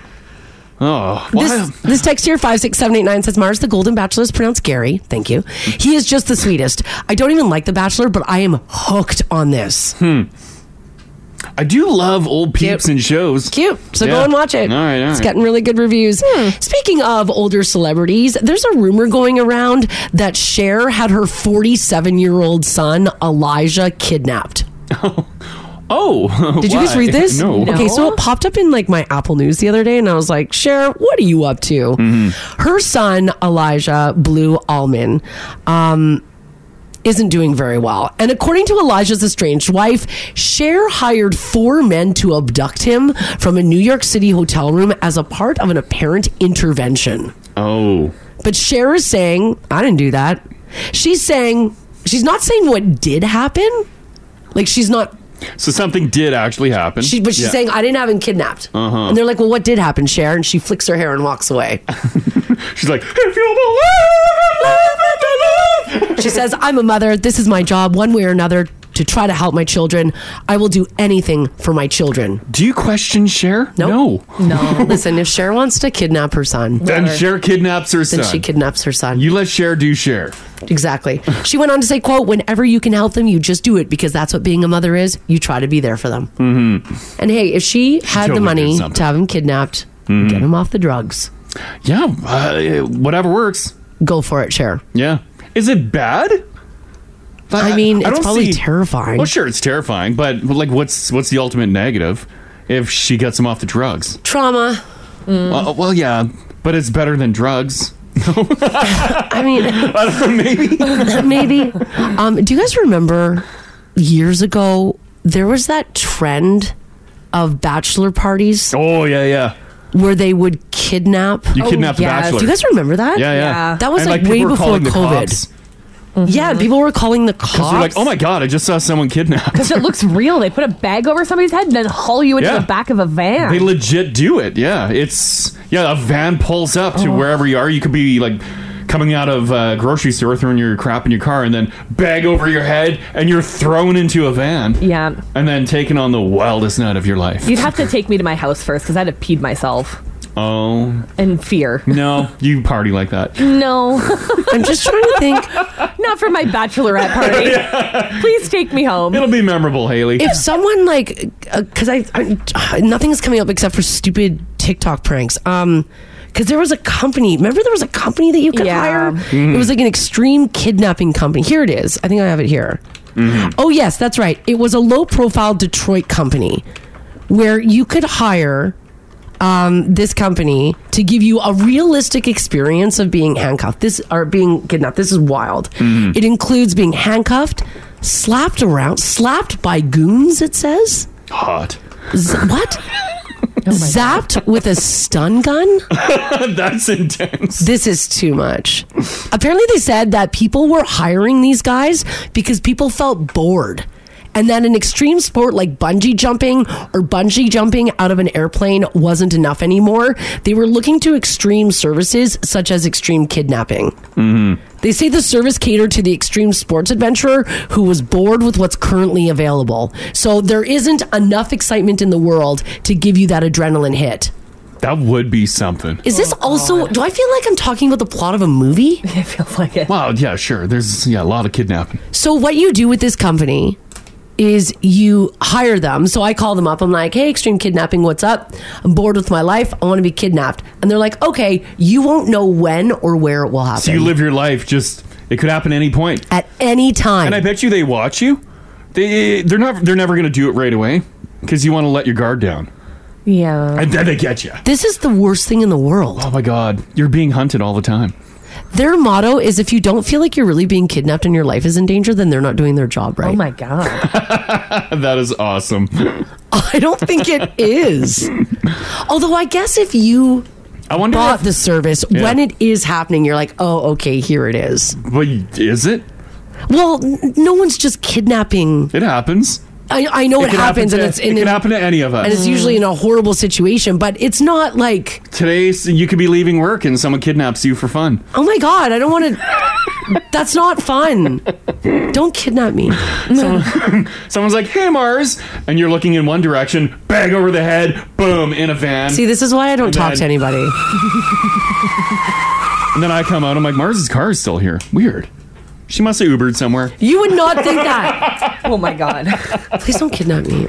S7: Oh,
S4: This, this text here, 56789, says Mars the Golden Bachelor is pronounced Gary. Thank you. He is just the sweetest. I don't even like The Bachelor, but I am hooked on this.
S7: Hmm. I do love old peeps and shows.
S4: Cute. So go
S7: Yeah.
S4: and watch it.
S7: All right, all
S4: It's
S7: right. Hmm.
S4: getting really good reviews. Speaking of older celebrities, there's a rumor going around that Cher had her 47 year old son, Elijah, kidnapped.
S7: Oh,
S4: Did you guys
S7: why?
S4: read this?
S7: No.
S4: Okay, so it popped up in like my Apple News the other day, and I was like, Cher, what are you up to?
S7: Mm-hmm.
S4: Her son, Elijah Blue Allman, um, isn't doing very well. And according to Elijah's estranged wife, Cher hired four men to abduct him from a New York City hotel room as a part of an apparent intervention.
S7: Oh.
S4: But Cher is saying, I didn't do that. She's saying, she's not saying what did happen. Like, she's not
S7: So something did actually happen.
S4: she, but she's saying I didn't have him kidnapped.
S7: Uh-huh.
S4: And they're like, "Well, what did happen, Cher?" And she flicks her hair and walks away.
S7: she's like,
S4: She says, I'm a mother. This is my job, one way or another, to try to help my children. I will do anything for my children.
S7: Do you question Cher? No.
S4: No. Listen, if Cher wants to kidnap her son,
S7: Then Cher kidnaps her
S4: Then
S7: son.
S4: she kidnaps her son.
S7: You let Cher do Cher.
S4: Exactly. She went on to say, quote, whenever you can help them, you just do it because that's what being a mother is. You try to be there for them.
S7: Mm-hmm.
S4: And hey, if she, had the
S7: totally did
S4: money
S7: something.
S4: to have him kidnapped, get him off the drugs.
S7: Hmm. Yeah, uh, whatever works.
S4: Go for it, Cher.
S7: Yeah. Is it bad?
S4: I mean, it's
S7: don't
S4: probably
S7: see-
S4: terrifying.
S7: Well, sure, it's terrifying, but like, what's what's the ultimate negative if she gets him off the drugs?
S4: Trauma. Mm.
S7: Well, well, yeah, but it's better than drugs.
S4: I mean, maybe. maybe. Um, do you guys remember years ago there was that trend of bachelor parties?
S7: Oh yeah, yeah.
S4: Where they would kidnap.
S7: You Oh, kidnap the yes. bachelor.
S4: Do you guys remember that?
S7: Yeah, yeah. Yeah.
S4: That was
S7: And,
S4: like,
S7: like, people
S4: way
S7: were
S4: before
S7: calling the
S4: COVID.
S7: cops.
S4: Yeah, people were calling the cops.
S7: Because they're like, oh my god, I just saw someone kidnapped.
S6: Because it looks real. They put a bag over somebody's head and then haul you into
S7: Yeah.
S6: the back of a van.
S7: They legit do it. Yeah, it's yeah. A van pulls up to wherever you are. You could be like coming out of a grocery store, throwing your crap in your car, and then bag over your head, and you're thrown into a van.
S6: Yeah.
S7: and then taken on the wildest night of your life.
S6: You'd have to take me to my house first because I'd have peed myself
S7: Oh
S6: in fear.
S7: no, you party like that.
S6: No.
S4: I'm just trying to think.
S6: Not for my bachelorette party. Please take me home.
S7: It'll be memorable, Haley.
S4: If someone like, because I, I nothing's coming up except for stupid TikTok pranks. Um, because there was a company. Remember, there was a company that you could hire.
S15: Mhm.
S4: It was like an extreme kidnapping company. Here it is. I think I have it here.
S15: Mm-hmm.
S4: Oh yes, that's right. It was a low-profile Detroit company where you could hire um, this company to give you a realistic experience of being handcuffed. This or being kidnapped. This is wild.
S15: Mhm.
S4: It includes being handcuffed, slapped around, slapped by goons. It says
S7: hot.
S4: Z- what? Zapped with a stun gun?
S7: That's intense.
S4: This is too much. Apparently, they said that people were hiring these guys because people felt bored. And that an extreme sport like bungee jumping or bungee jumping out of an airplane wasn't enough anymore. They were looking to extreme services such as extreme kidnapping.
S15: Mm-hmm.
S4: They say the service catered to the extreme sports adventurer who was bored with what's currently available. So there isn't enough excitement in the world to give you that adrenaline hit.
S7: That would be something.
S4: Is this also? Do I feel like I'm talking about the plot of a movie?
S6: It feels like it.
S7: Wow, yeah, sure. There's yeah a lot of kidnapping.
S4: So what you do with this company is you hire them. So I call them up. I'm like, "Hey, extreme kidnapping, what's up? I'm bored with my life. I want to be kidnapped." And they're like, "Okay, you won't know when or where it will happen."
S7: So you live your life just it could happen any point.
S4: At any time.
S7: And I bet you they watch you. They they're not they're never going to do it right away cuz you want to let your guard down.
S6: Yeah.
S7: And then they get you.
S4: This is the worst thing in the world.
S7: Oh my god, you're being hunted all the time.
S4: Their motto is if you don't feel like you're really being kidnapped and your life is in danger, then they're not doing their job right.
S6: Oh my god.
S7: that is awesome.
S4: I don't think it is. Although I guess if you
S7: I wonder
S4: bought the service
S7: Yeah.
S4: when it is happening, you're like, "Oh, okay, here it is."
S7: But is it?
S4: Well, n- no one's just kidnapping.
S7: It happens.
S4: I, I know it,
S7: could happen
S4: happens,
S7: to-
S4: and it's in
S7: it can happen to any of us.
S4: and it's usually in a horrible situation, but it's not like,
S7: Today s- you could be leaving work and someone kidnaps you for fun.
S4: "Oh my god, I don't want to." That's not fun. Don't kidnap me.
S7: Someone's like, "Hey Mars," and you're looking in one direction, bang over the head, boom, in a van.
S4: See, this is why I don't
S7: And
S4: talk
S7: then-
S4: to anybody.
S7: And then I come out, I'm like, Mars's car is still here. Weird. She must have Ubered somewhere.
S4: You would not think that.
S6: oh my god.
S4: Please don't kidnap me.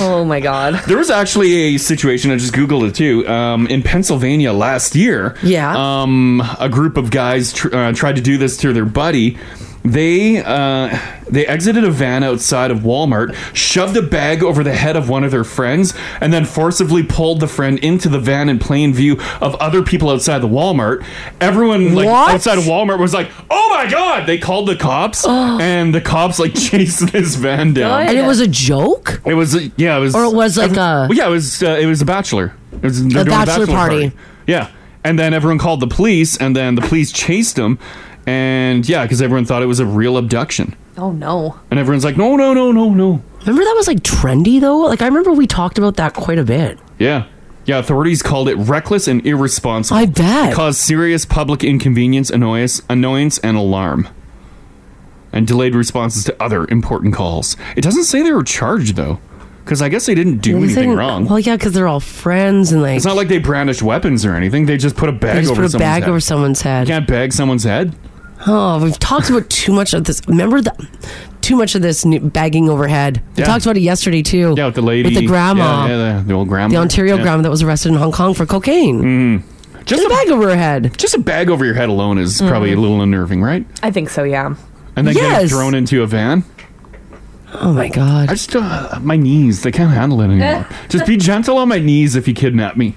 S6: Oh my god.
S7: There was actually a situation. I just googled it too. Um, in Pennsylvania last year,
S4: yeah,
S7: um, a group of guys tr- uh, tried to do this to their buddy. They uh, they exited a van outside of Walmart, shoved a bag over the head of one of their friends, and then forcibly pulled the friend into the van in plain view of other people outside the Walmart. Everyone like
S18: What?
S7: outside of Walmart was like, "Oh my god!" They called the cops, and the cops like chased this van down.
S4: And it was a joke.
S7: It was uh, yeah, it was
S4: Or it was like
S7: every-
S4: a-
S7: well, yeah, it was uh, it was a bachelor. It was they're
S4: A
S7: doing
S4: bachelor party.
S7: Yeah, and then everyone called the police, and then the police chased him, and yeah, because everyone thought it was a real abduction,
S6: Oh no.
S7: and everyone's like, no, no, no, no, no.
S4: Remember that was like trendy though. Like I remember we talked about that quite a bit.
S7: Yeah. Yeah, authorities called it reckless and irresponsible.
S4: I bet.
S7: Caused serious public inconvenience, annoyance, annoyance and alarm. and delayed responses to other important calls. It doesn't say they were charged though, because I guess they didn't do
S4: They
S7: anything
S4: didn't-
S7: wrong.
S4: Well, yeah, because they're all friends and like
S7: it's not like they brandished weapons or anything. They just put a bag
S4: they just
S7: over
S4: put a
S7: someone's
S4: bag
S7: head.
S4: over someone's head.
S7: You can't bag someone's head.
S4: Oh, we've talked about too much of this. Remember the too much of this new bagging overhead. We
S7: Yeah.
S4: talked about it yesterday too. Yeah,
S7: with the lady,
S4: with the grandma,
S7: yeah, yeah, the, the old grandma,
S4: the Ontario
S7: Yeah.
S4: grandma that was arrested in Hong Kong for cocaine.
S7: Mm. Just a
S4: bag over her head.
S7: Just a bag over your head alone is probably a
S4: Mm-hmm.
S6: Mhm.
S7: little unnerving, right?
S6: I think so, yeah.
S7: And then
S6: Yes.
S7: getting thrown into a van.
S4: Oh my god!
S7: I just uh, my knees. They can't handle it anymore. just be gentle on my knees if you kidnap me.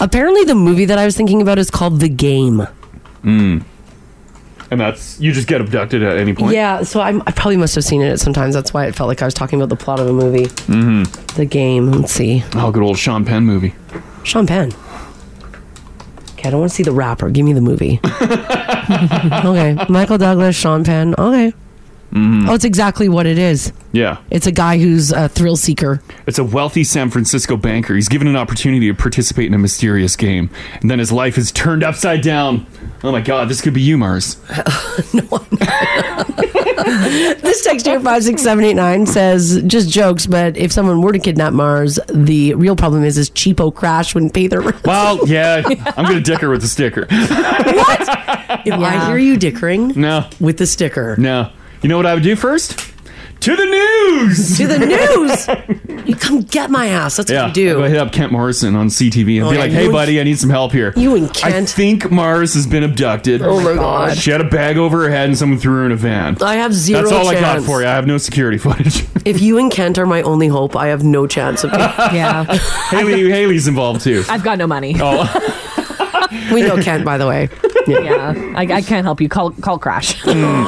S4: Apparently, the movie that I was thinking about is called The Game.
S7: Mm. And that's you just get abducted at any point.
S4: Yeah, so I'm, I probably must have seen it sometimes. That's why it felt like I was talking about the plot of a movie.
S7: hmm
S4: The game. Let's see.
S7: Oh, good old Sean Penn movie.
S4: Sean Penn. Okay, I don't want to see the rapper. Give me the movie. okay, Michael Douglas, Sean Penn. Okay.
S7: Mhm.
S4: Oh, it's exactly what it is.
S7: Yeah.
S4: It's a guy who's a thrill seeker.
S7: It's a wealthy San Francisco banker. He's given an opportunity to participate in a mysterious game, and then his life is turned upside down. Oh my God, this could be you, Mars.
S4: this text here, 56789, says just jokes, but if someone were to kidnap Mars, the real problem is his cheapo crash wouldn't pay their rent.
S7: Well, yeah, I'm gonna dick her with the sticker.
S4: If I hear you dickering
S7: No,
S4: with the sticker.
S7: No, you know what I would do first? To the news.
S4: to the news, you come get my ass. That's
S7: Yeah,
S4: what you do.
S7: I'd go hit up Kent Morrison on CTV and
S4: Oh,
S7: be
S4: yeah,
S7: like,
S4: you
S7: "Hey,
S4: and-
S7: buddy, I need some help here.
S4: you and
S7: I
S4: Kent.
S7: think Mars has been abducted.
S4: Oh, my God.
S7: She had a bag over her head, and someone threw her in a van.
S4: I have zero
S7: That's all I got
S4: chance.
S7: for you. I have no security footage.
S4: If you and Kent are my only hope, I have no chance of
S6: Yeah.
S7: Haley, Haley's involved too.
S6: I've got no money.
S7: Oh,
S4: we know Kent, by the way. Yeah,
S6: I, I can't help you. Call call Crash.
S4: Mm.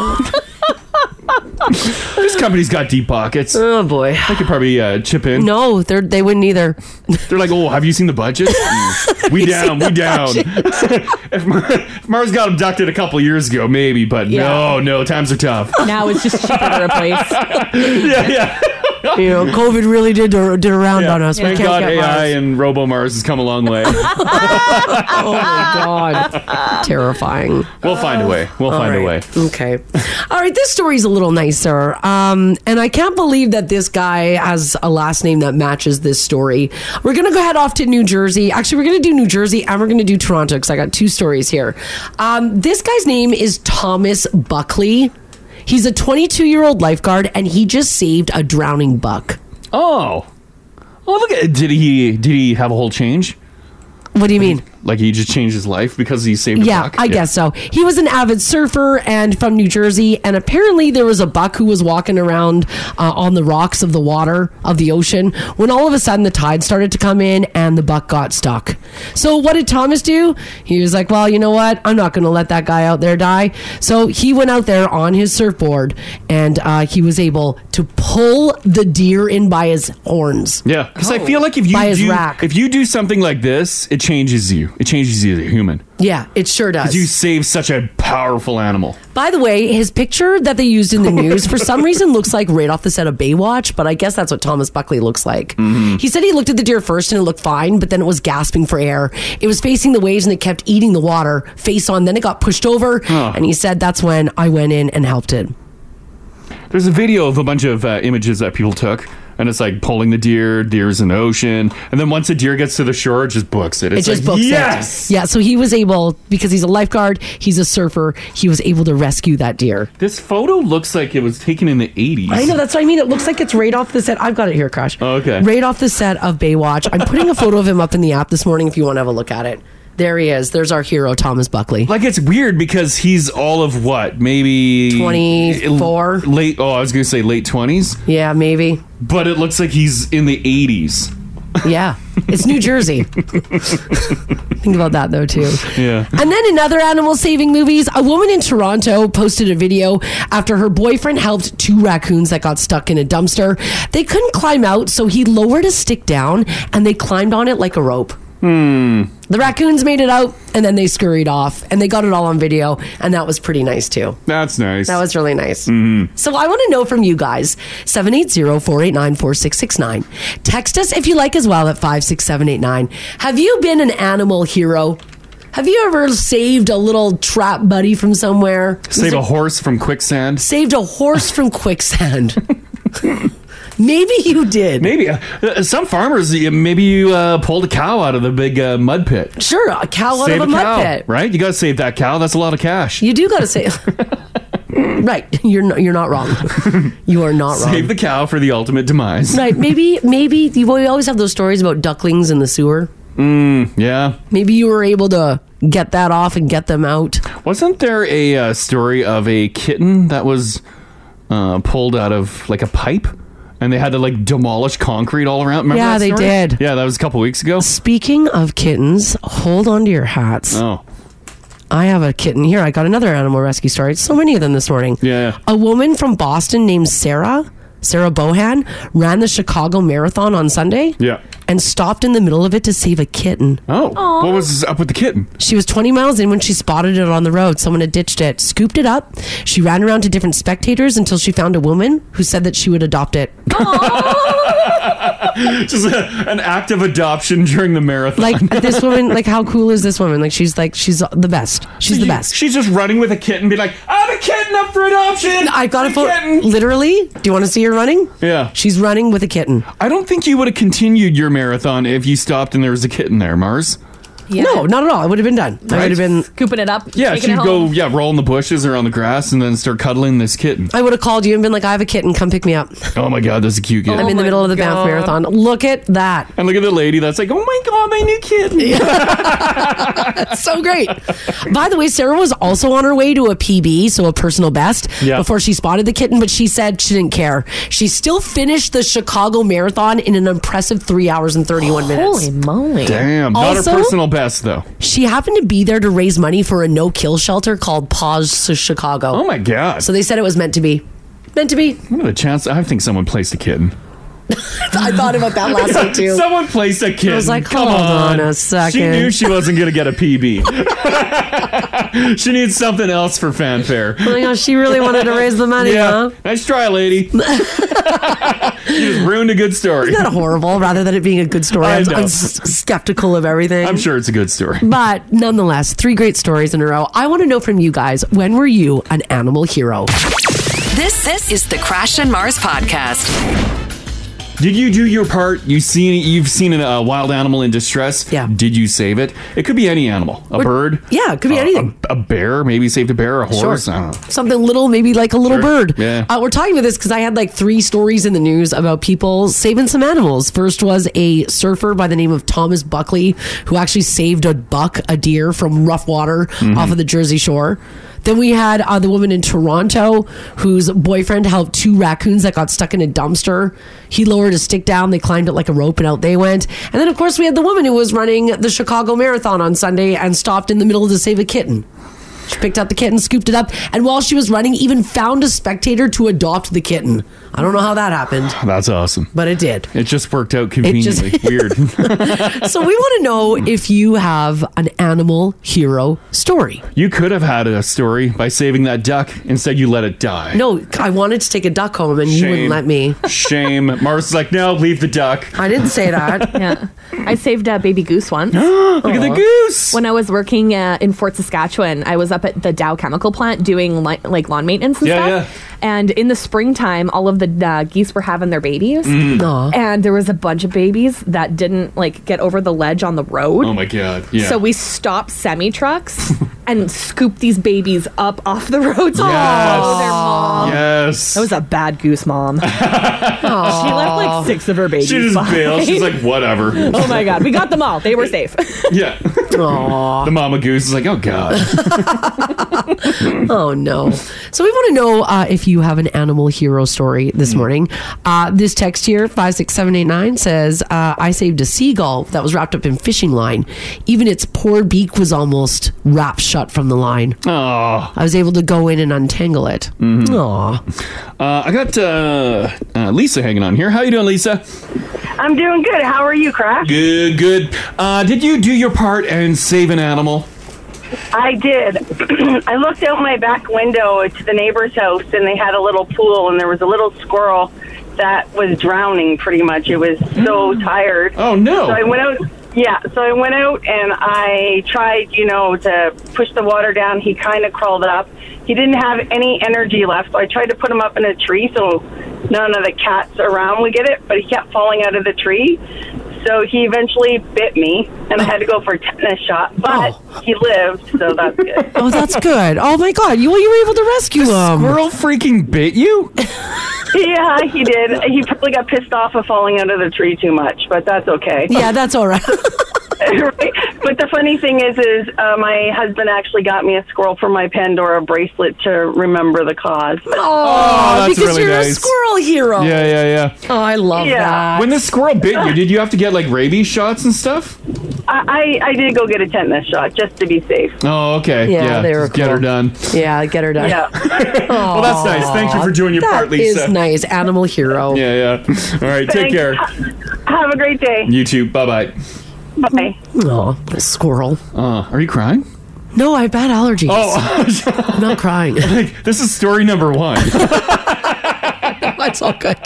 S7: this company's got deep pockets.
S4: Oh boy,
S7: they could probably uh, chip in.
S4: No, they're they wouldn't either.
S7: They're like, "Oh, have you seen the budget? Mm. we
S4: You
S7: down,
S4: see
S7: we
S4: the
S7: down."
S4: budget.
S7: if, Mar- if Mars got abducted a couple years ago, maybe, but
S6: Yeah.
S7: no, no, times are tough.
S6: now it's just cheaper to replace.
S7: yeah, yeah.
S4: You know, COVID really did a- did a round on us. We
S7: Thank
S4: can't
S7: God
S4: get
S7: AI
S4: Mars.
S7: and Robo Mars has come a long way.
S4: Oh my god, terrifying.
S7: We'll find a way. We'll
S4: All
S7: find a way.
S4: right. Okay. All right, this story's a little nicer. Um, and I can't believe that this guy has a last name that matches this story. We're going to go head off to New Jersey. Actually, we're going to do New Jersey and we're going to do Toronto because I got two stories here. Um, this guy's name is Thomas Buckley. He's a 22 year old lifeguard and he just saved a drowning buck.
S7: Oh. Oh, look at did he did he have a whole change?
S4: What do you mean?
S7: Like he just changed his life because he saved a
S4: Yeah,
S7: buck?
S4: I guess so. He was an avid surfer and from New Jersey, and apparently there was a buck who was walking around uh, on the rocks of the water of the ocean when all of a sudden the tide started to come in and the buck got stuck. So what did Thomas do? He was like, "Well, you know what? I'm not going to let that guy out there die." So he went out there on his surfboard and uh, he was able to pull the deer in by his horns.
S7: Yeah, because I feel like if you
S4: By his
S7: do,
S4: rack.
S7: if you do something like this, it changes you. It changes you as a human.
S4: Yeah, it sure does.
S7: Because you save such a powerful animal.
S4: By the way, his picture that they used in the news for some reason looks like right off the set of Baywatch, but I guess that's what Thomas Buckley looks like.
S7: Mm-hmm.
S4: He said he looked at the deer first and it looked fine, but then it was gasping for air. It was facing the waves and it kept eating the water face on. Then it got pushed over,
S7: Huh.
S4: and he said that's when I went in and helped it.
S7: There's a video of a bunch of uh, images that people took, and it's like pulling the deer, deer's in the ocean, and then once a deer gets to the shore, it just books it. It's
S4: it just
S7: like,
S4: books it.
S7: yes!
S4: Yeah, so he was able because he's a lifeguard, he's a surfer, he was able to rescue that deer.
S7: This photo looks like it was taken in the 80s.
S4: I know that's what I mean. It looks like it's right off the set. I've got it here, Crash.
S7: Okay.
S4: Right off the set of Baywatch. I'm putting a photo of him up in the app this morning if you want to have a look at it. There he is. There's our hero, Thomas Buckley.
S7: Like it's weird because he's all of what, maybe
S4: 24?
S7: late. Oh, I was gonna say late twenties.
S4: Yeah, maybe.
S7: But it looks like he's in the eighties.
S4: Yeah. It's New Jersey. Think about that, though, too.
S7: Yeah.
S4: And then in other animal saving movies, a woman in Toronto posted a video after her boyfriend helped two raccoons that got stuck in a dumpster. They couldn't climb out, so he lowered a stick down and they climbed on it like a rope.
S7: Hmm.
S4: The raccoons made it out and then they scurried off and they got it all on video and that was pretty nice too.
S7: That's nice.
S4: That was really nice.
S7: Mhm.
S4: So I want to know from you guys 780-489-4669. Text us if you like as well at 56789. Have you been an animal hero? Have you ever saved a little trap buddy from somewhere?
S7: Save a horse from quicksand.
S4: Saved a horse from quicksand. Maybe you did.
S7: Maybe uh, uh, some farmers. uh, Maybe you uh, pulled a cow out of the big uh, mud pit.
S4: Sure, a cow out
S7: Save
S4: of a, mud
S7: cow,
S4: pit.
S7: right? You got to save that cow. That's a lot of cash.
S4: You do got to save. right, you're not, you're not wrong. You are not wrong.
S7: Save the cow for the ultimate demise.
S4: Right, maybe maybe you we always have those stories about ducklings in the sewer.
S7: Mm, yeah.
S4: Maybe you were able to get that off and get them out.
S7: Wasn't there a uh, story of a kitten that was uh, pulled out of like a pipe, and they had to like demolish concrete all around? Remember
S4: Yeah,
S7: that
S4: they
S7: story?
S4: did.
S7: Yeah, that was a couple weeks ago.
S4: Speaking of kittens, hold on to your hats.
S7: Oh.
S4: I have a kitten here. I got another animal rescue story. So many of them this morning.
S7: Yeah.
S4: A woman from Boston named Sarah, Sarah Bohan, ran the Chicago Marathon on Sunday.
S7: Yeah.
S4: And stopped in the middle of it to save a kitten.
S7: Oh. What was up with the kitten?
S4: She was 20 miles in when she spotted it on the road. Someone had ditched it, scooped it up. She ran around to different spectators until she found a woman who said that she would adopt it.
S7: Just a, an act of adoption during the marathon.
S4: Like this woman, like how cool is this woman? Like she's like she's the best. She's the best.
S7: She's just running with a kitten, be like, I have a kitten up for adoption.
S4: I got a photo. Literally, do you want to see her running?
S7: Yeah.
S4: She's running with a kitten.
S7: I don't think you would have continued your marathon if you stopped and there was a kitten there, Mars.
S4: No, not at all. I would have been done. I
S7: Right.
S4: would have been.
S6: Scooping it up.
S7: Yeah,
S6: taking
S7: she'd
S6: it
S7: go,
S6: home.
S7: yeah, roll in the bushes or on the grass and then start cuddling this kitten.
S4: I would have called you and been like, "I have a kitten. Come pick me up.
S7: Oh my God, that's a cute kitten.
S4: I'm in the middle of the Banff Marathon. Look at that.
S7: And look at the lady that's like, oh my God, my new kitten.
S4: so great. By the way, Sarah was also on her way to a PB, so a personal best,
S7: Yeah.
S4: before she spotted the kitten, but she said she didn't care. She still finished the Chicago Marathon in an impressive three hours and 31 minutes.
S6: Holy moly.
S7: Damn, not
S4: Also-
S7: her personal best though.
S4: She happened to be there to raise money for a no kill shelter called Pause to Chicago. Oh
S7: my God.
S4: So they said it was meant to be. Meant to be.
S7: What are the chances? I think someone placed a kitten.
S4: I thought about that last week too.
S7: Someone placed a kitten.
S4: I was like,
S7: Come
S4: hold
S7: on.
S4: on a second.
S7: She knew she wasn't going to get a PB. she needs something else for fanfare.
S4: Oh my gosh, she really wanted to raise the money,
S7: yeah.
S4: huh?
S7: Nice try, lady. you just ruined a good story.
S4: Isn't that horrible? Rather than it being a good story,
S7: I
S4: I'm,
S7: know.
S4: I'm s- skeptical of everything.
S7: I'm sure it's a good story.
S4: But nonetheless, three great stories in a row. I want to know from you guys when were you an animal hero?
S2: This this is the Crash and Mars podcast.
S7: Did you do your part? You seen you've seen a uh, wild animal in distress. Yeah. Did you save it? It could be any animal. A bird.
S4: Yeah, it could be
S7: a-
S4: anything.
S7: A, bear. Maybe you saved a bear. A
S4: Sure.
S7: horse. I don't know.
S4: Something little, maybe like a little bird.
S7: Yeah.
S4: Uh, we're talking about this because I had like three stories in the news about people saving some animals. First was a surfer by the name of Thomas Buckley who actually saved a buck, a deer from rough water
S7: Mm-hmm.
S15: Mhm.
S4: off of the Jersey Shore. Then we had uh, the woman in Toronto whose boyfriend helped two raccoons that got stuck in a dumpster. He lowered a stick down, they climbed it like a rope, and out they went. And then, of course, we had the woman who was running the Chicago Marathon on Sunday and stopped in the middle to save a kitten. She picked up the kitten, scooped it up, and while she was running, even found a spectator to adopt the kitten. I don't know how that happened,
S7: That's awesome.
S4: but it did.
S7: It just worked out
S4: It just-
S7: conveniently. Weird.
S4: so we want to know if you have an animal hero story.
S7: You could have had a story by saving that duck. Instead, you let it die.
S4: No, I wanted to take a duck home and you wouldn't let me.
S7: Shame. Mars is like, no, leave the duck.
S4: I didn't say that.
S6: yeah. I saved a baby goose once.
S7: Look at the goose.
S6: When I was working uh, in Fort Saskatchewan, I was up at the Dow Chemical Plant doing li- like lawn maintenance and
S7: Yeah,
S6: stuff. And in the springtime, all of the uh, geese were having their babies.
S7: Mm. Aw.
S6: And there was a bunch of babies that didn't like get over the ledge on the road.
S7: Oh my god. Yeah.
S6: So we stopped semi trucks and scooped these babies up off the road to follow their mom.
S7: Yes. That
S6: was a bad goose mom. she left like six of her babies.
S7: She just bailed. She's
S6: behind.
S7: like, whatever.
S6: oh my god, we got them all. They were safe.
S7: Yeah. The mama goose is like, oh god.
S4: oh no! So we want to know uh, if you have an animal hero story this morning. Uh, this text here five six seven eight nine says, uh, "I saved a seagull that was wrapped up in fishing line. Even its poor beak was almost wrapped shut from the line.
S7: Oh!
S4: I was able to go in and untangle it.
S7: Mhm.
S4: Aw.
S7: Uh, I got uh, uh, Lisa hanging on here. How you doing, Lisa?
S19: I'm doing good. How are you, Crash?
S7: Good, good. Uh, did you do your part and save an animal?
S19: I did. I looked out my back window to the neighbor's house, and they had a little pool, and there was a little squirrel that was drowning. Pretty much, it was so tired.
S7: Oh no!
S19: So I went out. Yeah, so I went out and I tried, you know, to push the water down. He kind of crawled up. He didn't have any energy left, so I tried to put him up in a tree so none of the cats around would get it, but he kept falling out of the tree. So he eventually bit me, and I had to go for a tetanus shot, but he lived, so that's good.
S4: Oh, that's good. Oh my God, you well, you were able to rescue him.
S7: Squirrel freaking bit you.
S19: yeah, he did. He probably got pissed off of falling out of the tree too much, but that's okay.
S4: Yeah, that's all right.
S19: right? But the funny thing is, is uh, my husband actually got me a squirrel for my Pandora bracelet to remember the cause.
S7: Oh, that's because really you're a nice.
S4: squirrel hero.
S7: Yeah, yeah, yeah.
S6: Oh, I love
S19: Yeah. that.
S7: When the squirrel bit you, did you have to get like rabies shots and stuff?
S19: I, I, I did go get a tetanus shot just to be safe.
S7: Oh, okay.
S19: Yeah,
S7: Yeah,
S19: they were
S7: just get her done.
S4: Yeah, get her done.
S19: Yeah.
S7: well, that's nice. Thank you for doing your part, Lisa.
S4: That is nice. Animal hero.
S7: Yeah, yeah. All right, take
S19: Thanks.
S7: care.
S19: Have a great day.
S7: You too. Bye bye.
S19: Bye.
S4: Oh, squirrel.
S7: Uh, are you crying?
S4: No, I have bad allergies.
S7: Oh,
S4: I'm not crying.
S7: like, this is story number one.
S4: That's all good.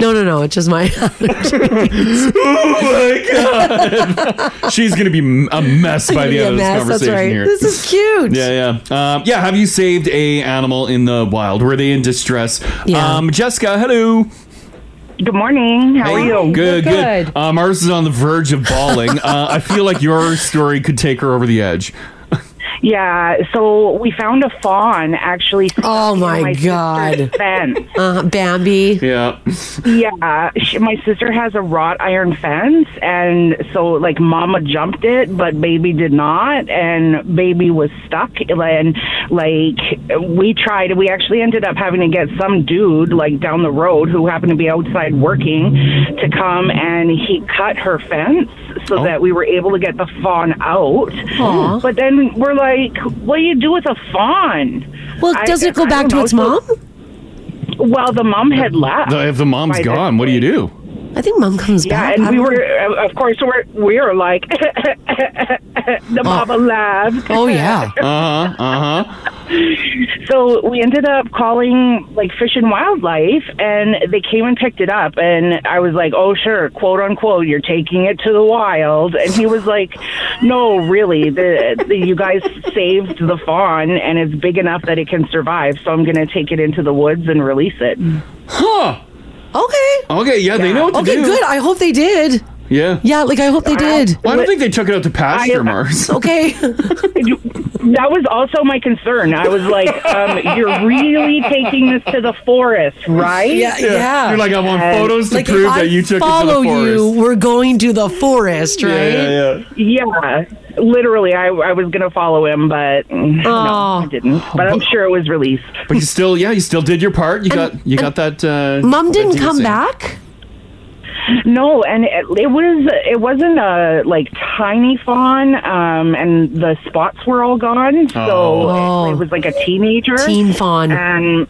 S4: No, no, no. It's just my allergies.
S7: oh my God. She's going to be m- a mess by the
S4: Yeah,
S7: end of this
S4: mess,
S7: conversation
S4: that's right.
S7: here.
S4: This is cute.
S7: Yeah, yeah. Um, yeah, have you saved a animal in the wild? Were they in distress?
S15: Yeah.
S7: Um, Jessica, hello.
S15: Good morning. How
S7: Hey,
S15: are you?
S7: Good, good. Uh, Mars is on the verge of bawling. uh, I feel like your story could take her over the edge.
S15: Yeah. So we found a fawn actually. Oh my, god. Uh-huh. Fence.
S4: Uh, Bambi.
S7: Yeah.
S15: Yeah. She, my sister has a wrought iron fence, and so like Mama jumped it, but baby did not, and baby was stuck. And like we tried, we actually ended up having to get some dude like down the road who happened to be outside working to come, and he cut her fence so
S7: Oh.
S15: that we were able to get the fawn out.
S4: Aw.
S15: But then we're like, what do you do with a fawn?
S4: Well, does it go back to its mom?
S15: Well, the mom had left.
S7: The- if the mom's
S15: by this
S7: gone, what do you do?
S4: I think mom comes
S15: yeah,
S4: back.
S15: and
S4: I
S15: we
S4: don't
S15: were,
S4: know.
S15: uh, of course, we're we're like the mama left.
S4: Oh yeah.
S7: Uh huh. Uh huh.
S15: so we ended up calling like Fish and Wildlife, and they came and picked it up. And I was like, "Oh sure, quote unquote, you're taking it to the wild." And he was like, "No, really, the, the you guys saved the fawn, and it's big enough that it can survive. So I'm going to take it into the woods and release it."
S7: Huh.
S4: Okay.
S7: Okay. Yeah, they know what to
S4: okay,
S7: do.
S4: good. I hope they did.
S7: Yeah.
S4: Yeah, like I hope they did.
S7: Well, I don't think they took it out to pasture, Mars.
S4: Okay.
S15: That was also my concern. I was like, um, "You're really taking this to the forest, right?"
S7: You're like, I want
S15: And-
S7: photos to
S4: Like, if
S7: prove
S4: I
S7: that you took
S4: follow
S7: it to the forest.
S4: you, we're going to the forest, right?
S15: Yeah, literally, I, I was gonna follow him, but mm,
S4: Oh,
S15: no, I didn't. But I'm sure it was released.
S7: But you still, yeah, you still did your part. You got, you got that. Uh,
S15: Mom
S7: that
S15: didn't
S7: deal
S15: come
S7: saved.
S4: Back?
S15: No, and it, it was it wasn't a like tiny fawn, um, and the spots were all gone, so
S4: Oh.
S15: it, it was like a teenager,
S4: Teen fawn,
S15: and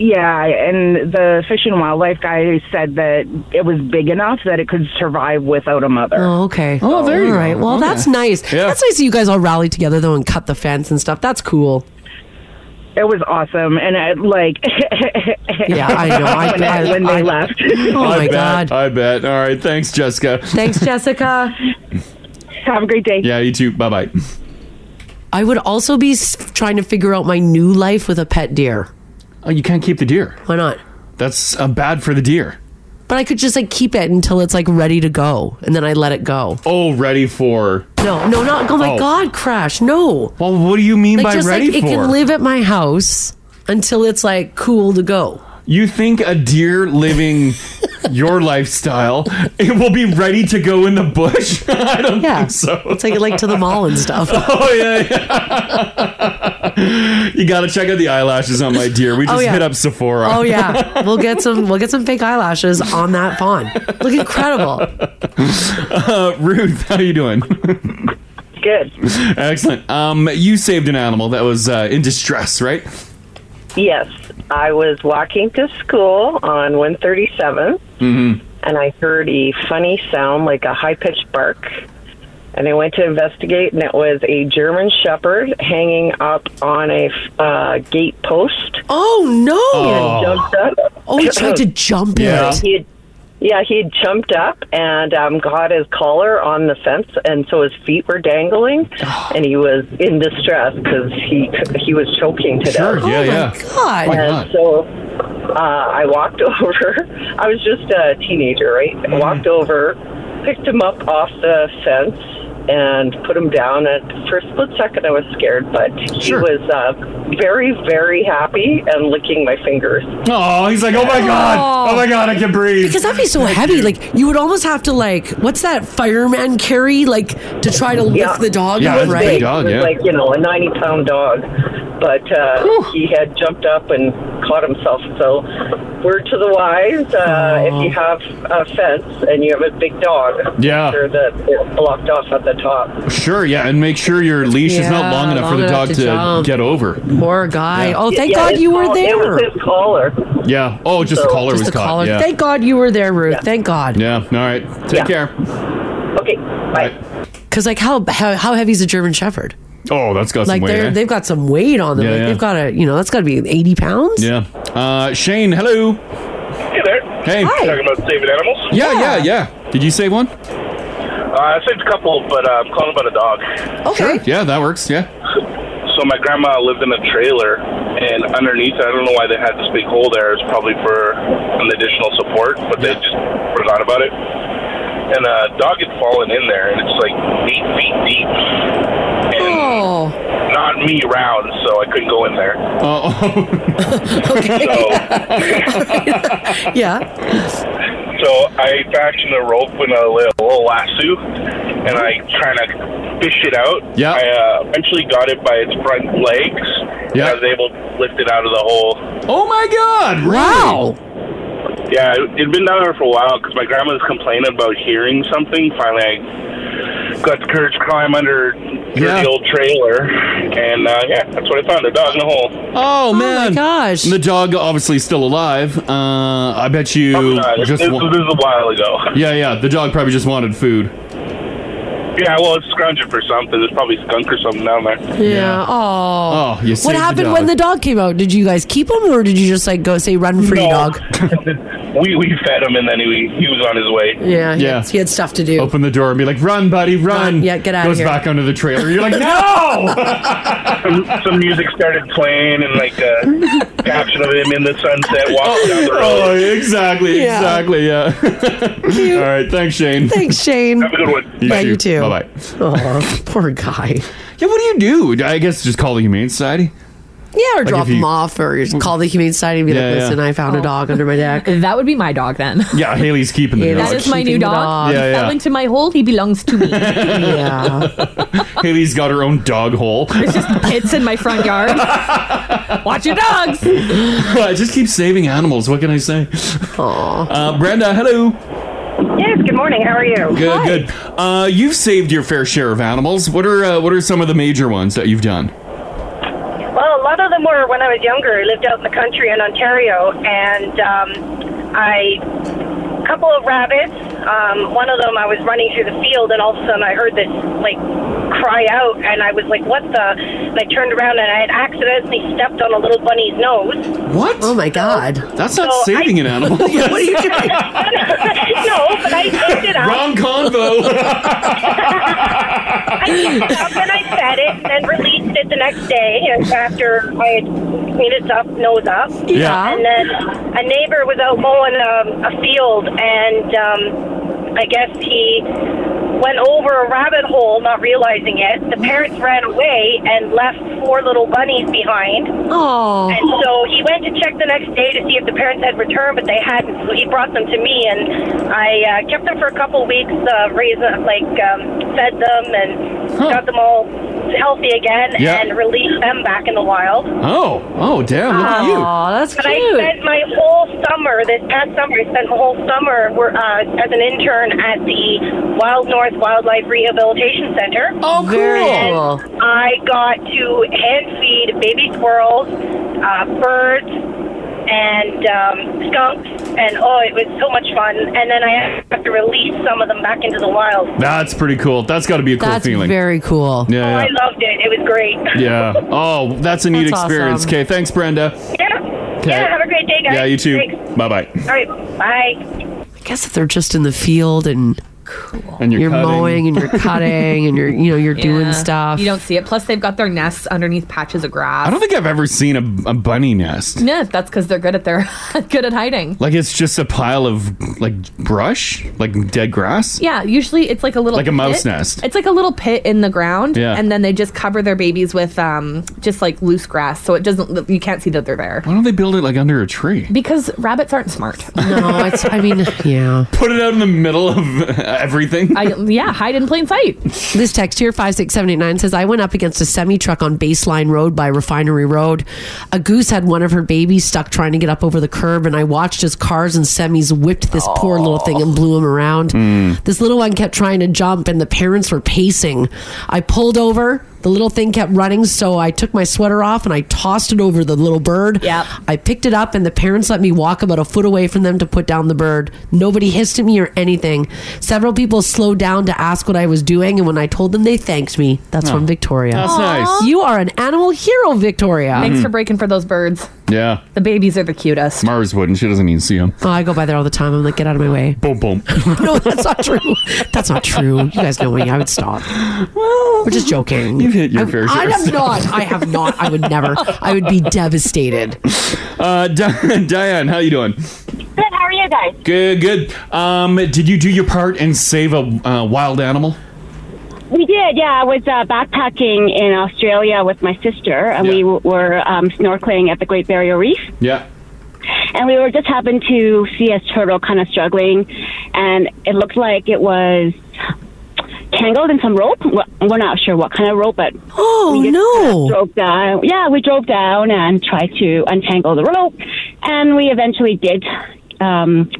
S15: yeah, and the fish and wildlife guy said that it was big enough that it could survive without a mother.
S4: Oh, okay.
S15: Oh, there you
S4: All
S15: go.
S4: right. Well,
S15: Okay.
S4: that's nice.
S15: Yeah.
S4: That's nice that you guys all rallied together though and cut the fence and stuff. That's cool.
S15: It was awesome, and I, like,
S4: Yeah, I know. I-
S15: when,
S4: I-
S15: when they
S4: I-
S15: left.
S7: I bet, I bet. All right. Thanks, Jessica.
S4: Oh Thanks, Jessica.
S15: Have a great day.
S7: Yeah. You too. Bye bye.
S4: I would also be s- trying to figure out my new life with a pet deer.
S7: Oh, you can't keep the deer.
S4: Why not?
S7: That's uh, bad for the deer.
S4: But I could just like keep it until it's like ready to go, and then I let it go.
S7: Oh, ready for?
S4: No, no, not. Oh my
S7: Oh.
S4: God, Crash! No.
S7: Well, what do you mean
S4: like,
S7: by
S4: just,
S7: ready
S4: like,
S7: for?
S4: It can live at my house until it's like cool to go.
S7: You think a deer living your lifestyle it will be ready to go in the bush? I don't think so.
S4: Take it like to the mall and stuff.
S7: Oh yeah, yeah. you got to check out the eyelashes on my deer. We
S4: Oh,
S7: just
S4: yeah.
S7: hit up Sephora.
S4: Oh yeah, we'll get some. We'll get some fake eyelashes on that fawn. Look incredible.
S7: uh, Ruth, how you doing?
S19: Good.
S7: Excellent. Um, you saved an animal that was uh, in distress, right?
S12: Yes, I was walking to school on 137th
S7: Mm-hmm.
S12: and I heard a funny sound like a high pitched bark. And I went to investigate, and it was a German Shepherd hanging up on a uh, gate post.
S4: Oh no!
S12: He had jumped up.
S4: Oh, he tried to jump
S12: Yeah.
S4: it.
S12: He had, Yeah, he had jumped up and um, got his collar on the fence, and so his feet were dangling,
S4: Oh.
S12: and he was in distress because he he was choking to
S7: Sure,
S12: death.
S7: yeah, Oh, my yeah. God. Why not?
S12: And so uh, I walked over. I was just a teenager, right? I walked over, picked him up off the fence, and put him down. And for a split second, I was scared, but he was uh, very, very happy and licking my fingers.
S7: Oh, he's like, oh my god, oh my god, I can breathe.
S4: Because that'd be so heavy. Like you would almost have to like what's that fireman carry like to try to lift the dog
S12: Yeah,
S4: up,
S12: that's a
S4: right?
S12: big dog, It was yeah. like, you know, a 90 pound dog. But uh, he had jumped up and caught himself. So, word to the wise uh, if you have a fence and you have a big dog,
S7: Yeah.
S12: make sure that it's blocked off at the top.
S7: Sure, yeah, and make sure your leash is
S12: Yeah,
S7: not long enough for
S12: long
S7: the
S12: enough
S7: dog
S12: to
S7: to,
S12: jump.
S7: get over.
S4: Poor guy.
S7: Yeah.
S4: Oh, thank
S12: Yeah,
S4: God
S12: his
S4: you were
S12: collar-
S4: there.
S12: It was his collar.
S7: Yeah. Oh, just the collar
S4: Just
S7: was
S4: the
S7: caught.
S4: collar.
S7: Yeah.
S4: Thank God you were there, Ruth. Thank God.
S7: yeah. All right. Take care.
S12: Okay. Bye.
S4: Because like how, how how heavy is a German Shepherd?
S7: Oh, that's got
S4: like
S7: some weight.
S4: they're
S7: eh?
S4: they've got some weight on them.
S7: Yeah,
S4: like
S7: yeah.
S4: They've got a you know that's got to be eighty pounds.
S7: Yeah. Uh, Shane, hello. Hey
S20: there.
S7: Hey.
S20: Talking about saving animals.
S7: Yeah, yeah, yeah. Did you save one?
S20: Uh, I saved a couple, but uh, I'm calling about a dog.
S7: Okay. Sure. Yeah, that works. Yeah.
S20: So my grandma lived in a trailer, and underneath, I don't know why they had this big hole there. It's probably for an additional support, but they just forgot about it. And a dog had fallen in there, and it's like eight feet deep. And
S4: Oh,
S20: not me around, so I couldn't go in there.
S7: Oh.
S4: yeah.
S20: So I fashioned a rope and a little, little lasso, and I trying to fish it out.
S7: Yeah.
S20: I uh, eventually got it by its front legs.
S7: Yeah.
S20: And I was able to lift it out of the hole.
S7: Oh my God! Wow.
S20: Yeah, it- it'd been down there for a while because my grandma was complaining about hearing something. Finally, I got the courage to climb under
S7: Yeah.
S20: the old trailer, and uh, yeah, that's what I found—a dog in a hole.
S7: Oh man.
S4: gosh.
S7: The dog obviously still alive. Uh, I bet you
S20: This,
S7: just.
S20: Uh, this
S7: wa-
S20: was a while ago.
S7: yeah, yeah. The dog probably just wanted food.
S20: Yeah, well, it's scrounging for something. There's probably skunk or something down there.
S4: Yeah. Oh.
S7: Oh, you
S4: What
S7: saved the
S4: happened
S7: dog.
S4: when the dog came out? Did you guys keep him or did you just like go say run free dog?
S20: We we fed him, and then he he was on his way.
S4: Yeah. He,
S7: Yeah.
S4: Had, he had stuff to do.
S7: Open the door and be like, "Run, buddy, run!"
S4: Yeah, get outta
S7: Goes
S4: here.
S7: back under the trailer. You're like, "No!"
S20: some, some music started playing, and like a caption of him in the sunset walking down the road.
S7: oh, exactly,
S20: Yeah.
S7: exactly. Yeah. All right. Thanks, Shane.
S4: Thanks, Shane. Have
S20: a good one.
S4: Yeah, you too.
S7: Bye bye.
S4: Oh, poor guy.
S7: Yeah, what do you do? I guess just call the Humane Society.
S4: Yeah, or
S7: Like
S4: drop
S7: if you- Mm.
S4: him off or just call the humane society and be
S7: Yeah,
S4: like,
S7: yeah.
S4: listen, I found a dog under my deck.
S6: That would be my dog then.
S7: Yeah, Haley's keeping the
S6: that
S7: dog.
S6: is my new dog.
S7: Yeah,
S6: he fell
S7: yeah.
S6: into my hole. He belongs to me.
S4: yeah.
S7: Haley's got her own dog hole.
S6: There's just pits in my front yard. Watch your dogs.
S7: I just keep saving animals. What can I say? Uh, Brenda, hello.
S10: Yes, good morning. How are you?
S7: Good, good. Uh, you've saved your fair share of animals. What are uh, what are some of the major ones that you've done?
S10: Well, a lot of them were when I was younger. I lived out in the country in Ontario, and um, I a couple of rabbits. Um, one of them, I was running through the field, and all of a sudden, I heard this like cry out, and I was like, "What the?" And I turned around, and I had accidentally stepped on a little bunny's nose.
S7: What?
S4: Oh my god.
S7: That's not saving an animal.
S10: What are you doing? no, but I picked it up.
S7: Wrong convo.
S10: I picked it up and I fed it, and then released it the next day and after I had cleaned its up, nose up.
S7: Yeah.
S10: And then a neighbor was out mowing um, a field, and um, I guess he went over a rabbit hole, not realizing it. The parents ran away and left four little bunnies behind.
S4: Oh.
S10: And so he went to check the next day to see if the parents had returned, but they hadn't. So he brought them to me, and I uh, kept them for a couple weeks, uh, raised them, like um, fed them, and got them all healthy again,
S7: Yeah.
S10: and released them back in the wild.
S7: Oh, oh, damn! Look at you.
S4: that's
S10: But I spent my whole summer, this past summer, I spent the whole summer wor- uh, as an intern at the Wild North Wildlife Rehabilitation Center.
S4: Oh, cool. Very cool.
S10: And I got to hand feed baby squirrels, uh, birds, and um, skunks, and oh, it was so much fun. And then I had to release some of them back into the wild.
S7: That's pretty cool. That's got to be a cool
S4: That's
S7: feeling.
S4: very cool.
S7: Yeah, yeah.
S10: I loved it. It was great.
S7: Yeah. Oh, that's a neat
S10: That's
S7: experience.
S10: awesome.
S7: Okay, thanks, Brenda.
S10: Yeah. Yeah, have a great day, guys.
S7: Yeah, you too.
S10: Thanks.
S7: Bye bye.
S10: All right, bye.
S4: guess if they're just in the field and
S7: And you're cutting.
S4: mowing and you're cutting and you're you know you're
S6: Yeah.
S4: doing stuff.
S6: You don't see it. Plus, they've got their nests underneath patches of grass.
S7: I don't think I've ever seen a, a bunny nest.
S6: No, that's because they're good at their good at hiding.
S7: Like it's just a pile of like brush, like dead grass.
S6: Yeah, usually it's like a little
S7: Like a mouse
S6: pit.
S7: nest.
S6: It's like a little pit in the ground,
S7: Yeah.
S6: and then they just cover their babies with um just like loose grass, so it doesn't you can't see that they're there.
S7: Why don't they build it like under a tree?
S6: Because rabbits aren't smart.
S4: No, it's. I mean, yeah.
S7: Put it out in the middle of everything.
S6: I, yeah, hide in plain sight.
S4: This text here, 56789, says, I went up against a semi truck on Baseline Road by Refinery Road. A goose had one of her babies stuck trying to get up over the curb, and I watched as cars and semis whipped this poor little thing and blew him around.
S7: Hmm.
S4: This little one kept trying to jump, and the parents were pacing. I pulled over. The little thing kept running, so I took my sweater off and I tossed it over the little bird. I picked it up, and the parents let me walk about a foot away from them to put down the bird. Nobody hissed at me or anything. Several people slowed down to ask what I was doing, and when I told them, they thanked me. That's
S7: Oh.
S4: from Victoria.
S7: That's Aw. nice.
S4: You are an animal hero, Victoria.
S7: Thanks for Mhm.
S6: breaking for those birds.
S7: Yeah.
S6: The babies are the cutest.
S7: Mars wouldn't. She doesn't even see them.
S4: Oh, I go by there all the time. I'm like, get out of my way.
S7: Boom, boom.
S4: no, that's not true. That's not true. You guys know me. I would stop. We're just joking. You've
S7: hit your fair share.
S4: I have not. I have not. I would never. I would be devastated.
S7: Uh, Di- Diane, how you doing?
S21: Good. How are you guys?
S7: Good, good. Um, did you do your part and save a uh, wild animal?
S21: We did, yeah. I was uh, backpacking in Australia with my sister, and we w- were um, snorkeling at the Great Barrier Reef.
S7: Yeah.
S21: And we were just happened to see a turtle kind of struggling, and it looked like it was tangled in some rope. Well, We're not sure what kind of rope, but
S4: oh no!
S21: Drove down. Yeah, we drove down and tried to untangle the rope, and we eventually did um,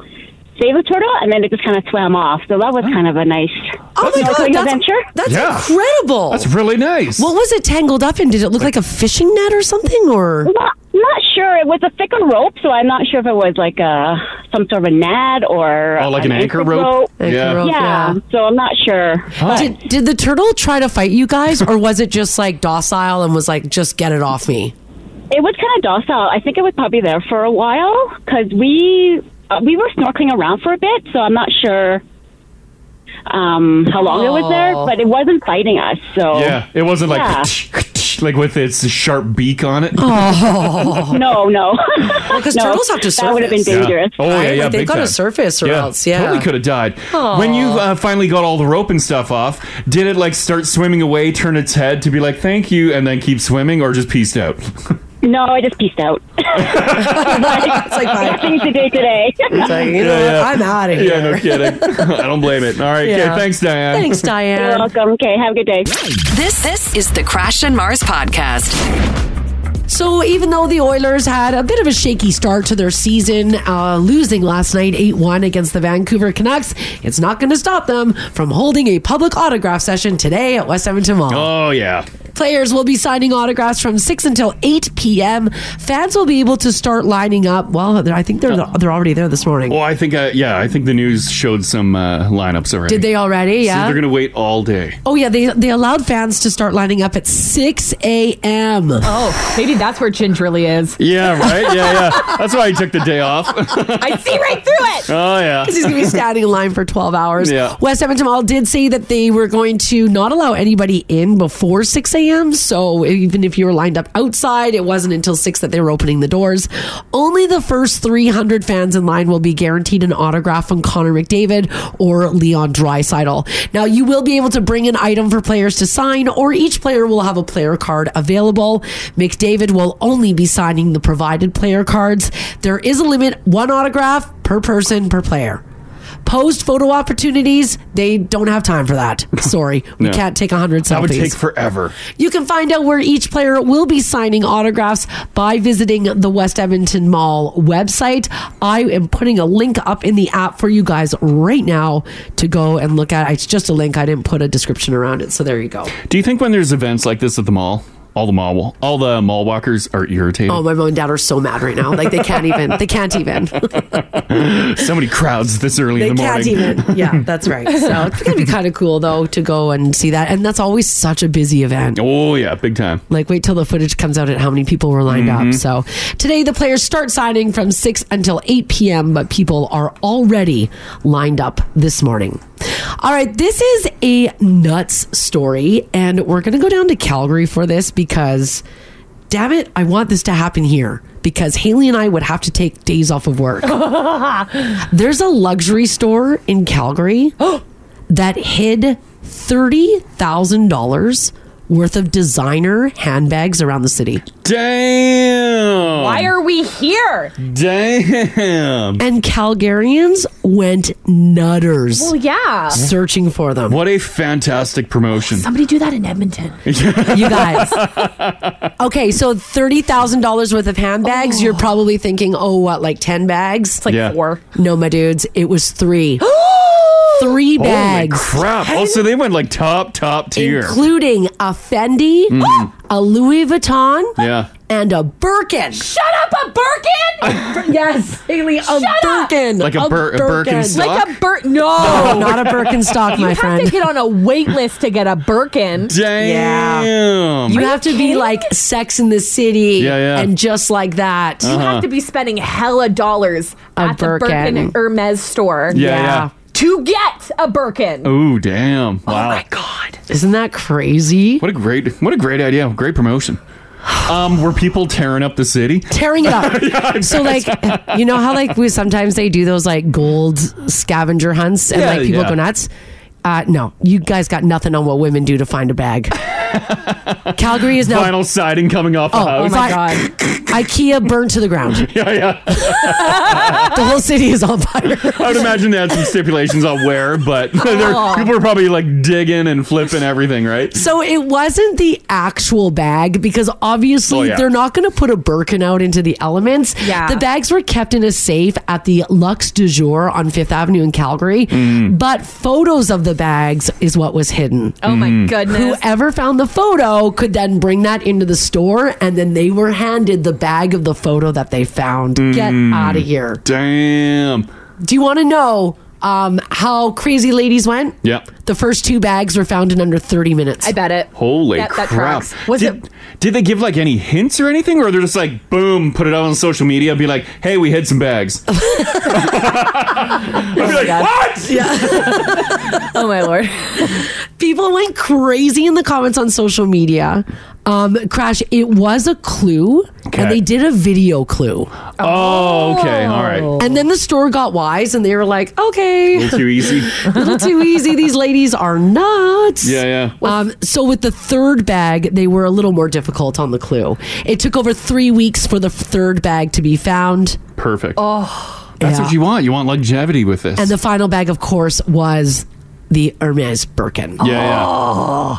S21: save the turtle, and then it just kind of swam off. So that was kind of a nice
S4: Oh my God,
S21: snorkeling
S4: that's-
S21: adventure.
S4: That's incredible. That's
S7: really nice.
S4: What was it tangled up in? Did it look like a fishing net or something? Or
S21: Not, not sure. It was a thicker rope, so I'm not sure if it was like a some sort of a net or
S7: Oh, like an anchor rope? Anchor Yeah. rope,
S21: yeah.
S4: yeah.
S21: So I'm not sure.
S4: did, did the turtle try to fight you guys, or was it just like docile and was like, just get it off me?
S21: It was kind of docile. I think it was probably there for a while because we uh, we were snorkeling around for a bit, so I'm not sure um, how long it was there,
S7: Oh.
S21: but it wasn't fighting us. So
S7: Yeah. It wasn't like
S21: Oh. Yeah.
S7: like with its sharp beak on it.
S21: no, no.
S4: Because
S21: No,
S4: turtles have to surface.
S21: That would have been dangerous.
S7: Yeah. Oh yeah, yeah.
S4: Like, they've
S7: big
S4: got to
S7: time.
S4: surface or else, yeah.
S7: Totally could have died.
S4: Aw.
S7: When you uh, finally got all the rope and stuff off, did it like start swimming away, turn its head to be like thank you, and then keep swimming, or just pieced out?
S21: No, I just pieced out. it's
S4: like
S21: nothing to do today.
S4: out of
S7: Yeah, no kidding. I don't blame it. All right,
S2: Yeah.
S7: okay, thanks, Diane.
S2: Diane.
S21: You're welcome. Okay, have a good day.
S2: This this is the Crash and Mars podcast.
S4: So even though the Oilers had a bit of a shaky start to their season, uh, losing last night 8-1 against the Vancouver Canucks, it's not going to stop them from holding a public autograph session today at West Edmonton Mall.
S7: Oh yeah.
S4: Players will be signing autographs from 6 until 8 p.m. Fans will be able to start lining up. Well, they're- I think they're they're already there this morning.
S7: Well, I think uh, yeah, I think the news showed some uh, lineups already.
S4: Did they already?
S7: So
S4: Yeah.
S7: they're gonna wait all day.
S4: Oh yeah, they they allowed fans to start lining up at 6 a.m.
S6: Oh, maybe that's where Ginge really is.
S7: Yeah, right. Yeah, yeah. That's why he took the day off.
S6: I see right through it.
S7: oh yeah.
S4: Because he's going to be standing in line for 12 hours.
S7: Yeah.
S4: West Edmonton Mall did say that they were going to not allow anybody in before 6 a.m. So even if you were lined up outside, it wasn't until 6 that they were opening the doors. Only the first 300 fans in line will be guaranteed an autograph from Connor McDavid or Leon Dreisidel. Now, you will be able to bring an item for players to sign, or each player will have a player card available. McDavid will only be signing the provided player cards. There is a limit one autograph per person per player posed photo opportunities, they don't have time for that. Sorry, we
S7: No.
S4: can't take 100 selfies.
S7: That would take forever.
S4: you can find out where each player will be signing autographs by visiting the West Edmonton Mall website. I am putting a link up in the app for you guys right now to go and look at. It's just a link. I didn't put a description around it. So there you go.
S7: Do you think when there's events like this at the mall, All the mall all the mall walkers are irritated.
S4: Oh, my mom and dad are so mad right now. Like they can't even. They can't even.
S7: so many crowds this early
S4: They
S7: in the morning.
S4: can't even. Yeah, that's right. So it's gonna be kind of cool though to go and see that. And that's always such a busy event.
S7: Oh yeah, big time.
S4: Like wait till the footage comes out at how many people were lined
S7: Mhm.
S4: up. So today the players start signing from six until eight p.m. But people are already lined up this morning. All right, this is a nuts story, and we're gonna go down to Calgary for this because. Damn it, I want this to happen here because Haley and I would have to take days off of work. There's a luxury store in Calgary that hid $30,000 worth of designer handbags around the city.
S7: Damn.
S6: Why are we here?
S7: Damn.
S4: And Calgarians went nutters.
S6: Well, yeah.
S4: Uh, Searching for them.
S7: What a fantastic promotion.
S6: Somebody do that in Edmonton.
S4: you guys. Okay, so $30,000 worth of handbags, you're probably thinking, oh, what, like 10 bags? It's
S6: like Yeah. four.
S4: No, my dudes, it was three. three
S7: Holy
S4: bags.
S7: crap. Also, they went like top, top tier.
S4: including a Fendi,
S7: Mhm.
S4: a Louis Vuitton,
S7: yeah.
S4: and a Birkin. Shut
S6: up, a Birkin.
S4: yes, Haley, a Birkin.
S7: Like a Bir- a Birkenstock?
S6: Like a Birkin. No.
S4: No, not a Birkenstock,
S6: you
S4: my
S6: have
S4: friend.
S6: to get on a wait list to get a Birkin.
S7: Damn.
S4: You have to be like Sex in the City,
S7: Yeah, yeah. Uh-huh.
S4: and just like that.
S6: You have to be spending hella dollars
S4: A
S6: at the
S4: Birkin.
S6: Birkin Hermes store.
S7: Yeah, Yeah. yeah.
S6: To get a Birkin.
S7: Oh damn! Wow. Oh my
S6: god!
S4: Isn't that crazy?
S7: What a great what a great idea! Great promotion. Um, were people tearing up the city?
S4: Tearing it up. so like, you know how like we sometimes they do those like gold scavenger hunts and
S7: Yeah,
S4: like people
S7: yeah.
S4: go nuts. Uh, no, you guys got nothing on what women do to find a bag. Calgary is now
S7: Vinyl siding coming off the house.
S4: god! IKEA burned to the ground.
S7: Yeah, yeah.
S4: the whole city is on fire.
S7: I would imagine they had some stipulations on where, but they're-
S4: Oh.
S7: people are probably like digging and flipping everything, right?
S4: So it wasn't the actual bag because obviously
S7: Oh, yeah.
S4: they're not going to put a Birkin out into the elements.
S6: Yeah.
S4: The bags were kept in a safe at the Lux du Jour on Fifth Avenue in Calgary,
S7: Mm.
S4: but photos of the bags is what was hidden.
S6: Oh my Mm. goodness.
S4: Whoever found the photo could then bring that into the store and then they were handed the bag of the photo that they found. Get
S7: Mm.
S4: out of here.
S7: Damn.
S4: Do you want to know um, how crazy ladies went?
S7: Yeah.
S4: The first two bags were found in under 30 minutes. I
S6: bet it.
S7: Holy
S4: That- that
S7: crap!
S4: tracks. Was
S7: did, did they give like any hints or anything, or they're just like boom, put it out on social media, be like, "Hey, we hid some bags." I'd be like, "What?"
S6: oh my lord.
S4: People went crazy in the comments on social media. Um, Crash, it was a clue, and they did a video clue.
S7: Oh, okay, all right.
S4: And then the store got wise, and they were like, "Okay,
S7: A little too easy.
S4: little too easy. These ladies are nuts."
S7: Yeah, yeah.
S4: Um, so with the third bag, they were a little more difficult on the clue. It took over three weeks for the third bag to be found.
S7: Perfect.
S4: Oh,
S7: That's what you want. You want longevity with this.
S4: And the final bag, of course, was the Hermes Birkin. Oh.
S7: yeah, yeah.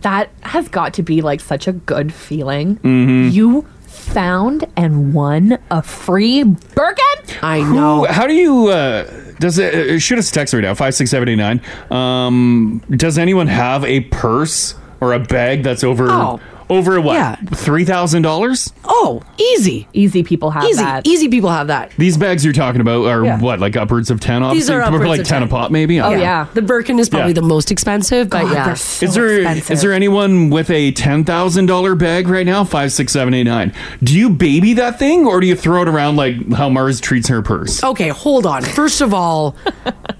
S6: That has got to be like such a good feeling.
S7: Mhm.
S6: You found and won a free Birkin.
S4: I
S7: know. How do you? Uh, does it, uh, shoot us a text right now five six seven eight nine? Um, does anyone have a purse or a bag that's over
S4: Oh.
S7: over what
S4: Yeah.
S7: three thousand dollars?
S4: Oh, easy.
S6: Easy people have
S4: easy,
S6: that.
S4: easy people have that.
S7: These bags you're talking about are
S4: Yeah.
S7: what like upwards of ten. Obviously,
S4: These are
S7: Probably
S4: upwards
S7: like
S4: of
S7: ten,
S4: 10.
S7: a pop, maybe. I
S4: Oh
S7: don't
S4: yeah.
S7: know.
S4: the Birkin is probably
S7: Yeah.
S4: the most expensive, but
S6: God,
S4: yeah,
S6: they're so
S7: Is there is there anyone with a ten thousand dollar bag right now? Five six seven eight nine. Do you baby that thing or do you throw it around like how Mars treats her purse?
S4: okay, hold on. First of all,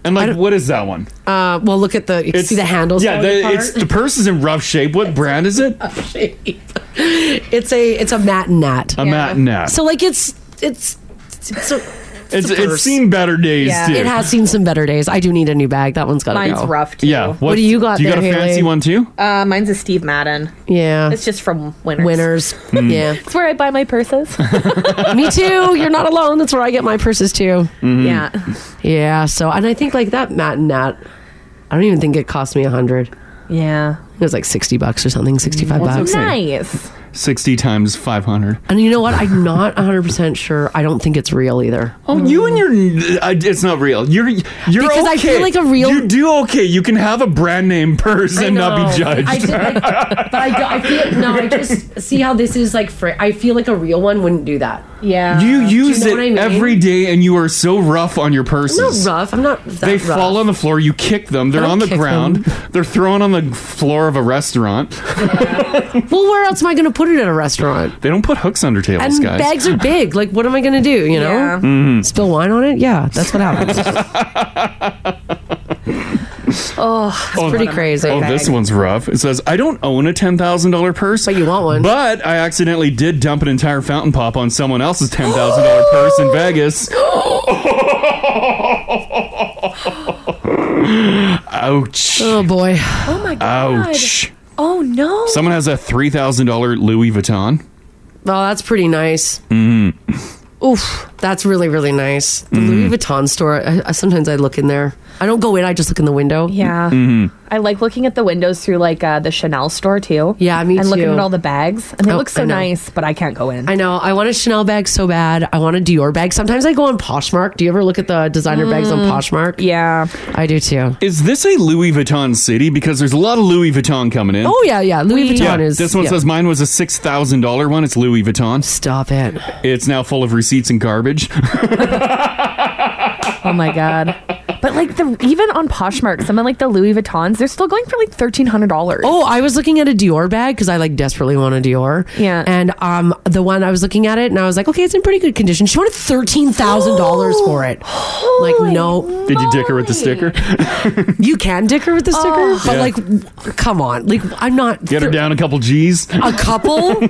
S7: And like what is that one?
S4: uh, well, look at the you see the handles.
S7: Yeah,
S4: falling
S7: the,
S4: apart?
S7: it's the purse is in rough shape. What brand is it? A
S4: it's a it's a matinat.
S7: matinat.
S4: So like it's it's it's a, it's,
S7: it's
S4: a
S7: it's
S4: purse.
S7: seen better days too.
S4: It has seen some better days. I do need a new bag. That one's got to go.
S6: Mine's rough, too.
S7: Yeah.
S6: What do you got
S7: Do you got
S6: there,
S7: a fancy
S6: Haley?
S7: one too?
S6: Uh, mine's a Steve Madden.
S4: Yeah.
S6: It's just from Winners.
S4: Winners.
S7: Mm.
S4: Yeah.
S6: It's where I buy my purses.
S4: Me too. You're not alone. That's where I get my purses too.
S7: Mm-hmm.
S6: Mhm. Yeah.
S4: Yeah. So, and I think like that matinat. I don't even think it cost me a hundred.
S6: Yeah.
S4: It was like sixty bucks or something, sixty-five bucks.
S6: nice.
S7: 60 times 500.
S4: And you know what? I'm not 100% sure. I don't think it's real either.
S7: Oh, you and your I- it's not real. You're you're
S4: Because
S7: okay.
S4: I feel like a real-
S7: You do okay. You can have a brand name purse
S4: I
S7: and not be
S4: know.
S7: judged.
S4: I did- I- but I, do- I feel no. I just see how this is like. Fra- I feel like a real one wouldn't do that. Yeah,
S7: you use it every day, and you are so rough on your purses.
S4: I'm not rough. I'm not. That
S7: they
S4: rough.
S7: fall on the floor. You kick them. They're
S4: I don't
S7: on the
S4: kick
S7: ground. They're thrown on the floor of a restaurant.
S4: well, where else am I going to put it at a restaurant?
S7: They don't put hooks under tables,
S4: and
S7: guys.
S4: bags are big. Like, what am I going to do? You know,
S7: Yeah. Mhm.
S4: spill wine on it. Yeah, that's what happens. oh, it's pretty crazy.
S7: Oh, this one's rough. It says, I don't own a $10,000 purse. But
S4: you want one.
S7: But I accidentally did dump an entire fountain pop on someone else's $10,000 purse in Vegas. Ouch.
S4: Oh boy.
S6: Oh my god.
S7: Ouch.
S6: Oh no.
S7: Someone has a $3,000 Louis Vuitton.
S4: Oh, that's pretty nice.
S7: Mm.
S6: Mm-hmm.
S4: Oof, that's really really nice. The Louis Vuitton store. I, I, sometimes I look in there. I don't go in. I just look in the window.
S6: Yeah.
S7: Mm-hmm.
S6: I like looking at the windows through like uh, the Chanel store too.
S4: Yeah, me
S6: and looking
S4: too.
S6: at all the bags, and they
S4: Oh,
S6: look so
S4: I know.
S6: nice, but I can't go in.
S4: I know. I want a Chanel bag so bad. I want a Dior bag. Sometimes I go on Poshmark. Do you ever look at the designer bags on
S6: Mm,
S4: Poshmark?
S6: Yeah.
S4: I do too.
S7: Is this a Louis Vuitton city? Because there's a lot of Louis Vuitton coming in.
S4: Oh yeah, yeah. Louis
S7: Yeah,
S4: Vuitton is.
S7: this one
S4: yeah.
S7: says mine was a six thousand dollar one. It's Louis Vuitton.
S4: Stop it!
S7: It's now full of receipts and garbage.
S6: Oh my god. But like the even on Poshmark, some of like the Louis Vuittons, they're still going for like thirteen hundred dollars.
S4: Oh, I was looking at a Dior bag because I like desperately want a Dior. Yeah. And um, the one I was looking at it and I was like, okay, it's in pretty good condition. She wanted thirteen thousand dollars for it. like no,
S7: Did you dick her with the sticker?
S4: you can dick her with the sticker,
S7: Oh.
S4: but
S7: Yeah.
S4: like, w- come on, like I'm not
S7: Get her down a couple G's.
S4: a couple,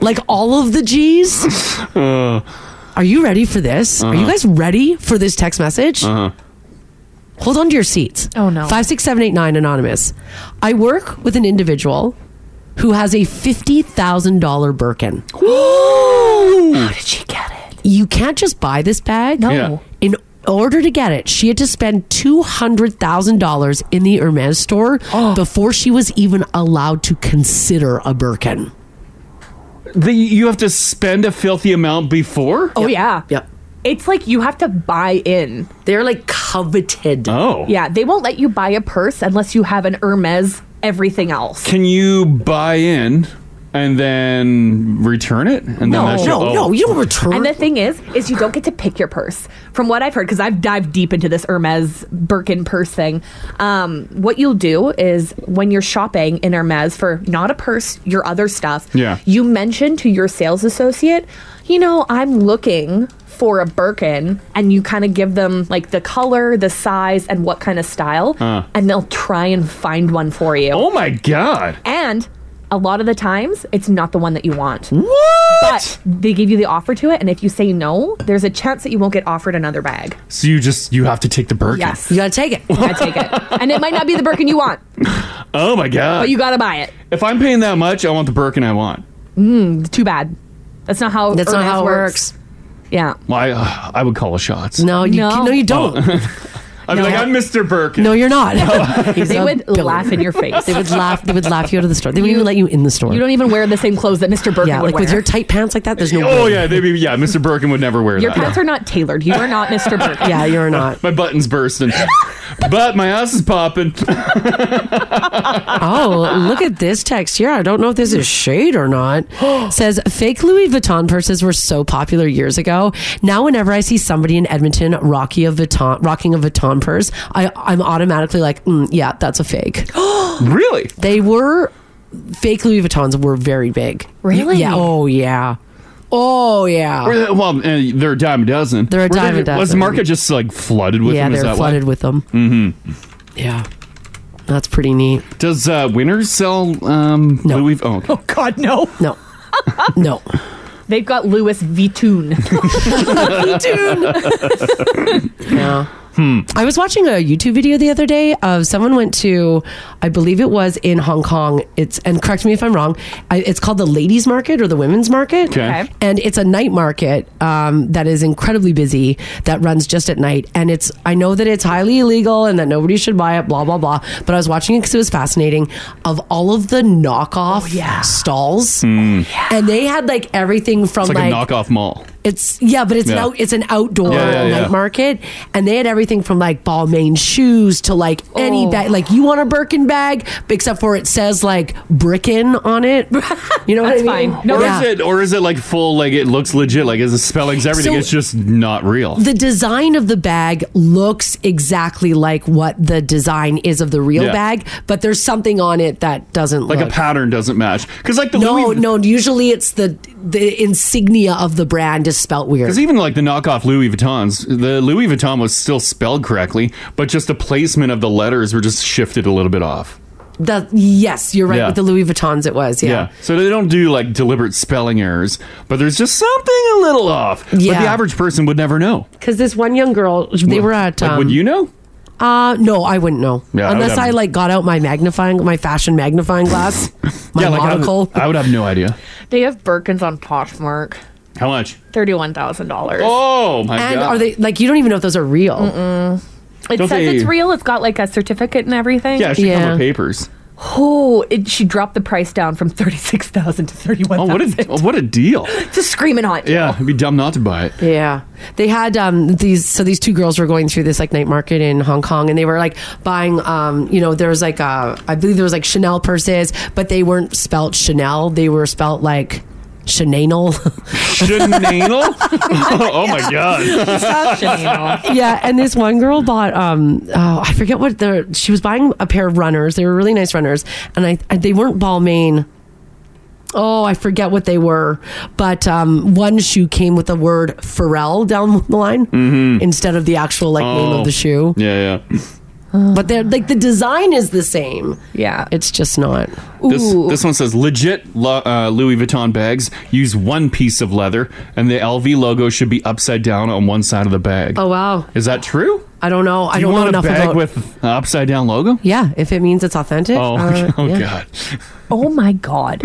S4: like all of the G's.
S7: Uh,
S4: Are you ready for this? Are you
S7: Uh-huh.
S4: guys ready for this text message?
S7: uh-huh.
S4: Hold on to your seats. Oh no. 56789 anonymous. I work with an individual who has a $50,000 Birkin.
S7: How
S4: did she get it? You can't just buy this bag. No.
S7: Yeah.
S4: In order to get it, she had to spend $200,000 in the Hermes store before she was even allowed to consider a Birkin.
S7: The, you have to spend a filthy amount before?
S6: Oh yeah.
S4: Yep.
S6: It's like you have to buy in.
S4: They're like coveted.
S7: Oh.
S6: Yeah, they won't let you buy a purse unless you have an Hermes everything else.
S7: Can you buy in and then return it? And then that's your- oh.
S6: And the thing is, is you don't get to pick your purse. From what I've heard, because I've dived deep into this Hermes Birkin purse thing, um, what you'll do is when you're shopping in Hermes for not a purse, your other stuff,
S7: Yeah.
S6: you mention to your sales associate, you know, I'm looking for a Birkin, and you kind of give them like the color, the size, and what kind of style,
S7: Huh.
S6: and they'll try and find one for you.
S7: Uh. Oh my god.
S6: And a lot of the times, it's not the one that you want. What? But they give you the offer to it, and if you say no, there's a chance that you won't get offered another bag.
S7: So you just you have to take the Birkin.
S6: Yes.
S4: You gotta take it.
S6: You gotta take it. And it might not be the Birkin you want,
S7: Oh my god.
S6: but you gotta buy it.
S7: if I'm paying that much, I want the Birkin I want.
S6: Mm, too bad. That's not how
S4: That's not
S6: Hermes
S4: how it
S6: Yeah.
S7: Well, I, uh, I would call a shots. Oh.
S4: No, you No. no, you don't.
S7: I'd
S4: No.
S7: be like, I'm Mr. Birkin.
S4: No, you're not. He's
S6: They
S4: a
S6: would laugh in your face.
S4: They would laugh. They would laugh you out of the store. They wouldn't
S6: You-
S4: even let you in the store.
S6: You don't even wear the same clothes that Mr. Birkin
S4: yeah,
S6: would
S4: like
S6: wear.
S4: with your tight pants like that. There's no.
S7: Oh
S4: way.
S7: yeah, they be, yeah. Mr. Birkin would never wear
S6: Your
S7: that.
S6: pants are not tailored. You are not Mr. Birkin.
S4: you're not.
S7: my button's bursting, but my ass is popping.
S4: oh, look at this text here. I don't know if this is shade or not. Says fake Louis Vuitton purses were so popular years ago. Now, whenever I see somebody in Edmonton rocking a Vuitton, rocking a Vuitton purse, I, I'm automatically like, mm, yeah, that's a fake.
S7: really?
S4: They were fake Louis Vuittons were very big.
S6: Really?
S4: Yeah. Oh yeah. Oh yeah.
S7: Or, uh, well, uh, they're a dime a dozen. They're
S4: a dime a
S7: Was the
S4: dozen.
S7: market just like flooded with
S4: yeah,
S7: them? Is
S4: they're
S7: that
S4: flooded with them.
S7: Mm-hmm.
S4: Yeah. That's pretty neat.
S7: Does uh, Winners sell um, Louis? Oh, okay.
S6: God, no.
S4: No. no.
S6: They've got Louis Vuitton. Vuitton.
S7: yeah. Hmm.
S4: I was watching a YouTube video the other day of someone went to, I believe it was in Hong Kong. It's and correct me if I'm wrong. I, it's called the ladies' market or the women's market,
S22: Okay. Okay.
S4: and it's a night market um, that is incredibly busy that runs just at night. And it's I know that it's highly illegal and that nobody should buy it, blah blah blah. But I was watching it because it was fascinating. Of all of the knockoff stalls,
S7: Mm.
S4: and they had like everything from
S7: it's like,
S4: like
S7: a knockoff mall.
S4: it's yeah, but it's an
S7: Yeah.
S4: out, it's an outdoor
S7: Yeah, yeah, yeah.
S4: night market, and they had everything from like Balmain shoes to like any bag. Like you want a Birkin bag, but except for it says like Brickin on it. You know what I mean?
S7: or
S4: Yeah.
S7: is it or is it like full like it looks legit like is the spellings everything
S4: So-
S7: it's just not real.
S4: The design of the bag looks exactly like what the design is of the real
S7: Yeah.
S4: bag, but there's something on it that doesn't
S7: like
S4: look
S7: a pattern doesn't match because like the
S4: no,
S7: Louis
S4: no. Usually, it's the the insignia of the brand is spelt weird.
S7: Because even like the knockoff Louis Vuittons, the Louis Vuitton was still spelled correctly, but just the placement of the letters were just shifted a little bit off.
S4: The, yes, you're right.
S7: Yeah.
S4: With the Louis Vuittons, it was yeah.
S7: So they don't do like deliberate spelling errors, but there's just something a little off. But
S4: Yeah.
S7: the average person would never know.
S4: Because this one young girl, they were at.
S7: Like,
S4: Um,
S7: would you know?
S4: Uh, no, I wouldn't know.
S7: Yeah, I would
S4: Unless
S7: have-
S4: I like got out my magnifying, my fashion magnifying glass, my
S7: yeah, like I
S4: monocle.
S7: would, I would have no idea.
S6: They have Birkins on Poshmark.
S7: How much?
S6: Thirty-one thousand dollars.
S7: Oh my
S4: and
S7: god!
S4: are they like you don't even know if those are real?
S6: Mm-mm. It
S7: Don't
S6: says it's
S7: they-
S6: real. It's got like a certificate and everything.
S7: yeah, it should come with papers.
S6: Oh, it, she dropped the price down from thirty-six thousand to thirty-one.
S7: Oh, what a what a deal!
S6: Just screaming hot.
S7: Yeah, it'd be dumb not to buy it.
S4: Yeah, they had um these. So these two girls were going through this like night market in Hong Kong, and they were like buying um you know there was like uh I believe there was like Chanel purses, but they weren't spelt Chanel. They were spelt like. Chanel.
S7: Chanel? oh my god!
S4: yeah, and this one girl bought um oh, I forget what the she was buying a pair of runners. They were really nice runners, and I, I they weren't Balmain. Oh, I forget what they were, but um, one shoe came with the word Pharrell down the line instead of the actual like name
S7: Mm. Oh.
S4: of the shoe.
S7: Yeah, yeah.
S4: But they're like the design is the same. Yeah, it's just not.
S7: This, this one says legit lo- uh, Louis Vuitton bags use one piece of leather, and the LV logo should be upside down on one side of the bag.
S4: oh wow,
S7: Is that true?
S4: I don't
S6: Oh,
S4: know. I
S7: Do you
S4: don't
S7: want
S4: know
S7: a
S4: enough
S7: bag
S4: about.
S7: with an upside down logo.
S4: yeah, if it means it's authentic.
S7: Oh,
S4: uh,
S7: oh
S4: yeah.
S7: god!
S6: Oh my god.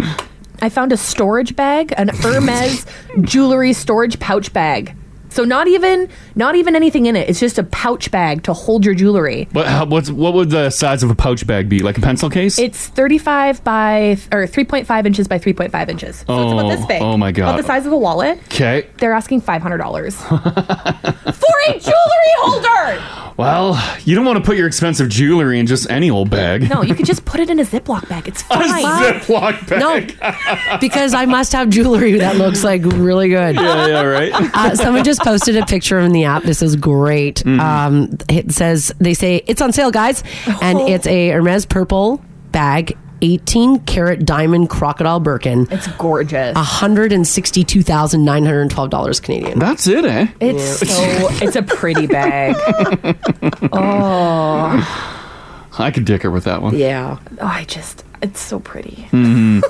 S6: I found a storage bag, an Hermes jewelry storage pouch bag. So not even not even anything in it. It's just a pouch bag to hold your jewelry.
S7: What how, what's what would the size of a pouch bag be? Like a pencil case?
S6: It's 35 by or 3.5 inches by 3.5 inches. So it's
S7: Oh,
S6: about this big.
S7: oh my God.
S6: About the size of a wallet.
S7: Okay.
S6: They're asking $500 for a jewelry holder.
S7: Well, you don't want to put your expensive jewelry in just any old bag.
S6: No, you could just put it in a Ziploc bag. It's
S7: a
S6: fine.
S7: Ziploc bag.
S4: No, because I must have jewelry that looks like really good.
S7: Yeah, yeah, right.
S4: Uh, someone just posted a picture in the app. This is great.
S7: Mm-hmm.
S4: Um, it says they say it's on sale, guys,
S6: Oh.
S4: and it's a Hermes purple bag, eighteen karat diamond crocodile Birkin.
S6: It's gorgeous.
S4: One hundred and sixty-two thousand nine hundred twelve dollars Canadian.
S7: That's it, eh?
S6: It's so it's a pretty bag. oh.
S7: I could dick her with that one.
S4: Yeah.
S6: Oh, I just, it's so pretty.
S7: Mhm.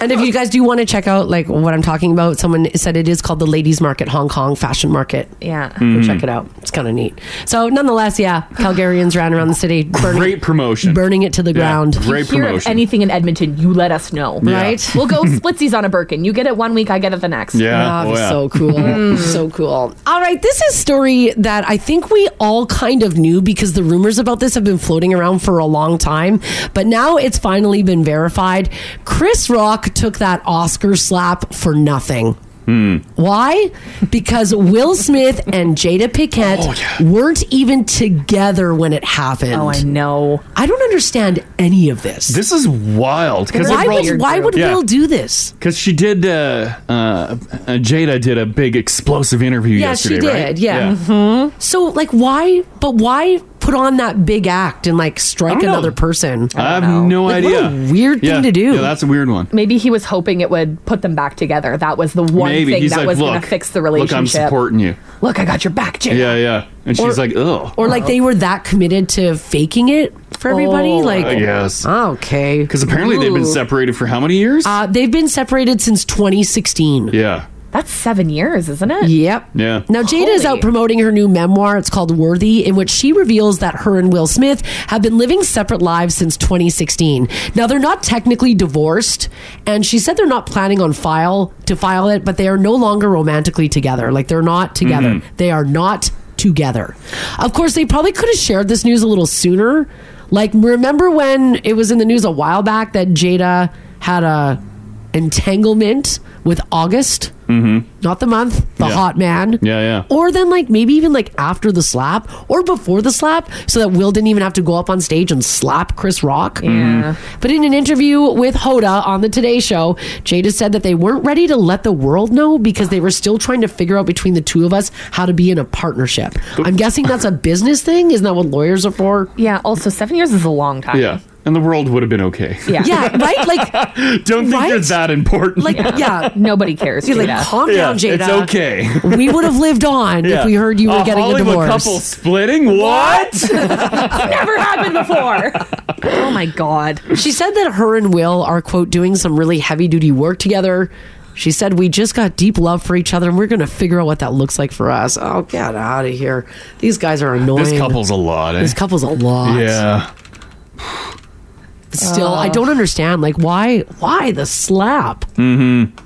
S4: and if you guys do want to check out like what I'm talking about, someone said it is called the Ladies Market Hong Kong Fashion Market.
S6: Yeah.
S4: Go check it out. It's kind of neat. So nonetheless, yeah, Calgarians ran around the city burning
S7: Great promotion.
S4: burning it to the
S7: Yeah,
S4: ground.
S7: great
S6: Hear of anything in Edmonton, you let us know.
S4: Yeah. Right?
S6: we'll go splitsies on a Birkin. You get it one week, I get it the next.
S4: Yeah. Oh, Oh, yeah. so cool. so cool. All right, this is a story that I think we all kind of knew because the rumors about this have been floating around for a long time, but now it's finally been verified. Chris Rock took that Oscar slap for nothing.
S7: Hmm.
S4: Why? Because Will Smith and Jada Pinkett
S7: Oh,
S4: weren't even together when it happened.
S6: Oh, I know.
S4: I don't understand any of this.
S7: This is wild.
S4: Why would- why would Will do this?
S7: Because she did. Uh, uh, uh, Jada did a big explosive interview
S4: yeah,
S7: yesterday.
S4: she did.
S7: right?
S4: Yeah. Mm-hmm. So, like, why? But why put on that big act and like strike another person?
S7: I have no
S4: Like, what
S7: idea.
S4: a weird thing
S7: Yeah.
S4: to do.
S7: Yeah, that's a weird one.
S6: Maybe he was hoping it would put them back together. That was the one
S7: Maybe
S6: thing
S7: he's
S6: that
S7: like,
S6: was going
S7: look,
S6: to fix the
S7: look,
S6: relationship.
S7: I'm supporting you.
S6: Look, I got your back, Jada.
S7: Yeah, yeah. And
S6: Or-
S7: she's like, oh.
S4: Or like they were that committed to faking it for everybody.
S6: Oh.
S4: like,
S7: I guess.
S4: Okay.
S7: Oh, Because apparently they've been
S4: Ooh.
S7: separated for how many years?
S4: uh, they've been separated since 2016.
S7: yeah.
S6: That's seven years, isn't it?
S4: Yep.
S7: Yeah.
S4: Now, Jada is out promoting her new memoir. It's called Worthy, in which she reveals that her and Will Smith have been living separate lives since 2016. Now, they're not technically divorced, and she said they're not planning on file to file it, but they are no longer romantically together. Like they're not together.
S22: Mhm.
S4: They are not together. Of course, they probably could have shared this news a little sooner. Like, remember when it was in the news a while back that Jada had a entanglement with August?
S7: Mm-hmm.
S4: not the month, the
S7: Yeah.
S4: hot man.
S7: Yeah, yeah.
S4: Or then, like, maybe even like after the slap or before the slap, so that Will didn't even have to go up on stage and slap Chris Rock. Mm-hmm.
S6: Yeah.
S4: But in an interview with Hoda on the Today Show, Jada said that they weren't ready to let the world know because they were still trying to figure out between the two of us how to be in a partnership. I'm guessing that's a business thing. Isn't that what lawyers are for?
S6: Yeah. Also, seven years is a long time.
S7: Yeah. And the world would have been okay.
S6: Yeah.
S4: Yeah, right? Like,
S7: Don't think you're that important.
S4: Like, yeah.
S6: Nobody cares.
S4: You're like,
S6: Jada.
S4: calm down,
S7: Yeah,
S4: Jada.
S7: it's okay.
S4: We would have lived on
S7: Yeah.
S4: if we heard you were
S7: a
S4: getting
S7: Hollywood
S4: a divorce.
S7: couple splitting? What?
S6: Never happened before. oh my god.
S4: She said that her and Will are quote doing some really heavy duty work together. She said we just got deep love for each other and we're going to figure out what that looks like for us. Oh, get out of here. These guys are annoying.
S7: this couple's a lot. Eh?
S4: This couple's a lot.
S7: Yeah.
S4: Still, I
S7: Ugh.
S4: don't understand like why why the slap,
S7: Mm-hmm.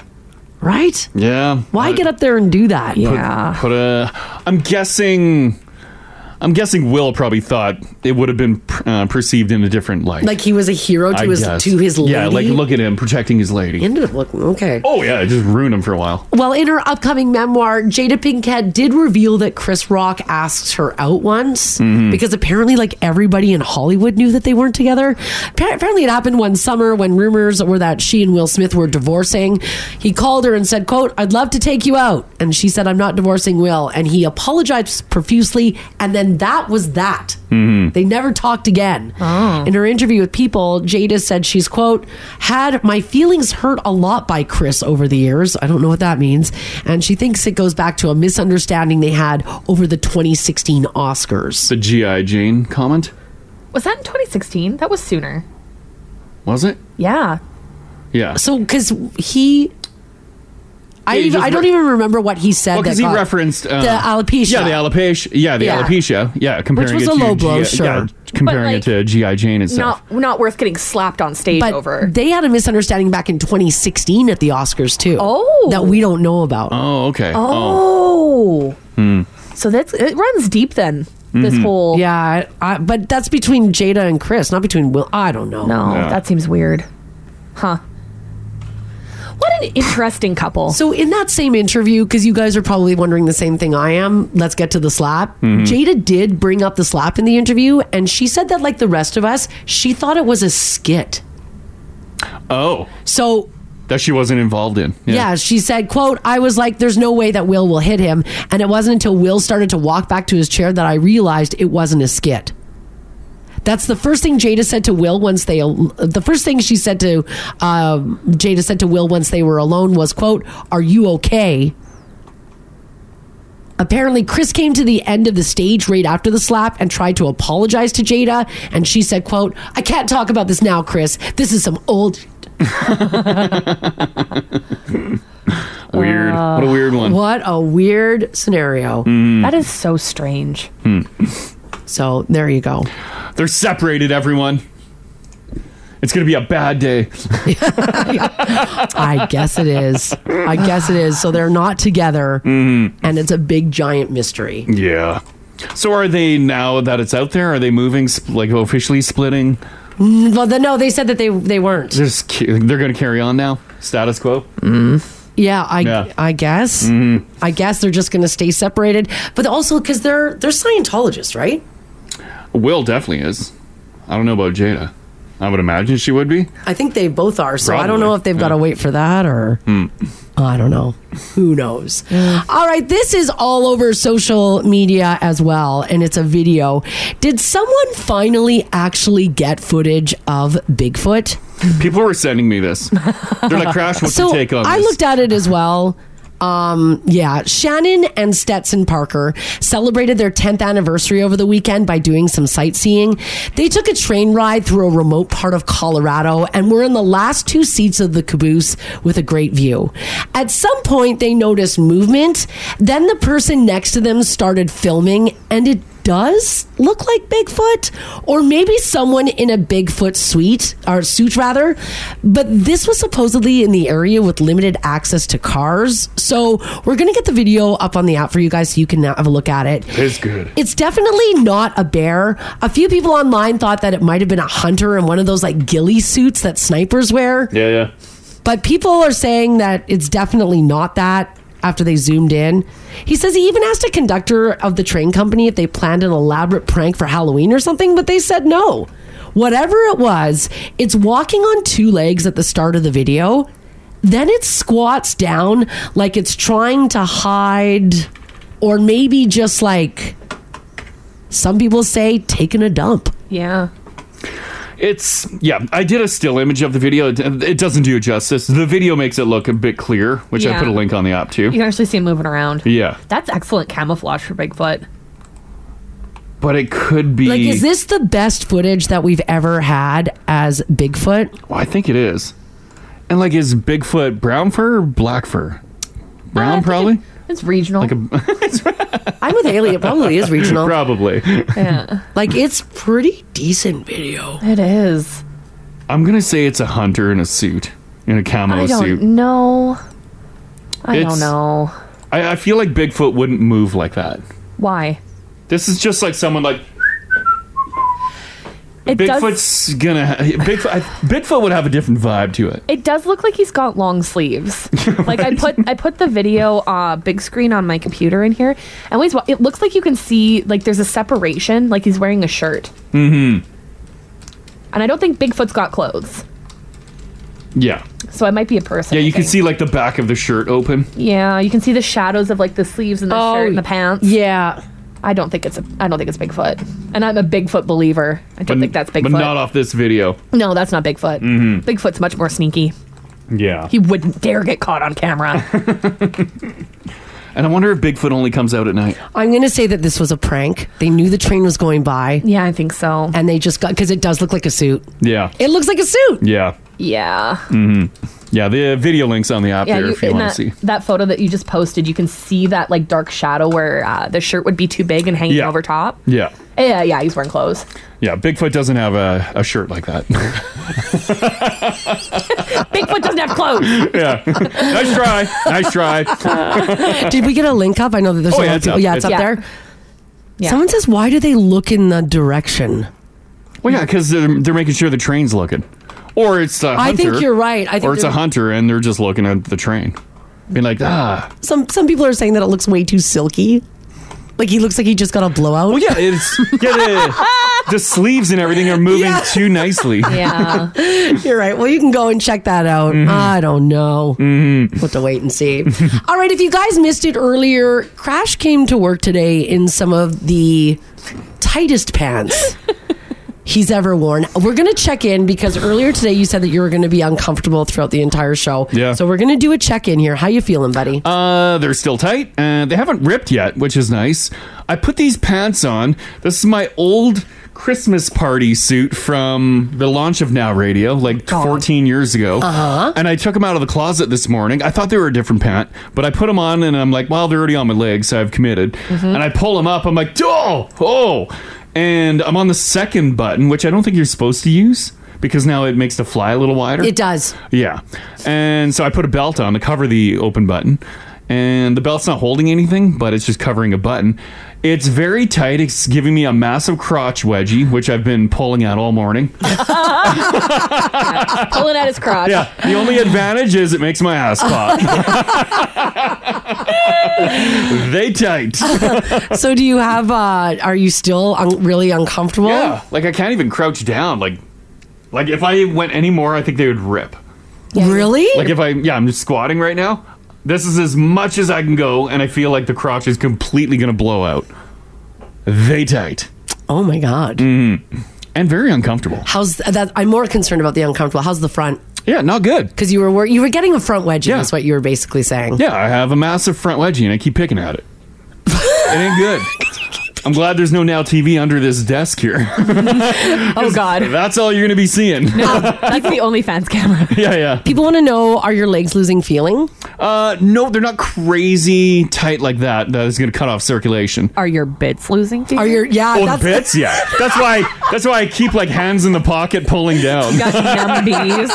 S4: right?
S7: Yeah.
S4: Why get up there and do that?
S7: Uh, Put, put a. I'm guessing. I'm guessing Will probably thought it would have been uh, perceived in a different light.
S4: Like he was a hero to
S7: I
S4: his
S7: guess.
S4: to his lady.
S7: Yeah, like look at him protecting his lady.
S4: Ended up looking okay.
S7: Oh yeah, it just ruined him for a while.
S4: Well, in her upcoming memoir, Jada Pinkett did reveal that Chris Rock asked her out once
S7: Mhm.
S12: Hmm.
S4: because apparently, like everybody in Hollywood knew that they weren't together. Appa- Apparently, it happened one summer when rumors were that she and Will Smith were divorcing. He called her and said, "quote I'd love to take you out," and she said, "I'm not divorcing Will," and he apologized profusely, and then that was that.
S7: Mm-hmm.
S6: Hmm.
S4: They never talked again. In her interview with People, Jada said she's, quote, had my feelings hurt a lot by Chris over the years. I don't know what that means. And she thinks it goes back to a misunderstanding they had over the 2016 Oscars.
S7: The GI Jane comment
S6: Was that in 2016? That was sooner.
S7: was it?
S6: Yeah.
S7: Yeah.
S4: So, because he. I,
S7: Yeah, you
S4: even,
S7: just
S4: I don't
S7: re-
S4: even remember what he said.
S7: Well, because
S4: that
S7: he
S4: got-
S7: referenced uh,
S4: the alopecia.
S7: Yeah, the alopecia. Yeah, the
S6: Yeah.
S7: alopecia. Yeah, comparing
S4: was
S7: it
S4: a
S7: to
S4: low blow,
S7: GI
S4: sure.
S7: Yeah, comparing it to GI Jane and stuff.
S6: Not not worth getting slapped on stage
S4: but
S6: over.
S4: they had a misunderstanding back in 2016 at the Oscars too. Oh, that we don't know about.
S7: Oh, okay.
S6: Oh.
S7: Hmm. Mm-hmm.
S6: So that's it runs deep then. This
S4: Mhm.
S6: whole
S4: yeah, I, but that's between Jada and Chris, not between Will. I don't know.
S6: No, Yeah. that seems weird. Huh. What an interesting couple.
S4: So in that same interview, because you guys are probably wondering the same thing I am, let's get to the slap.
S6: Mhm.
S4: Jada did bring up the slap in the interview, and she said that like the rest of us, she thought it was a skit.
S7: Oh.
S4: So
S7: that she wasn't involved in.
S4: Yeah. she said, quote, I was like, there's no way that Will will hit him. And it wasn't until Will started to walk back to his chair that I realized it wasn't a skit. That's the first thing Jada said to Will once they, the first thing she said to, um, Jada said to Will once they were alone was, quote, are you okay? Apparently, Chris came to the end of the stage right after the slap and tried to apologize to Jada. And she said, quote, I can't talk about this now, Chris. This is some old
S7: Weird. what a weird one.
S4: Uh, What a weird scenario.
S7: Mm. That
S6: is so strange.
S7: Hmm.
S4: So there you go.
S7: They're separated, everyone. It's gonna be a bad day.
S4: I guess it is. I guess it is. So they're not together,
S7: Mm-hmm.
S4: and it's a big giant mystery.
S7: Yeah. So are they now that it's out there? Are they moving sp- like officially splitting?
S4: Mm, Well, the, no, they said that they they weren't.
S7: They're just ca- they're gonna carry on now. Status quo.
S4: Mm-hmm. Yeah, I
S7: Yeah.
S4: I guess.
S7: Mhm.
S4: I guess they're just going to stay separated. But also because they're they're Scientologists, right?
S7: Will definitely is. I don't know about Jada. I would imagine she would be.
S4: I think they both are. So I don't
S7: Probably,
S4: know if they've got to wait for that or.
S7: Hmm.
S4: I don't know. Who knows? Mm. All right, this is all over social media as well, and it's a video. Did someone finally actually get footage of Bigfoot?
S7: People were sending me this. They're like, Crash, what's
S4: so
S7: your take on
S4: I
S7: this?
S4: looked at it as well. Um, yeah, Shannon and Stetson Parker celebrated their 10th anniversary over the weekend by doing some sightseeing. They took a train ride through a remote part of Colorado and were in the last two seats of the caboose with a great view. At some point, they noticed movement. Then the person next to them started filming, and it does look like Bigfoot, or maybe someone in a Bigfoot suite or suit rather. But this was supposedly in the area with limited access to cars, so we're gonna get the video up on the app for you guys so you can now have a look at it.
S7: It's good.
S4: It's definitely not a bear. A few people online thought that it might have been a hunter in one of those like ghillie suits that snipers wear.
S7: Yeah, yeah.
S4: But people are saying that it's definitely not that after they zoomed in. He says he even asked a conductor of the train company if they planned an elaborate prank for Halloween or something, but they said no. Whatever it was, it's walking on two legs at the start of the video. Then it squats down like it's trying to hide, or maybe just like some people say, taking a dump.
S6: Yeah.
S7: It's yeah. I did a still image of the video. It, it doesn't do it justice. The video makes it look a bit clear, which I
S6: Yeah.
S7: put a link on the app
S6: You
S7: too.
S6: can actually see him moving around.
S7: Yeah,
S6: That's excellent camouflage for Bigfoot.
S7: but it could be
S4: Like, is this the best footage that we've ever had as Bigfoot?
S7: Well, I think it is. And like, is Bigfoot brown fur or black
S4: Uh,
S7: fur? Brown, probably.
S6: It's regional.
S7: Like a,
S4: I'm with Haley. It probably is regional.
S7: Probably.
S6: yeah.
S4: Like it's pretty decent video.
S6: It is.
S7: I'm gonna say it's a hunter in a suit, in a camo
S6: I don't
S7: suit.
S6: know. I
S7: It's-
S6: don't know.
S7: I, I feel like Bigfoot wouldn't move like that.
S6: Why?
S7: This is just like someone like
S6: It does
S7: Bigfoot's gonna. ha- Bigfoot, I, Bigfoot would have a different vibe to it.
S6: it does look like he's got long sleeves. Like I put I put the video uh big screen on my computer in here. And when he's wa- it looks like you can see like there's a separation like he's wearing a shirt.
S7: Mm-hmm.
S6: And I don't think Bigfoot's got clothes.
S7: Yeah.
S6: So it might be a person.
S7: Yeah,
S6: I
S7: you can
S6: think.
S7: see like the back of the shirt open.
S6: Yeah, you can see the shadows of like the sleeves and the shirt and the pants.
S4: Yeah.
S6: I don't think it's a I don't think it's Bigfoot. And I'm a Bigfoot believer. I don't think that's Bigfoot.
S7: But not off this video.
S6: no, that's not Bigfoot.
S7: Mhm.
S6: Bigfoot's much more sneaky.
S7: Yeah.
S6: He wouldn't dare get caught on camera.
S7: And I wonder if Bigfoot only comes out at night.
S4: I'm going to say that this was a prank. They knew the train was going by.
S6: Yeah, I think so.
S4: And they just got, because it does look like a suit.
S7: Yeah.
S4: It looks like a suit.
S7: Yeah.
S6: yeah.
S7: hmm Yeah, the video link's on the app there if you
S6: in
S7: want
S6: that,
S7: to see.
S6: that photo that you just posted, you can see that like dark shadow where uh, the shirt would be too big and hanging
S7: Yeah.
S6: over top.
S7: Yeah.
S6: Yeah, yeah, he's wearing clothes.
S7: Yeah, Bigfoot doesn't have a, a shirt like that.
S6: Bigfoot doesn't have clothes.
S7: yeah. nice try. Nice try.
S4: Did we get a link up? I know that there's
S7: Oh,
S4: a lot
S7: yeah,
S4: of
S7: it's
S4: people.
S7: up.
S4: Yeah, it's up
S7: It's up.
S4: there. Someone says, why do they look in the direction?
S7: Well, yeah, because they're, they're making sure the train's looking. Or it's a hunter.
S4: I think you're right. I think
S7: or it's a
S4: they're-
S7: hunter and they're just looking at the train. Being like, ah.
S4: Some some people are saying that it looks way too silky. Like he looks like he just got a blowout. Well,
S7: yeah, it's yeah, the, the sleeves and everything are moving too nicely.
S4: You're right. Well, you can go and check that out.
S7: Mm-hmm.
S4: I don't know. We'll have to wait and see. All right. If you guys missed it earlier, Crash came to work today in some of the tightest pants. He's ever worn. We're going to check in because earlier today you said that you were going to be uncomfortable throughout the entire show.
S7: Yeah.
S4: So we're going to do a check in here. How you feeling, buddy?
S7: Uh, they're still tight and they haven't ripped yet, which is nice. I put these pants on. This is my old Christmas party suit from the launch of Now Radio, like 14 years ago. Uh-huh. And I took them out of the closet this morning. I thought they were a different pant, but I put them on and I'm like, well, they're already on my legs, so I've committed. And I pull them up. I'm like, oh, oh. And I'm on the second button, which I don't think you're supposed to use because now it makes the fly a little wider.
S4: It does.
S7: Yeah. And so I put a belt on to cover the open button. And the belt's not holding anything, but it's just covering a button. It's very tight. It's giving me a massive crotch wedgie, which I've been pulling out all morning.
S6: Pulling out his crotch.
S7: Yeah. The only advantage is it makes my ass pop. they tight.
S4: so do you have, uh, are you still un- really uncomfortable?
S7: Yeah. Like I can't even crouch down. Like, like if I went any more, I think they would rip.
S4: Really?
S7: Like if I yeah, I'm just squatting right now. This is as much as I can go, and I feel like the crotch is completely gonna blow out. They tight. Mm-hmm.
S4: Oh my god.
S7: And very uncomfortable.
S4: How's that? I'm more concerned about the uncomfortable. How's the front?
S7: Yeah, not good.
S4: Because you were wor- you were getting a front wedgie. That's what you were basically saying.
S7: Yeah, I have a massive front wedgie and I keep picking at it. it ain't good. I'm glad there's no now TV under this desk here. oh
S6: God.
S7: That's all you're gonna be seeing.
S6: That's the OnlyFans camera.
S7: yeah, yeah.
S4: People want to know: Are your legs losing feeling?
S7: Uh, no, they're not crazy tight like that. That is gonna cut off circulation.
S6: Are your bits losing?
S4: Are your yeah?
S7: Oh, the
S4: Ah, that's,
S7: bits, yeah. That's why. That's why I keep like hands in the pocket, pulling down.
S6: Got numb bees.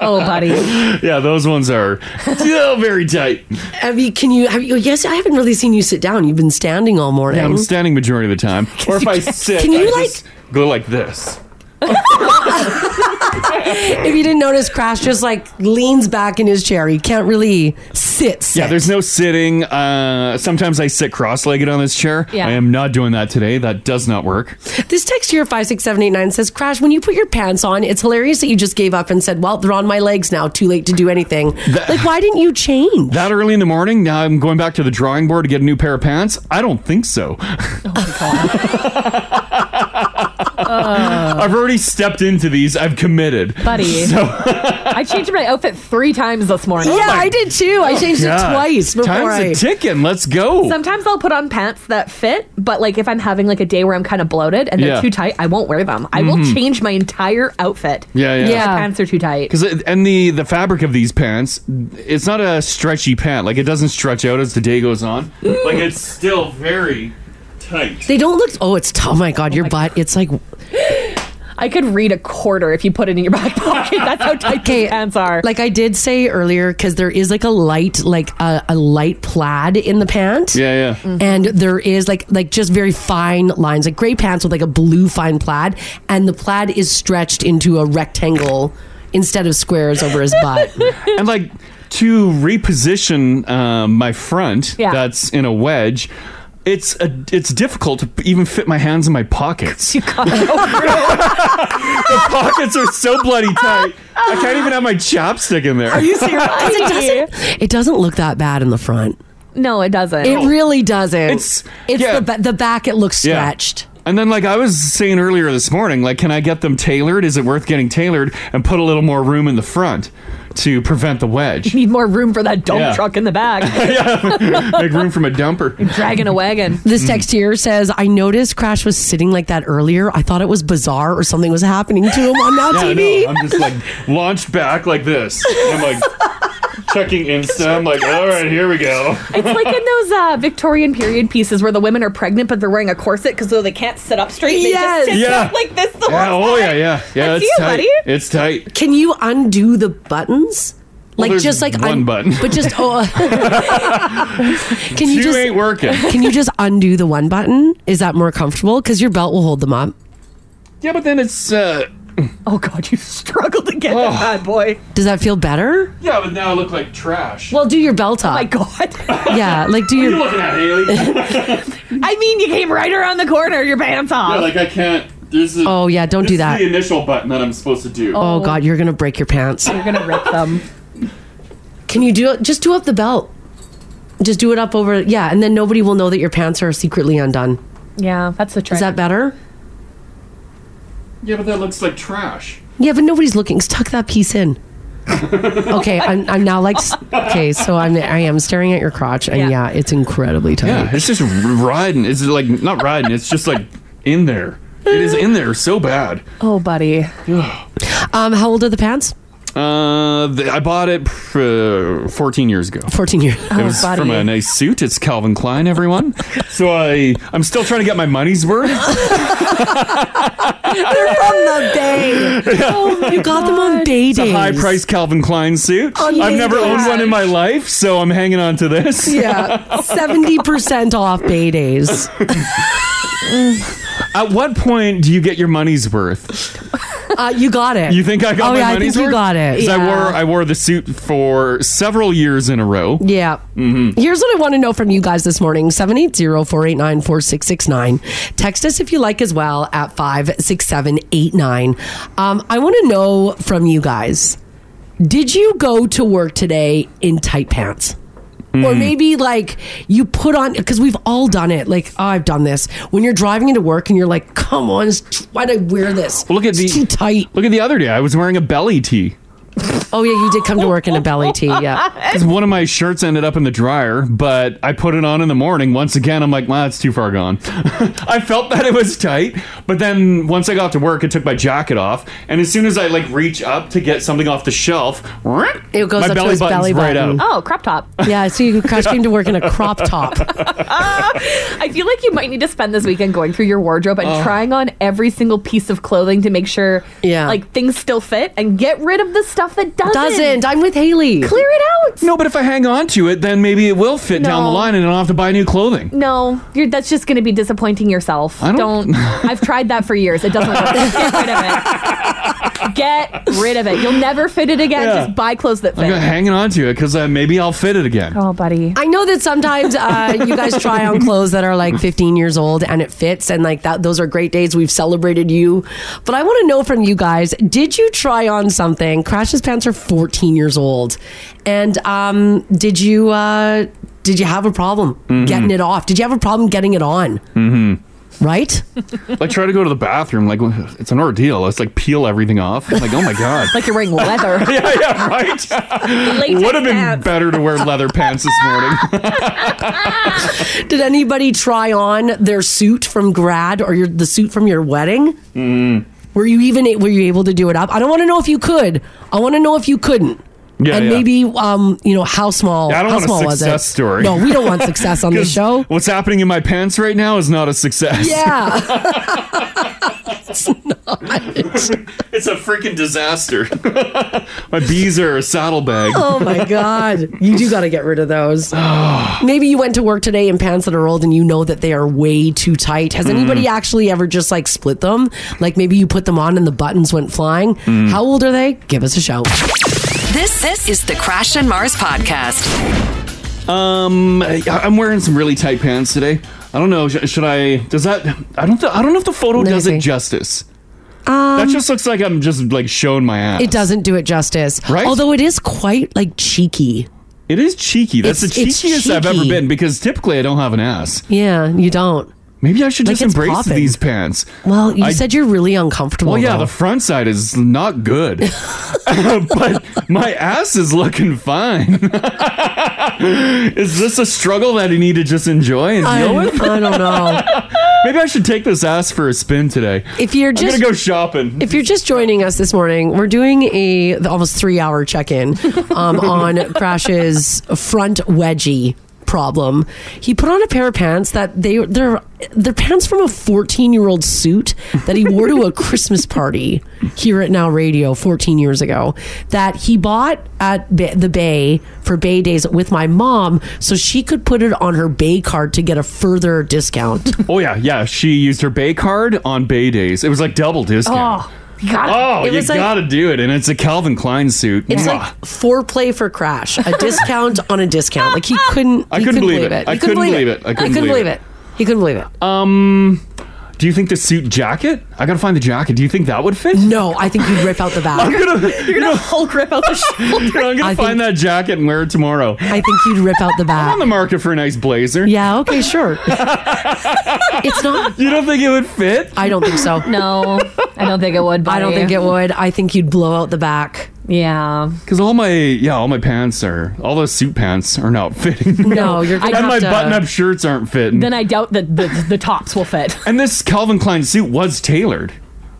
S6: oh, buddy.
S7: yeah, those ones are still very tight.
S4: Have you? Can you? Have you? Yes, I haven't really seen you sit down. You've been standing all morning.
S7: Yeah, I'm standing majority of the time. Or if I sit,
S4: Can you
S7: I
S4: like?
S7: just go like this?
S4: if you didn't notice, Crash just like leans back in his chair. He can't really sit.
S7: Yeah, there's no sitting. Uh, sometimes I sit cross-legged on this chair.
S4: Yeah.
S7: I am not doing that today. That does not work.
S4: This text here, 56789, says, Crash, when you put your pants on, it's hilarious that you just gave up and said, Well, they're on my legs now. Too late to do anything. like, why didn't you change?
S7: That early in the morning. Now I'm going back to the drawing board to get a new pair of pants. I don't think so.
S4: Oh
S7: I've already stepped into these. I've committed,
S6: Buddy.
S7: So- Oh
S6: I changed my outfit three times this morning.
S4: Yeah, I did too. Oh, I changed it
S7: God.
S4: twice before
S7: Time's oh.
S4: I.
S7: a ticking. Let's go.
S6: Sometimes I'll put on pants that fit, but like if I'm having like a day where I'm kind of bloated and they're
S7: Yeah.
S6: too tight, I won't wear them. I will
S7: Mhm.
S6: change my entire outfit.
S7: Yeah, yeah.
S6: if
S7: Yeah.
S6: My pants are too tight.
S7: Because and the the fabric of these pants, it's not a stretchy pant. Like it doesn't stretch out as the day goes on. Like it's still very tight.
S4: They don't look. Oh, it's. Oh my God, your butt. It's like.
S6: I could read a quarter if you put it in your back pocket. That's how tight these pants are.
S4: Like I did say earlier, because there is like a light, like a, a light plaid in the pant.
S7: Yeah, yeah.
S6: Mm-hmm.
S4: And there is like like just very fine lines, like gray pants with like a blue fine plaid, and the plaid is stretched into a rectangle instead of squares over his butt.
S7: and like to reposition um, my front
S4: Yeah.
S7: that's in a wedge. It's a, it's difficult to even fit my hands in my pockets. the pockets are so bloody tight. I can't even have my chapstick in there.
S4: Are you serious? 'Cause it doesn't. It doesn't look that bad in the front.
S6: No, it doesn't.
S4: It really doesn't.
S7: It's-
S4: it's
S7: yeah.
S4: the ba- the back. It looks
S7: Yeah.
S4: stretched.
S7: And then, like I was saying earlier this morning, like, can I get them tailored? Is it worth getting tailored and put a little more room in the front to prevent the wedge?
S6: You need more room for that dump
S7: Yeah.
S6: truck in the back.
S7: Make room from a dumper.
S6: Dragging a wagon.
S4: This text here says, "I noticed Crash was sitting like that earlier. I thought it was bizarre or something was happening to him on Now
S7: Yeah, I
S4: TV."
S7: know. I'm just like launched back like this. And I'm like checking Insta. I'm like, all right, here we go.
S6: It's like in those uh, Victorian period pieces where the women are pregnant but they're wearing a corset because though they can't sit up straight, they
S4: Yes.
S6: just sit
S7: Yeah.
S6: up like this. The
S7: Yeah,
S6: whole
S7: oh yeah, yeah, yeah.
S6: That's
S7: it's
S6: you,
S7: tight.
S6: buddy.
S7: It's tight.
S4: Can you undo the buttons?
S7: Well,
S4: like
S7: there's
S4: just like
S7: one button.
S4: but just oh, can you
S7: Two
S4: just
S7: ain't working.
S4: Can you just undo the one button? Is that more comfortable? Because your belt will hold them up.
S7: Yeah, but then it's. uh Oh.
S6: Oh god, you struggled to get that bad boy.
S4: Does that feel better?
S7: Yeah, but now I look like trash.
S4: Well, do your belt up. Oh my
S6: god.
S4: Yeah, like do
S7: What are
S4: your.
S7: you looking at, Haley?
S6: I mean, you came right around the corner, your pants off.
S7: yeah, like I can't. This is,
S4: Oh, yeah, don't
S7: this
S4: do
S7: is
S4: that.
S7: the initial button that I'm supposed to do.
S4: Oh God, you're gonna break your pants.
S6: You're gonna rip them.
S4: Can you do it? Just do up the belt. Just do it up over. Yeah, and then nobody will know that your pants are secretly undone.
S6: Yeah, that's the trick.
S4: Is that better?
S7: Yeah, but that looks like trash.
S4: Yeah, but nobody's looking. Tuck that piece in. okay, I'm, I'm now like s- okay, so I'm I am staring at your crotch, and yeah, it's incredibly tight.
S7: Yeah, it's just r- riding. It's like not riding. It's just like in there. It is in there so bad.
S6: Oh, buddy.
S4: um, how old are the pants?
S7: Uh, th- I bought it pr- uh, 14 years ago.
S4: 14 years.
S6: Oh,
S7: it was from a nice suit. It's Calvin Klein, everyone. so I, I'm still trying to get my money's worth.
S4: They're from the day. Oh, you got them on day
S7: It's
S4: days.
S7: a high price Calvin Klein suit.
S4: Oh,
S7: I've
S4: my
S7: never owned
S4: gosh.
S7: one in my life, so I'm hanging on to this.
S4: Yeah, seventy percent off day days.
S7: At what point do you get your money's worth?
S4: Uh, you got it.
S7: You think I got
S4: Oh
S7: my
S4: yeah, I
S7: money's
S4: think you
S7: worth?
S4: got it.
S7: 'Cause I
S4: Yeah.
S7: wore I wore the suit for several years in a row.
S4: Yeah.
S7: hmm
S4: Here's what I want to know from you guys this morning 780 489 4669. Text us if you like as well at 56789. Um, I want to know from you guys did you go to work today in tight pants? Or
S22: Mm.
S4: maybe like you put on because we've all done it. Like oh, I've done this when you're driving into work and you're like, "Come on, it's- why'd I wear this?"
S7: Look at the
S4: too tight.
S7: Look at the other day. I was wearing a belly tee.
S4: Oh yeah, you did come to work in a belly tee. Yeah.
S7: Because one of my shirts ended up in the dryer, but I put it on in the morning. Once again, I'm like, wow, it's too far gone. I felt that it was tight, but then once I got to work, I took my jacket off, and as soon as I like reach up to get something off the shelf,
S4: It goes
S7: my
S4: up
S7: belly
S4: to his
S7: button's
S4: belly
S7: right
S4: button.
S7: out.
S6: Oh, crop top.
S4: Yeah, so you Crash came to work in a crop top.
S6: I feel like you might need to spend this weekend going through your wardrobe and
S7: Uh.
S4: Oh.
S6: trying on every single piece of clothing to make sure
S4: Yeah.
S6: like things still fit and get rid of the stuff that doesn't.
S4: Doesn't. I'm with Haley.
S6: Clear it out.
S7: No, but if I hang on to it, then maybe it will fit down the
S6: No.
S7: line, and I don't have to buy new clothing.
S6: No, you're, that's just going to be disappointing yourself.
S7: I
S6: don't. I've tried that for years. It doesn't work. Get rid of it. Get rid of it. You'll never fit it again.
S7: Yeah.
S6: Just buy clothes that
S7: I'm
S6: fit.
S7: gonna hanging on to it because uh, maybe I'll fit it again.
S6: Oh, buddy.
S4: I know that sometimes uh, you guys try on clothes that are like 15 years old and it fits, and like that, those are great days. We've celebrated you. But I want to know from you guys did you try on something? Crash's pants are 14 years old. And um, did you. Uh, did you have a problem
S7: Mhm.
S4: getting it off? Did you have a problem getting it on?
S7: Mm-hmm.
S4: Right?
S7: I try to go to the bathroom. Like it's an ordeal. It's like peel everything off. I'm like oh my god.
S6: Like you're wearing leather.
S7: yeah, yeah, right. Would have been better to wear leather pants this morning.
S4: Did anybody try on their suit from grad or your, the suit from your wedding?
S7: Mm-hmm.
S4: Were you even a- were you able to do it up? I don't want to know if you could. I want to know if you couldn't.
S7: Yeah,
S4: and
S7: yeah.
S4: maybe um, you know how small.
S7: Yeah, I don't
S4: how
S7: want
S4: small
S7: a
S4: was
S7: success
S4: it?
S7: story.
S4: No, we don't want success on this
S7: 'Cause
S4: show.
S7: What's happening in my pants right now is not a success.
S4: Yeah.
S7: it's not. it's a freaking disaster. my bees are a saddlebag.
S4: oh my god, you do got to get rid of those. maybe you went to work today in pants that are old and you know that they are way too tight. Has anybody
S7: Mm.
S4: actually ever just like split them? Like maybe you put them on and the buttons went flying.
S2: Mm.
S4: How old are they? Give us a shout.
S2: This this is the Crash and Mars podcast.
S7: Um, I- I'm wearing some really tight pants today. I don't know. Sh- should I? Does that? I don't. Th- I don't know if the photo
S4: Let me
S7: does
S4: see.
S7: it justice.
S4: Um,
S7: that just looks like I'm just like showing my ass.
S4: It doesn't do it justice.
S7: Right?
S4: Although it is quite like cheeky.
S7: It is cheeky. That's
S4: It's-
S7: the
S4: it's
S7: cheekiest I've ever
S4: cheeky.
S7: been because typically I don't have an ass.
S4: Yeah, you don't.
S7: Maybe I should
S4: Like,
S7: just
S4: it's
S7: embrace
S4: popping.
S7: these pants.
S4: Well, you
S7: I-
S4: said you're really uncomfortable.
S7: Well, yeah,
S4: though.
S7: the front side is not good, but my ass is looking fine. is this a struggle that I need to just enjoy and deal
S4: I-
S7: with?
S4: I don't know.
S7: Maybe I should take this ass for a spin today.
S4: If you're
S7: I'm
S4: just-
S7: gonna go shopping.
S4: If you're just joining us this morning, we're doing a the almost three hour check in um, on Crash's front wedgie problem. He put on a pair of pants that they they're they're pants from a 14 year old suit that he wore to a Christmas party here at Now Radio 14 years ago that he bought at ba- the Bay for Bay Days with my mom so she could put it on her Bay card to get a further discount.
S7: Oh yeah, yeah. She used her Bay card on Bay days. It was like double discount.
S4: Oh, you gotta-
S7: Oh,
S4: it
S7: you
S4: was like-
S7: gotta do it, and it's a Calvin Klein suit.
S4: It's
S7: Mwah.
S4: like foreplay for Crash, a discount on a discount. Like he couldn't.
S7: I
S4: he
S7: couldn't believe it. I
S4: He
S7: couldn't believe it. I couldn't believe
S4: believe it. He couldn't believe it.
S7: Um, do you think the suit jacket? I gotta find the jacket. Do you think that would fit?
S4: No, I think you'd rip out the back.
S7: I'm gonna,
S6: You're gonna Hulk rip out the
S7: you
S6: shoulder.
S7: know, I'm gonna find that jacket and wear it tomorrow.
S4: I think you'd rip out the
S7: I'm on
S4: back.
S7: the market for a nice blazer.
S4: Yeah. Okay. Sure. it's not.
S7: You don't think it would fit?
S4: I don't think so.
S6: No, I don't think it would.
S4: I don't
S6: buddy.
S4: think it would. I think you'd blow out the back.
S6: Yeah.
S7: Because all my yeah, all my pants are all those suit pants are not fitting.
S6: No, you're gonna
S7: and
S6: have
S7: my
S6: to-
S7: button-up shirts aren't fitting.
S6: Then I doubt that the, the tops will fit.
S7: and this Calvin Klein suit was tailored.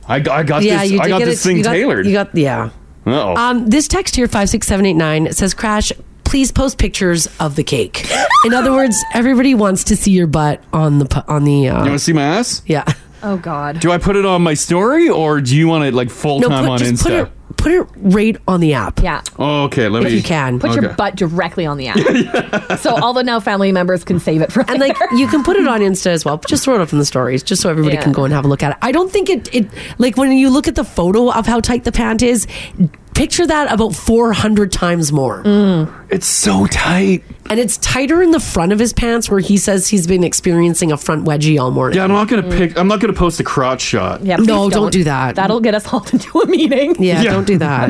S7: I, I got
S4: yeah,
S7: this.
S4: you did
S7: I got
S4: get
S7: this
S4: it-
S7: thing
S4: you got-
S7: tailored.
S4: You got yeah.
S7: oh.
S4: Um, this text here five six seven eight nine says Crash. Please post pictures of the cake. In other words, everybody wants to see your butt on the pu- on the. Uh,
S7: you want to see my ass?
S4: yeah.
S6: Oh God.
S7: Do I put it on my story or do you want it like full time
S4: put,
S7: on
S4: just
S7: Insta?
S4: put it put it right on the app.
S6: Yeah.
S7: oh, okay, let
S4: If
S7: me.
S4: you can.
S6: Put your
S7: Okay.
S6: butt directly on the app. So all the now family members can save it for
S4: And like you can put it on Insta as well. Just throw it up in the stories, just so everybody
S6: Yeah.
S4: can go and have a look at it. I don't think it it like when you look at the photo of how tight the pant is. Picture that about four hundred times more.
S7: It's so tight,
S4: and it's tighter in the front of his pants, where he says he's been experiencing a front wedgie all morning.
S7: Yeah, I'm not gonna pick. I'm not gonna post a crotch shot.
S4: Yeah, please No, don't don't. do that.
S6: That'll get us hauled into a meeting.
S4: Yeah, don't do that.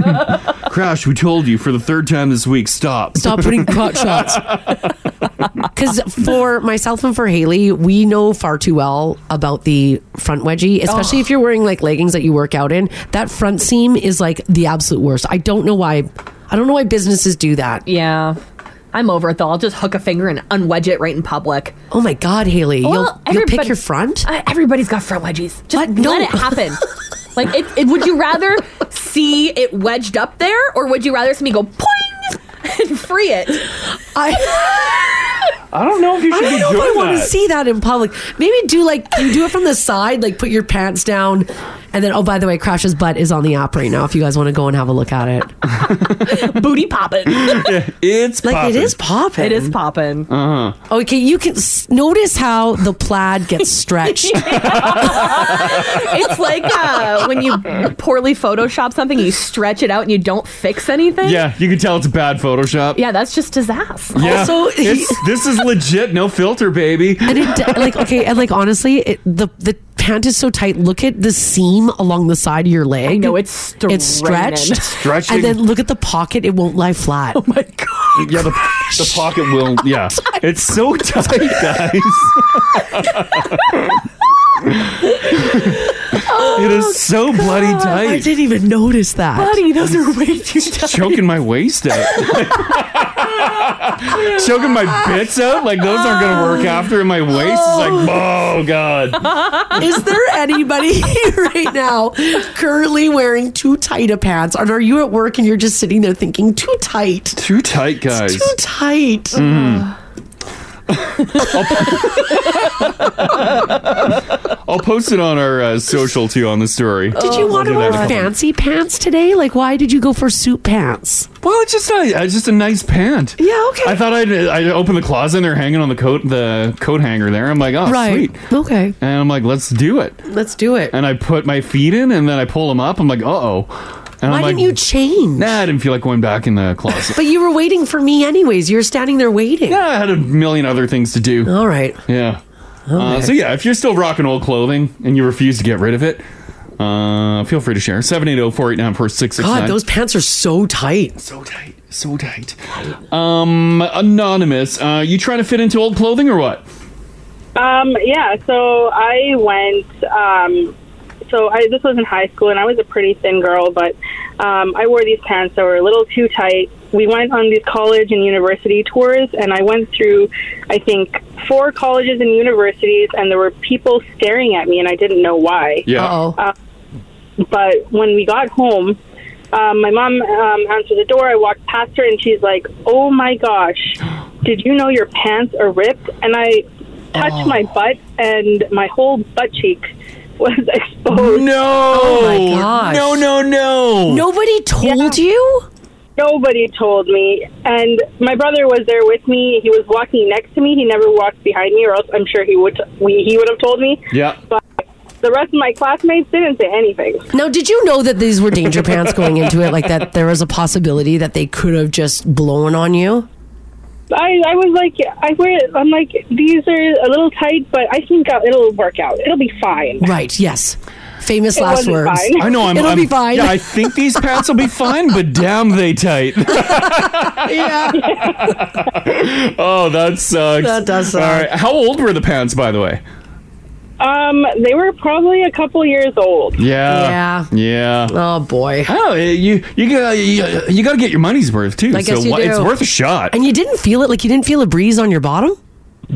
S7: Crash, we told you for the third time this week. Stop.
S4: Stop putting crotch shots. Because for myself and for Haley, we know far too well about the front wedgie, especially if you're wearing like leggings that you work out in. That front seam is like the absolute dollars. I don't know why. I don't know why businesses do that.
S6: Yeah. I'm over it though. I'll just hook a finger and unwedge it right in public.
S4: Oh my God, Haley! You'll- you'll pick your
S6: front. everybody's got front wedgies. Just let it happen. like, it, it, would you rather see it wedged up there, or would you rather see me go poing and free it?
S4: I.
S7: I don't know if you
S4: I
S7: should
S4: don't know
S7: be
S4: if I
S7: doing
S4: want to
S7: that.
S4: see that in public. Maybe do like you do it from the side, like put your pants down, and then oh by the way, Crash's butt is on the app right now. If you guys want to go and have a look at it,
S6: booty popping.
S7: it's
S4: like
S6: poppin'.
S4: it is Oh, popping.
S6: It is popping.
S7: Uh huh.
S4: Okay, you can s- notice how the plaid gets stretched.
S6: it's like uh, when you poorly Photoshop something, you stretch it out and you don't fix anything.
S7: Yeah, you can tell it's bad Photoshop.
S6: Yeah, that's just disaster.
S7: Yeah. it's, this is legit, no filter, baby.
S4: and it d- like okay, and like honestly, it, the the pant is so tight. Look at the seam along the side of your leg. I know
S6: it's
S4: it's stretched,
S7: It's stretching.
S4: and then look at the pocket. It won't lie flat. Oh my god!
S7: Yeah, the, the pocket will. Yeah, it's so tight, guys. it is so bloody tight.
S4: I didn't even notice that.
S6: Buddy, those are way too tight.
S7: Choking my waist out, choking my bits out. Like those aren't gonna work after. And my waist is like, oh god.
S4: Is there anybody right now currently wearing too tight a pants? And are you at work and you're just sitting there thinking too tight?
S7: Too tight, guys.
S4: Too tight.
S7: Mm. I'll post it on our uh, social too on the story.
S4: Did you want to
S7: I'll
S4: wear
S7: do that.
S4: fancy pants today? Like, why did you go for suit pants?
S7: Well, it's just a it's just a nice pant.
S4: Yeah, okay.
S7: I thought I'd I opened the closet and they're hanging on the coat the coat hanger there. I'm like, oh
S4: right.
S7: sweet.
S4: Okay.
S7: And I'm like, let's do it.
S4: Let's do it.
S7: And I put my feet in and then I pull them up. I'm like, uh oh. And
S4: Why
S7: I'm
S4: didn't you change?
S7: Nah, I didn't feel like going back in the closet.
S4: But you were waiting for me, anyways. You were standing there waiting.
S7: Yeah, I had a million other things to do.
S4: All right.
S7: Yeah. Uh,
S4: Okay.
S7: so yeah, if you're still rocking old clothing and you refuse to get rid of it, uh, feel free to share. 780-489-4669.
S4: God, those pants are so tight.
S7: So tight. So tight. Um, anonymous, uh, you trying to fit into old clothing or what?
S22: Um, yeah, so I went. Um, so I this was in high school, and I was a pretty thin girl, but um, I wore these pants that were a little too tight. We went on these college and university tours, and I went through, I think, four colleges and universities, and there were people staring at me, and I didn't know why.
S23: Yeah. Uh-oh.
S22: Uh, but when we got home, um, my mom um, answered the door. I walked past her, and she's like, "Oh my gosh, did you know your pants are ripped?" And I touched
S7: Oh.
S22: my butt, and my whole butt cheek was exposed.
S7: No!
S22: Oh
S7: my gosh. No, no, no!
S4: Nobody told you?
S22: Nobody told me. And my brother was there with me. He was walking next to me. He never walked behind me, or else I'm sure he would we, he would have told me.
S7: Yeah.
S22: But the rest of my classmates didn't say anything.
S4: Now, did you know that these were danger pants going into it? Like that there was a possibility that they could have just blown on you?
S22: I, I was like, I wear. I'm like, these are a little tight, but I think it'll work out. It'll be fine.
S4: Right, yes. Famous
S22: It
S4: last
S22: wasn't
S4: words.
S22: fine.
S7: I know I'm.
S4: It'll
S7: I'm-
S4: be fine.
S7: Yeah, I think these pants will be fine, but damn, they tight.
S4: yeah.
S7: oh, that sucks.
S22: That does suck.
S7: All right, how old were the pants, by the way?
S22: Um, they were probably a couple years old.
S7: Yeah. Yeah. Yeah.
S4: Oh boy.
S7: Oh, you you got you, you got to get your money's worth too.
S4: I guess
S7: so
S4: you
S7: why- it's
S4: do.
S7: worth a shot.
S4: And you didn't feel it? Like you didn't feel a breeze on your bottom?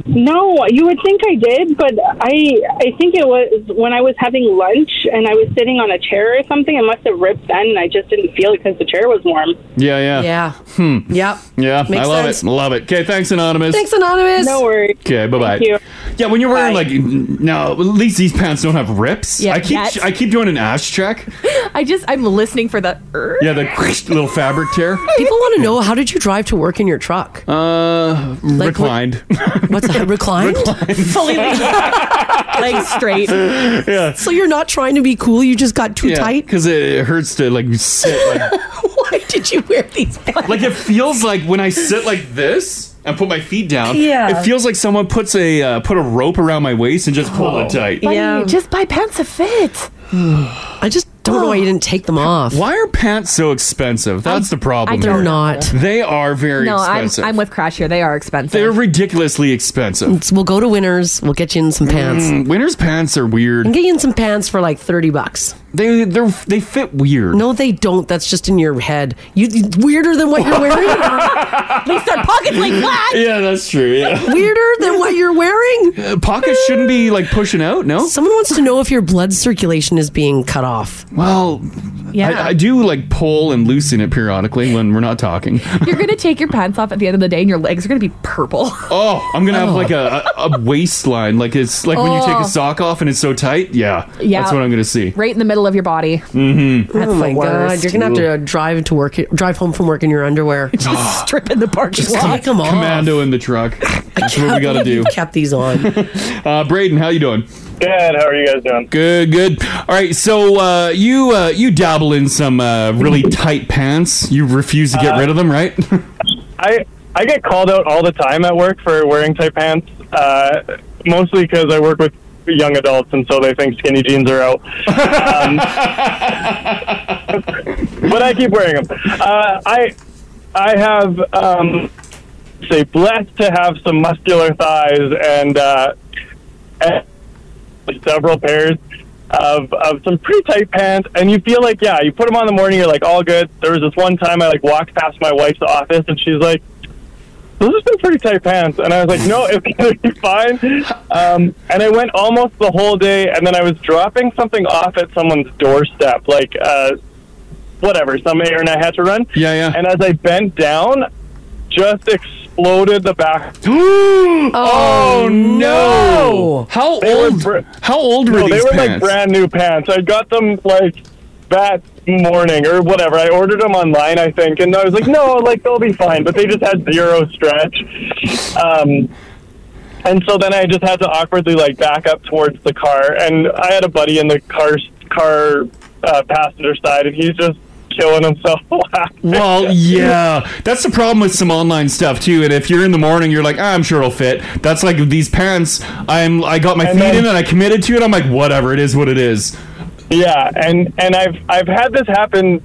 S22: No, you would think I did, but I I think it was when I was having lunch and I was sitting on a chair or something. It must have ripped then, and I just didn't feel it because the chair was warm.
S7: Yeah. Yeah.
S4: Yeah.
S7: Hmm.
S4: Yep.
S7: Yeah.
S4: Makes
S7: I love
S4: sense.
S7: it. Love it. Okay. Thanks, anonymous.
S4: Thanks, Anonymous.
S22: No worries.
S7: Okay, bye bye.
S22: Thank you.
S7: Yeah, when you're wearing like no, at least these pants don't have rips.
S6: Yeah,
S7: I keep
S6: yet.
S7: I keep doing an ash check.
S6: I just, I'm listening for the. er.
S7: Yeah, the little fabric tear.
S4: People want to know how did you drive to work in your truck?
S7: Uh, reclined.
S4: What's that? Reclined?
S6: Fully legs straight.
S7: yeah.
S4: So you're not trying to be cool. You just got too tight.
S7: because it hurts to like sit. Like,
S4: Why did you wear these pants?
S7: like it feels like when I sit like this and put my feet down.
S6: Yeah.
S7: it feels like someone puts a uh, put a rope around my waist and just pulled it tight.
S6: Buddy, Just buy pants to fit.
S4: I just don't know why you didn't take them off.
S7: Why are pants so expensive? That's the problem.
S6: I don't
S7: here.
S6: not.
S7: They are very
S6: no, I'm,
S7: expensive.
S6: I'm with Crash here. They are expensive.
S7: They're ridiculously expensive.
S4: So Mm, we'll go to Winners. We'll get you in some pants.
S7: Mm, winter's pants are weird.
S4: And get you in some pants for like 30 bucks.
S7: They they they fit weird.
S4: No, they don't. That's just in your head. You weirder than what you're wearing. At least their pockets like that.
S7: Yeah, that's true. Yeah.
S4: Weirder than what you're wearing.
S7: Uh, Pockets shouldn't be like pushing out. No.
S4: Someone wants to know if your blood circulation is being cut off.
S7: Well, I, I do like pull and loosen it periodically when we're not talking.
S6: You're gonna take your pants off at the end of the day, and your legs are gonna be purple.
S7: Oh, I'm gonna have like a, a, a waistline, like it's like when you take
S6: Oh.
S7: a sock off and it's so tight. Yeah,
S6: Yeah.
S7: that's what I'm gonna see.
S6: Right in the middle of your body.
S7: Mm-hmm.
S6: That's
S4: oh my
S6: the worst.
S4: god! You're gonna have to uh, drive to work, drive home from work in your underwear.
S7: Just
S4: strip in the parking
S7: Just com-
S4: lot. Come on.
S7: commando in the truck. That's what we gotta do.
S4: Kept these on.
S7: Uh, Braden, how you doing?
S24: Good. How are you guys doing?
S7: Good, good. All right, so uh, you uh, you dabble in some uh, really tight pants. You refuse to get
S24: Uh,
S7: rid of them, right?
S24: I I get called out all the time at work for wearing tight pants, uh, mostly because I work with young adults, and so they think skinny jeans are out. Um, but I keep wearing them. Uh, I I have um, say blessed to have some muscular thighs and, uh, and several pairs. Of, of some pretty tight pants, and you feel like, yeah, you put them on in the morning, you're like, all good. There was this one time I like walked past my wife's office, and she's like, those are some pretty tight pants. And I was like, no, it's going to be fine. Um, and I went almost the whole day, and then I was dropping something off at someone's doorstep, like uh, whatever, some errand I had to run.
S7: Yeah, yeah.
S24: And as I bent down, just exploded the back.
S7: oh,
S24: no!
S7: How
S24: old?
S7: how old
S24: no,
S7: were
S24: they
S7: these
S24: were like
S7: pants?
S24: brand new pants. I got them like that morning or whatever. I ordered them online, I think, and I was like, no, like they'll be fine. But they just had zero stretch. Um, and so then I just had to awkwardly like back up towards the car, and I had a buddy in the car car uh, passenger side, and he's just killing himself. laughing.
S7: Well, yeah, that's the problem with some online stuff too. And if you're in the morning, you're like, ah, I'm sure it'll fit. That's like these pants. I'm I got my
S24: And
S7: feet
S24: then-
S7: in and I committed to it. I'm like, whatever, it is what it is.
S24: Yeah, and and I've I've had this happen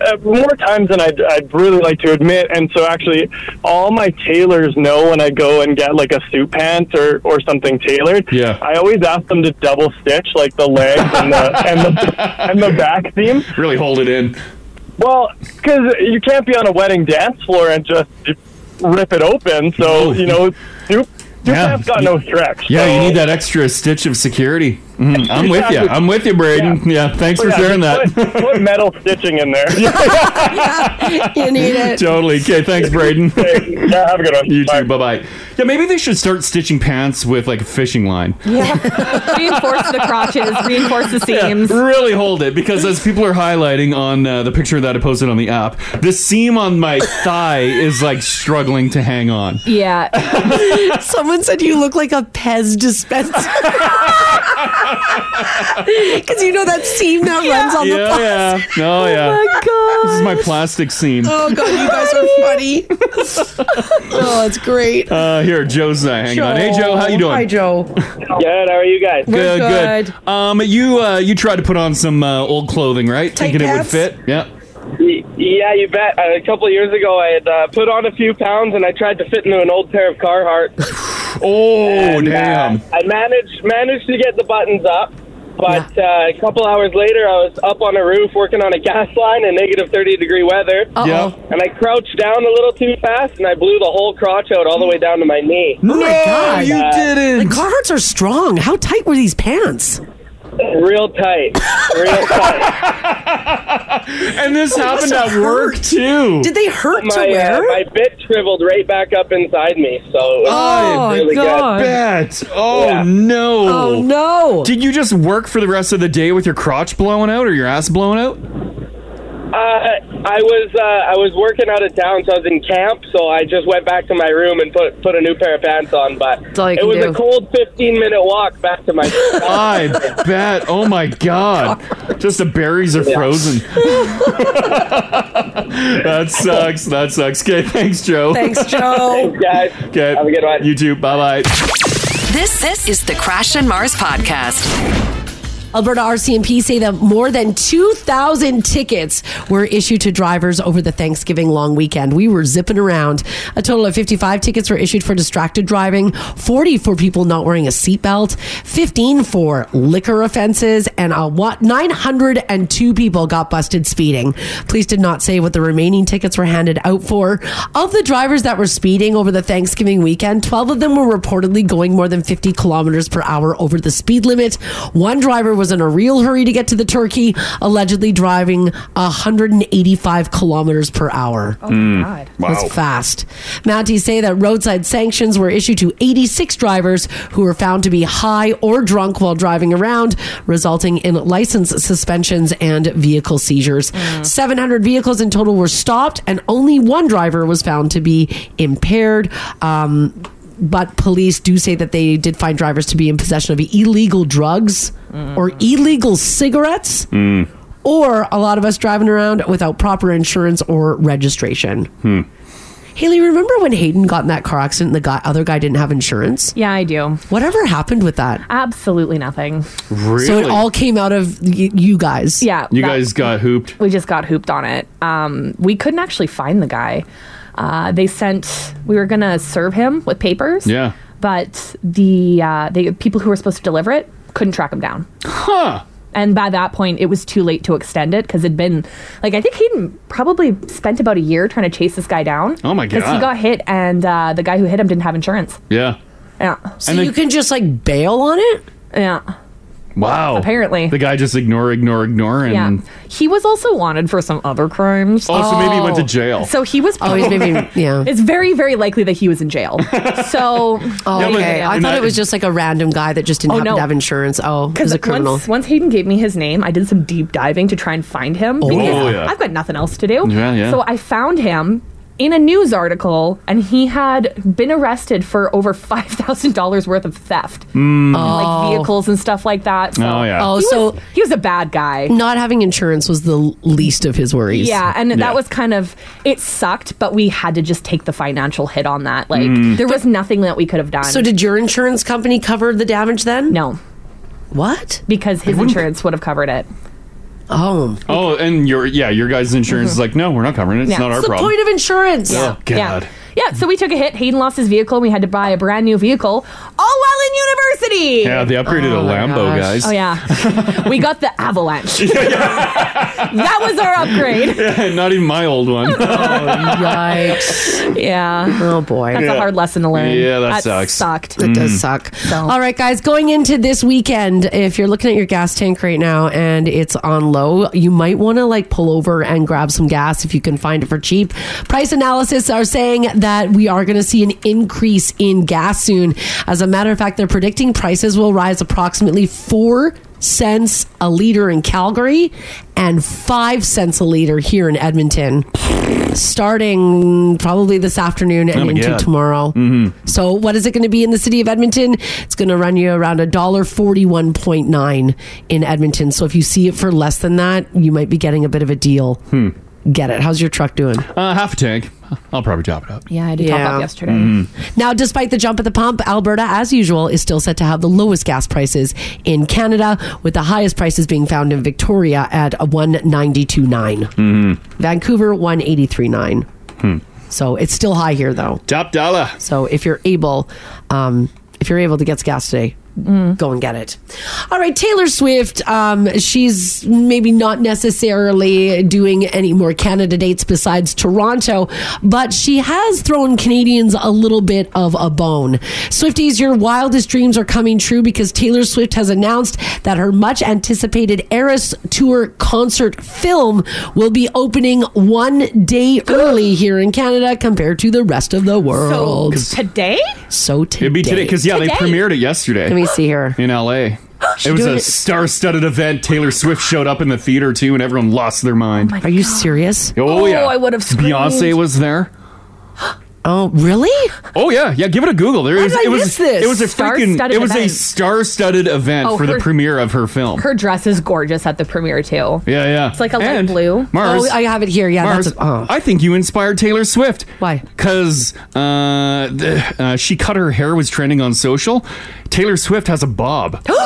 S24: uh, more times than I'd, I'd really like to admit. And so actually, all my tailors know when I go and get like a suit pant or or something tailored.
S7: Yeah.
S24: I always ask them to double stitch like the legs and the and the and the back seam.
S7: Really hold it in.
S24: Well, because you can't be on a wedding dance floor and just rip it open. So you know, suit suit
S7: Yeah.
S24: pants got no stretch.
S7: Yeah, you
S24: so-
S7: need that extra stitch of security. Mhm, I'm with you.
S24: Exactly.
S7: I'm with you, Braden. Yeah, thanks for
S24: Yeah,
S7: sharing that.
S24: Put, put metal stitching in there.
S4: you need it.
S7: totally. Okay, thanks, Braden.
S24: yeah, have a good one.
S7: You too. Bye bye. Yeah, maybe they should start stitching pants with like a fishing line.
S6: reinforce the crotches. Reinforce the seams.
S7: Really hold it because as people are highlighting on uh, the picture that I posted on the app, the seam on my thigh is like struggling to hang on.
S6: Yeah.
S4: Someone said you look like a Pez dispenser. Because you know that seam that runs on the
S7: Yeah, yeah. No, yeah.
S4: Oh
S7: This is my plastic seam.
S4: Oh god, you guys are funny. oh, it's great.
S7: Uh, here, Joe's uh, hanging on. Hey, Joe, how you doing?
S4: Hi, Joe.
S24: Good. How are you guys?
S7: Good, good. Um, you uh, you tried to put on some uh, old clothing, right?
S24: Tight
S7: Thinking
S24: pants?
S7: it would fit. Yeah.
S24: Y- Yeah, you bet. Uh, a couple of years ago, I had uh, put on a few pounds and I tried to fit into an old pair of Carhartt.
S7: oh,
S24: damn! I managed managed to get the buttons up, but uh, a couple hours later, I was up on a roof working on a gas line in negative thirty degree weather.
S7: Uh-oh. Yeah.
S24: And I crouched down a little too fast, and I blew the whole crotch out all the way down to my knee.
S4: Oh my god,
S24: Uh,
S4: The Carhartts are strong. How tight were these pants?
S24: Real tight. Real tight.
S7: and this
S4: Oh, must happened have at work, hurt. too. Did they hurt to
S24: my, uh,
S4: wear?
S24: my bit shriveled right back up inside me, so it
S7: I
S24: was really
S7: Oh, I
S24: good.
S7: bet. Oh
S24: Yeah.
S7: no.
S24: Oh,
S4: no.
S7: Did you just work for the rest of the day with your crotch blowing out or your ass blowing out?
S24: Uh, I was uh, I was working out of town, so I was in camp. So I just went back to my room and put put a new pair of pants on. But
S7: all you
S24: it
S7: can
S24: was
S7: do.
S24: a cold fifteen minute walk back to my.
S7: I bet. Oh my god. Just the berries are frozen. that sucks. That sucks. Okay, thanks, Joe.
S2: Thanks, Joe.
S24: Thanks, guys.
S7: Okay. Have a good one. You too. Bye bye.
S2: This this is the Crash and Mars podcast.
S4: Alberta RCMP say that more than 2,000 tickets were issued to drivers over the Thanksgiving long weekend. We were zipping around. A total of 55 tickets were issued for distracted driving, 40 for people not wearing a seatbelt, 15 for liquor offenses, and a what 902 people got busted speeding. Police did not say what the remaining tickets were handed out for. Of the drivers that were speeding over the Thanksgiving weekend, 12 of them were reportedly going more than 50 kilometers per hour over the speed limit. One driver was in a real hurry to get to the turkey, allegedly driving 185 kilometers per hour.
S6: Oh my
S7: Hmm.
S6: Mm. God.
S4: That's
S6: Wow.
S4: fast. Mounties say that roadside sanctions were issued to 86 drivers who were found to be high or drunk while driving around, resulting in license suspensions and vehicle seizures. 700 vehicles in total were stopped, and only one driver was found to be impaired. Um, but police do say that they did find drivers to be in possession of illegal drugs or illegal cigarettes. Or a lot of us driving around without proper insurance or registration.
S7: Hmm.
S4: Haley, remember when Hayden got in that car accident and the guy, other guy didn't have insurance?
S6: Yeah, I do.
S4: Whatever happened with that?
S6: Absolutely nothing.
S4: So it all came out of y- you guys.
S6: Yeah.
S7: You
S6: that-
S7: guys got hooped.
S6: We just got hooped on it. Um, we couldn't actually find the guy. Uh, they sent. We were gonna serve him with papers.
S7: Yeah.
S6: But the uh, the people who were supposed to deliver it couldn't track him down.
S7: Huh.
S6: And by that point, it was too late to extend it because it'd been like I think he'd probably spent about a year trying to chase this guy down.
S7: Oh my
S6: Because he
S7: God.
S6: got hit, and uh, the guy who hit him didn't have insurance.
S7: Yeah.
S6: Yeah.
S7: So And they- you
S4: can just like bail on it.
S6: Yeah.
S7: Wow.
S6: Apparently.
S7: The guy just ignore, ignore, ignore, and
S6: yeah. He was also wanted for some other crimes.
S7: Oh, so maybe he went to jail.
S6: So he was.
S7: Oh, he's maybe- yeah.
S6: It's very, very likely that he was in jail. So.
S4: Oh,
S6: Yeah, but-
S4: okay. I
S6: and
S4: thought
S6: that-
S4: it was just like a random guy that just didn't
S6: Oh,
S4: happen
S6: no.
S4: to have insurance. Oh, he
S6: Because
S4: was a criminal.
S6: once, once Hayden gave me his name, I did some deep diving to try and find him.
S4: Oh,
S6: because
S4: yeah.
S6: I've got nothing else to do.
S4: Yeah, yeah.
S6: So I found him in a news article, and he had been arrested for over five thousand dollars worth of theft,
S4: Mm.
S6: And, like
S4: Oh.
S6: vehicles and stuff like that. So
S4: Oh, yeah. Oh,
S6: he
S4: so-
S6: was, he was a bad guy.
S4: Not having insurance was the least of his worries.
S6: Yeah, and that was kind of it sucked, but we had to just take the financial hit on that. Like
S4: Mm.
S6: there was nothing that we could have done.
S4: So did your insurance company cover the damage then?
S6: No.
S4: What?
S6: Because his insurance would have covered it.
S4: Oh.
S7: Oh, and your yeah, your guys' insurance is like, no, we're not covering it. It's
S6: Mm-hmm. Yeah.
S7: not our problem.
S4: of insurance.
S7: Oh, God.
S6: Yeah. yeah, so we took a hit. Hayden lost his vehicle. and We had to buy a brand new vehicle, all while in university.
S7: Yeah, they upgraded
S6: Oh
S7: a
S6: my
S7: Lambo,
S6: gosh.
S7: guys.
S6: Oh yeah, we got the Avalanche. that was our upgrade. Uh-huh.
S7: Yeah, not even my old one.
S4: yikes.
S6: Yeah.
S4: Oh boy.
S6: That's a hard lesson to learn.
S7: Yeah, that, sucks.
S6: Sucked.
S4: That does
S7: Mm.
S4: suck. All right, guys, going into this weekend, if you're looking at your gas tank right now and it's on low, you might want to like pull over and grab some gas if you can find it for cheap. Price analysis are saying that we are going to see an increase in gas soon. As a matter of fact, they're predicting prices will rise approximately 4 cents a liter in Calgary and 5 cents a liter here in Edmonton starting probably this afternoon and
S7: Oh my
S4: into
S7: God.
S4: tomorrow.
S7: Mm-hmm.
S4: So what is it going to be in the city of Edmonton? It's going to run you around a dollar forty one point nine in Edmonton. So if you see it for less than that, you might be getting a bit of a deal. Get it? How's your truck doing?
S7: Uh, half a tank. I'll probably top it up.
S6: Yeah, I did top up yesterday.
S7: Mm-hmm.
S4: Now, despite the jump at the pump, Alberta, as usual, is still set to have the lowest gas prices in Canada, with the highest prices being found in Victoria at one ninety two nine.
S7: Mm-hmm.
S4: Vancouver one eighty three nine.
S7: Hmm.
S4: So it's still high here though.
S7: Top dollar.
S4: So if you're able, um, if you're able to get gas today, go and get it. All right, Taylor Swift. Um, she's maybe not necessarily doing any more Canada dates besides Toronto, but she has thrown Canadians a little bit of a bone. Swifties, your wildest dreams are coming true because Taylor Swift has announced that her much anticipated Eras Tour concert film will be opening one day early here in Canada compared to the rest of the world.
S6: So today?
S4: So today.
S7: It'd be today because yeah, they
S6: Today?
S7: premiered it yesterday.
S4: Let me see here
S7: in L.A.
S4: She
S7: It was
S4: doing
S7: a
S4: it-
S7: star-studded event. Taylor Swift showed up in the theater too, and everyone lost their mind.
S4: Are you serious?
S7: Oh,
S6: Oh,
S7: yeah,
S6: I would've screamed.
S7: Beyonce was there.
S4: Oh really?
S7: Oh yeah, yeah. Give it a Google. There
S6: How
S7: is.
S6: did I
S7: it was.
S6: miss this?
S7: It was a freaking.
S6: Star-studded
S7: It was a
S6: event.
S7: star-studded event
S6: Oh,
S7: for the
S6: her-
S7: premiere of her film.
S6: Her dress is gorgeous at the premiere too.
S7: yeah, yeah.
S6: It's like a light
S7: And
S6: blue.
S7: Mars. Oh, I
S4: have it here. Yeah, oh.
S7: Mars, I think you inspired Taylor Swift.
S4: Why?
S7: Because uh, the- uh, she cut her hair was trending on social. Taylor Swift has a bob.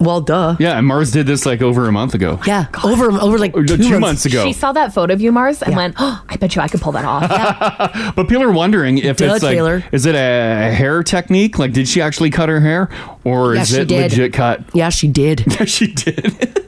S4: Well, duh.
S7: Yeah, and Mars did this like over a month ago.
S4: Yeah, over over like
S7: Oh, two, months. ago.
S6: She saw that photo of you, Mars, and went, oh, I bet you I could pull that off.
S7: But people are wondering if
S6: Duh,
S7: it's like,
S6: Taylor.
S7: is it a hair technique? Like, did she actually cut her hair, or
S4: Yeah,
S7: is
S4: she
S7: it
S4: did.
S7: legit cut?
S4: Yeah, she did.
S7: she did.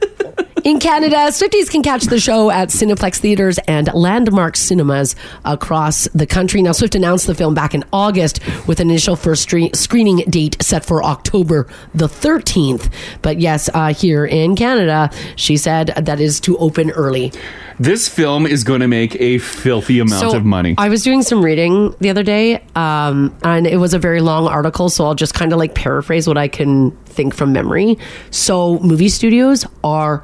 S4: In Canada, Swifties can catch the show at Cineplex Theatres and Landmark Cinemas across the country. Now, Swift announced the film back in August with an initial first stre- screening date set for October the 13th. But yes, uh, here in Canada, she said that is to open early.
S7: This film is going to make a filthy amount
S4: So,
S7: of money.
S4: I was doing some reading the other day, um, and it was a very long article, so I'll just kind of like paraphrase what I can think from memory. So, movie studios are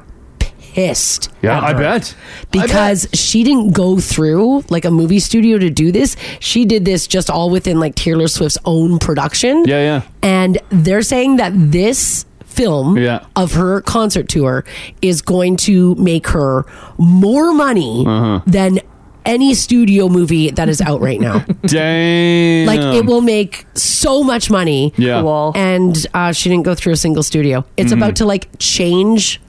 S4: pissed.
S7: Yeah,
S4: at
S7: I
S4: her
S7: bet.
S4: Because she didn't go through like a movie studio to do this. She did this just all within like Taylor Swift's own production.
S7: Yeah, yeah.
S4: And they're saying that this film of her concert tour is going to make her more money
S7: Uh-huh.
S4: than any studio movie that is out right now.
S7: Dang.
S4: Like it will make so much money.
S7: Yeah. Cool.
S4: And uh, she didn't go through a single studio. It's
S7: Mhm.
S4: about to like change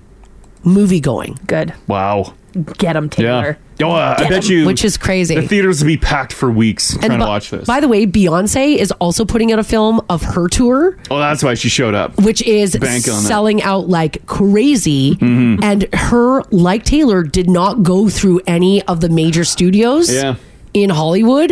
S4: movie going.
S6: Good.
S7: Wow.
S6: Get him, Taylor.
S7: Yeah. Oh, uh, I
S4: Get
S7: bet
S4: 'em,
S7: you.
S4: which is crazy.
S7: The theaters will be packed for weeks trying
S4: bu-
S7: to watch this.
S4: By the way, Beyonce is also putting out a film of her tour,
S7: oh, that's why she showed up.
S4: which is
S7: Bank on that.
S4: selling out like crazy.
S7: Mhm.
S4: And her, like Taylor, did not go through any of the major studios
S7: Yeah. Mm-hmm.
S4: in Hollywood.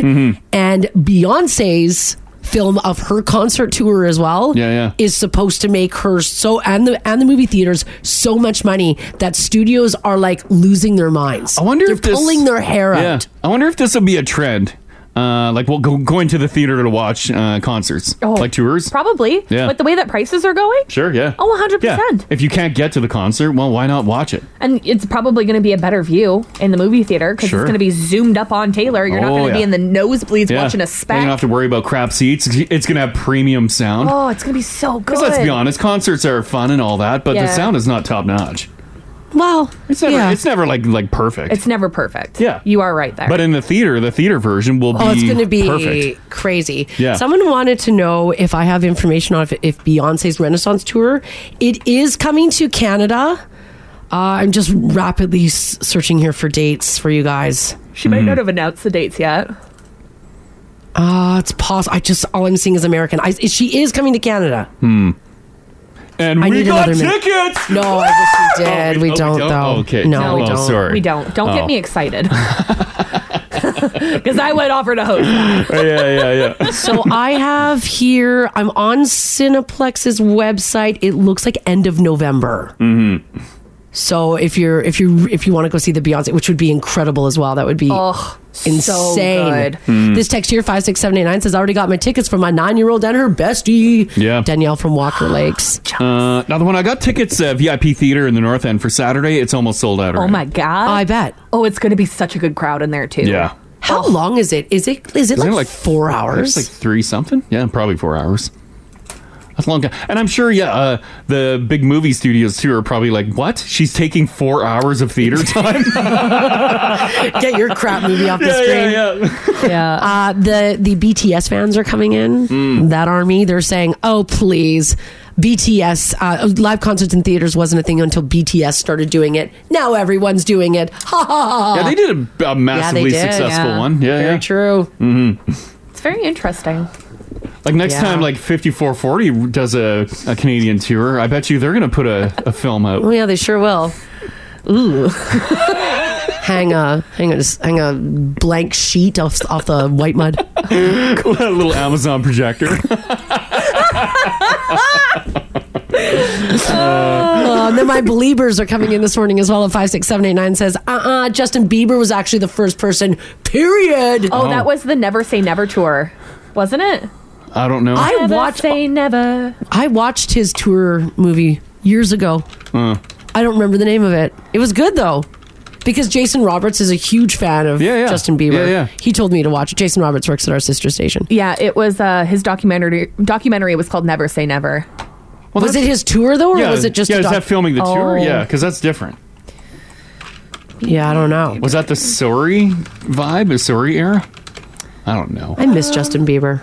S4: And Beyonce's film of her concert tour as well
S7: Yeah, yeah.
S4: is supposed to make her so and the and the movie theaters so much money that studios are like losing their minds. I wonder They're
S7: if this-
S4: pulling their hair out.
S7: Yeah. I wonder if this will be a trend. Uh, like we'll go going to the theater to watch uh, concerts,
S6: Oh,
S7: like tours.
S6: Probably.
S7: Yeah.
S6: With the way that prices are going.
S7: Sure. Yeah.
S6: Oh, 100%.
S7: Yeah. If you can't get to the concert, well, why not watch it?
S6: And it's probably going to be a better view in the movie theater because
S7: Sure.
S6: it's going to be zoomed up on Taylor. You're not
S7: Oh,
S6: going to
S7: yeah.
S6: be in the nosebleeds
S7: yeah.
S6: watching a
S7: You don't
S6: speck.
S7: have to worry about crap seats. It's gonna have premium sound.
S6: Oh, it's going to be so good.
S7: Because let's be honest, concerts are fun and all that, but
S6: Yeah.
S7: the sound is not top notch.
S4: Well,
S7: it's never, it's never like like perfect.
S6: It's never perfect.
S7: Yeah.
S6: You are right there.
S7: But in the theater, the theater version will be.
S4: Oh, it's going to be
S7: perfect.
S4: crazy.
S7: Yeah.
S4: Someone wanted to know if I have information on if, if Beyonce's Renaissance tour. It is coming to Canada. Uh, I'm just rapidly s- searching here for dates for you guys.
S6: she might
S7: Mm-hmm.
S6: not have announced the dates yet.
S4: Uh, it's possible. I just all I'm seeing is American. I, she is coming to Canada.
S7: Hmm. And
S4: I
S7: we
S4: need
S7: got
S4: another minute.
S7: tickets.
S4: No, I wish we did. we, don't, though.
S7: Okay.
S4: No, we
S7: oh,
S4: don't.
S7: Sorry.
S6: We don't. Don't
S7: Oh.
S6: get me excited. Because I would offer to host.
S7: yeah, yeah, yeah.
S4: so I have here. I'm on Cineplex's website. It looks like end of November.
S7: hmm
S4: So if you're if you if you want to go see the Beyonce, which would be incredible as well, that would be
S6: so
S4: insane.
S6: good. Hmm.
S4: This text here five six seven eight nine says I already got my tickets for my nine year old and her bestie
S7: Yeah.
S4: Danielle from Walker Lakes.
S7: Uh, now the one I got tickets uh, VIP theater in the North End for Saturday. It's almost sold out.
S6: Oh
S7: already.
S6: my god! I
S4: bet.
S6: Oh, it's going to be such a good crowd in there too.
S7: Yeah.
S4: How
S7: Oh.
S4: long is it? Is it is it,
S7: Isn't
S4: like,
S7: it
S4: four hours?
S7: It's like three something. Yeah, probably four hours. That's a long time. And I'm sure, yeah, uh, the big movie studios too are probably like, what? She's taking four hours of theater time?
S4: Get your crap movie off the
S7: Yeah,
S4: screen.
S7: yeah,
S6: yeah.
S4: Uh, the the BTS fans are coming in.
S7: Hmm.
S4: That army, they're saying, "Oh, please." BTS uh, live concerts in theaters wasn't a thing until BTS started doing it. Now everyone's doing it. Ha ha ha!
S7: yeah, they did a, a massively
S4: Oh. did,
S7: successful
S4: yeah.
S7: one. Yeah,
S4: Very
S7: yeah.
S4: true.
S7: Mm-hmm.
S6: It's very interesting.
S7: Like next
S6: Yeah.
S7: time, like 5440 does a, a Canadian tour, I bet you they're going to put a, a film out.
S4: Oh yeah, they sure will. Ooh. hang a hang a hang a blank sheet off off the white mud.
S7: a little Amazon projector. Uh,
S4: Oh, and then my believers are coming in this morning as well. At five six seven eight nine says, uh uh Justin Bieber was actually the first person. Period.
S6: Oh, that was the Never Say Never tour, wasn't it?
S7: I don't know.
S4: I
S6: Never
S4: watched.
S6: Say never.
S4: I watched his tour movie years ago.
S7: Uh,
S4: I don't remember the name of it. It was good though. Because Jason Roberts is a huge fan of Justin Bieber.
S6: Yeah, yeah.
S4: He told me to watch it. Jason Roberts works at our sister station.
S6: Yeah, it was uh, his documentary. Documentary was called Never Say Never.
S4: was it his tour though, or
S7: yeah,
S4: was it just
S7: yeah?
S4: a
S7: is
S4: doc-
S7: that filming the tour?
S4: Oh.
S7: Yeah, because that's different.
S4: Yeah, I don't know.
S7: Was that the Sorry vibe, the Sorry era? I don't know.
S4: I miss Justin Bieber.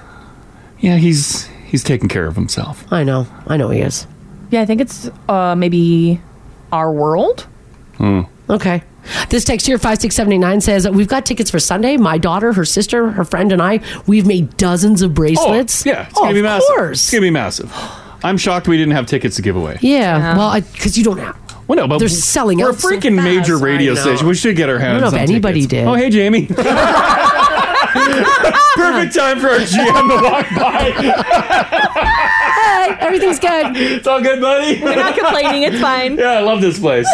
S7: Yeah, he's he's taking care of himself.
S4: I know. I know he is.
S6: Yeah, I think it's uh, maybe our world.
S7: Hmm.
S4: Okay. This text here, 56789, says, We've got tickets for Sunday. My daughter, her sister, her friend, and I, we've made dozens of bracelets.
S7: Oh, yeah, it's
S4: Oh,
S7: gonna be
S4: of
S7: massive.
S4: course.
S7: It's gonna be massive. I'm shocked we didn't have tickets to give away.
S4: Yeah. Well, because you don't have.
S7: Well, no, but
S4: they're selling
S7: We're a
S4: out so
S7: freaking
S4: fast.
S7: major radio
S4: I know.
S7: station. We should get our
S4: I don't
S7: hands.
S4: know if
S7: on
S4: anybody
S7: tickets.
S4: did.
S7: Oh, hey, Jamie. Perfect time for our GM to walk by.
S4: hey, everything's good.
S7: It's all good, buddy.
S6: We're not complaining. It's fine.
S7: Yeah, I love this place.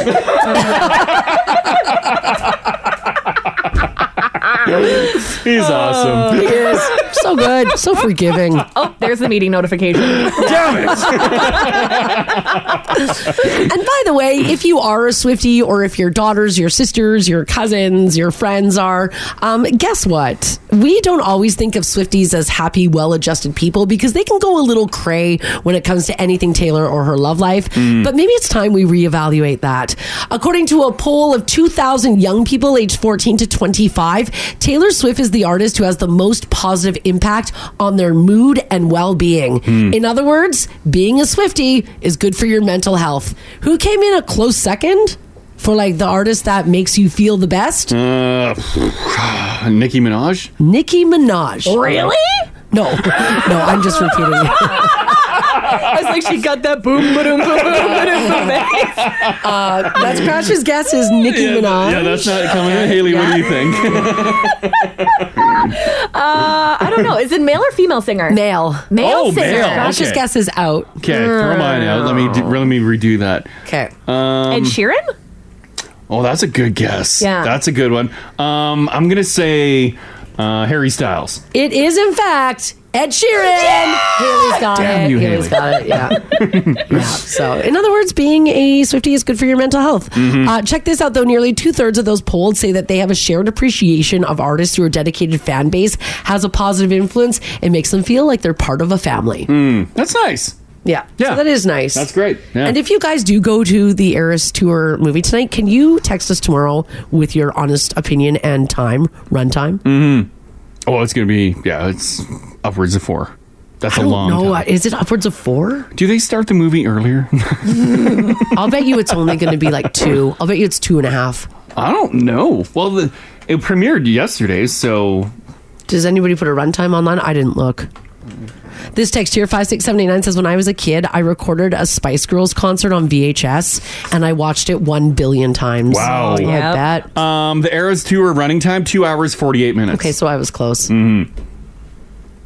S7: He's awesome.
S4: Oh, He is. So good. So forgiving.
S6: Oh, there's the meeting notification.
S4: and
S7: Damn
S4: by the way, if you are a Swifty or if your daughters, your sisters, your cousins, your friends are, um, guess what? We don't always think of Swifties as happy, well adjusted people because they can go a little cray when it comes to anything Taylor or her love life.
S23: Mm.
S4: But maybe it's time we reevaluate that. According to a poll of 2,000 young people aged 14 to 25, Taylor Swift is the artist who has the most positive impact on their mood and well being.
S23: Hmm.
S4: In other words, being a Swifty is good for your mental health. Who came in a close second for like the artist that makes you feel the best?
S7: Uh, Nicki Minaj.
S4: Nicki Minaj.
S7: Really?
S4: No, no, I'm just repeating it.
S6: I was like, she got that boom, boom, boom, boom, boom.
S4: Uh, that's Crash's guess is Nicki
S7: yeah,
S4: Minaj.
S7: Yeah, that's not coming in. Haley, what do you think?
S6: Uh, I don't know. Is it male or female singer?
S4: Male.
S6: Male
S7: Oh,
S6: singer. Mm.
S7: male.
S4: Crash's
S7: Okay.
S4: guess is out.
S7: okay, throw mine out. Let me do, let me redo that.
S4: Okay.
S7: Um,
S6: Ed Sheeran?
S7: Oh, that's a good guess.
S6: Yeah.
S7: that's a good one. Um, I'm gonna say uh, Harry Styles.
S4: It is, in fact, Ed Sheeran. Haley's got
S7: Damn
S4: it.
S7: you,
S4: Haley's
S7: Haley.
S4: got it. Yeah. yeah. So, in other words, being a Swifty is good for your mental health.
S7: Mm-hmm.
S23: Mhm.
S4: Uh, check this out, though. Nearly two thirds of those polled say that they have a shared appreciation of artists who are dedicated fan base, has a positive influence, and makes them feel like they're part of a family.
S7: Hmm, That's nice.
S4: Yeah. Yeah. So that is nice.
S7: That's great. Yeah.
S4: And if you guys do go to the Eras Tour movie tonight, can you text us tomorrow with your honest opinion and time, runtime?
S7: hmm Oh, it's gonna be yeah. It's upwards of four. That's a
S4: I don't
S7: long.
S4: know.
S7: time.
S4: Is it upwards of four?
S7: Do they start the movie earlier?
S4: I'll bet you it's only going to be like two. I'll bet you it's two and a half.
S7: I don't know. Well, the, it premiered yesterday, so
S4: Does anybody put a runtime online? I didn't look. This text here, 56789, says When I was a kid, I recorded a Spice Girls concert on VHS and I watched it one billion times.
S7: wow.
S4: I bet.
S7: Um, the Eras tour running time two hours forty eight minutes. Okay,
S4: so I was close.
S7: Mm-hmm.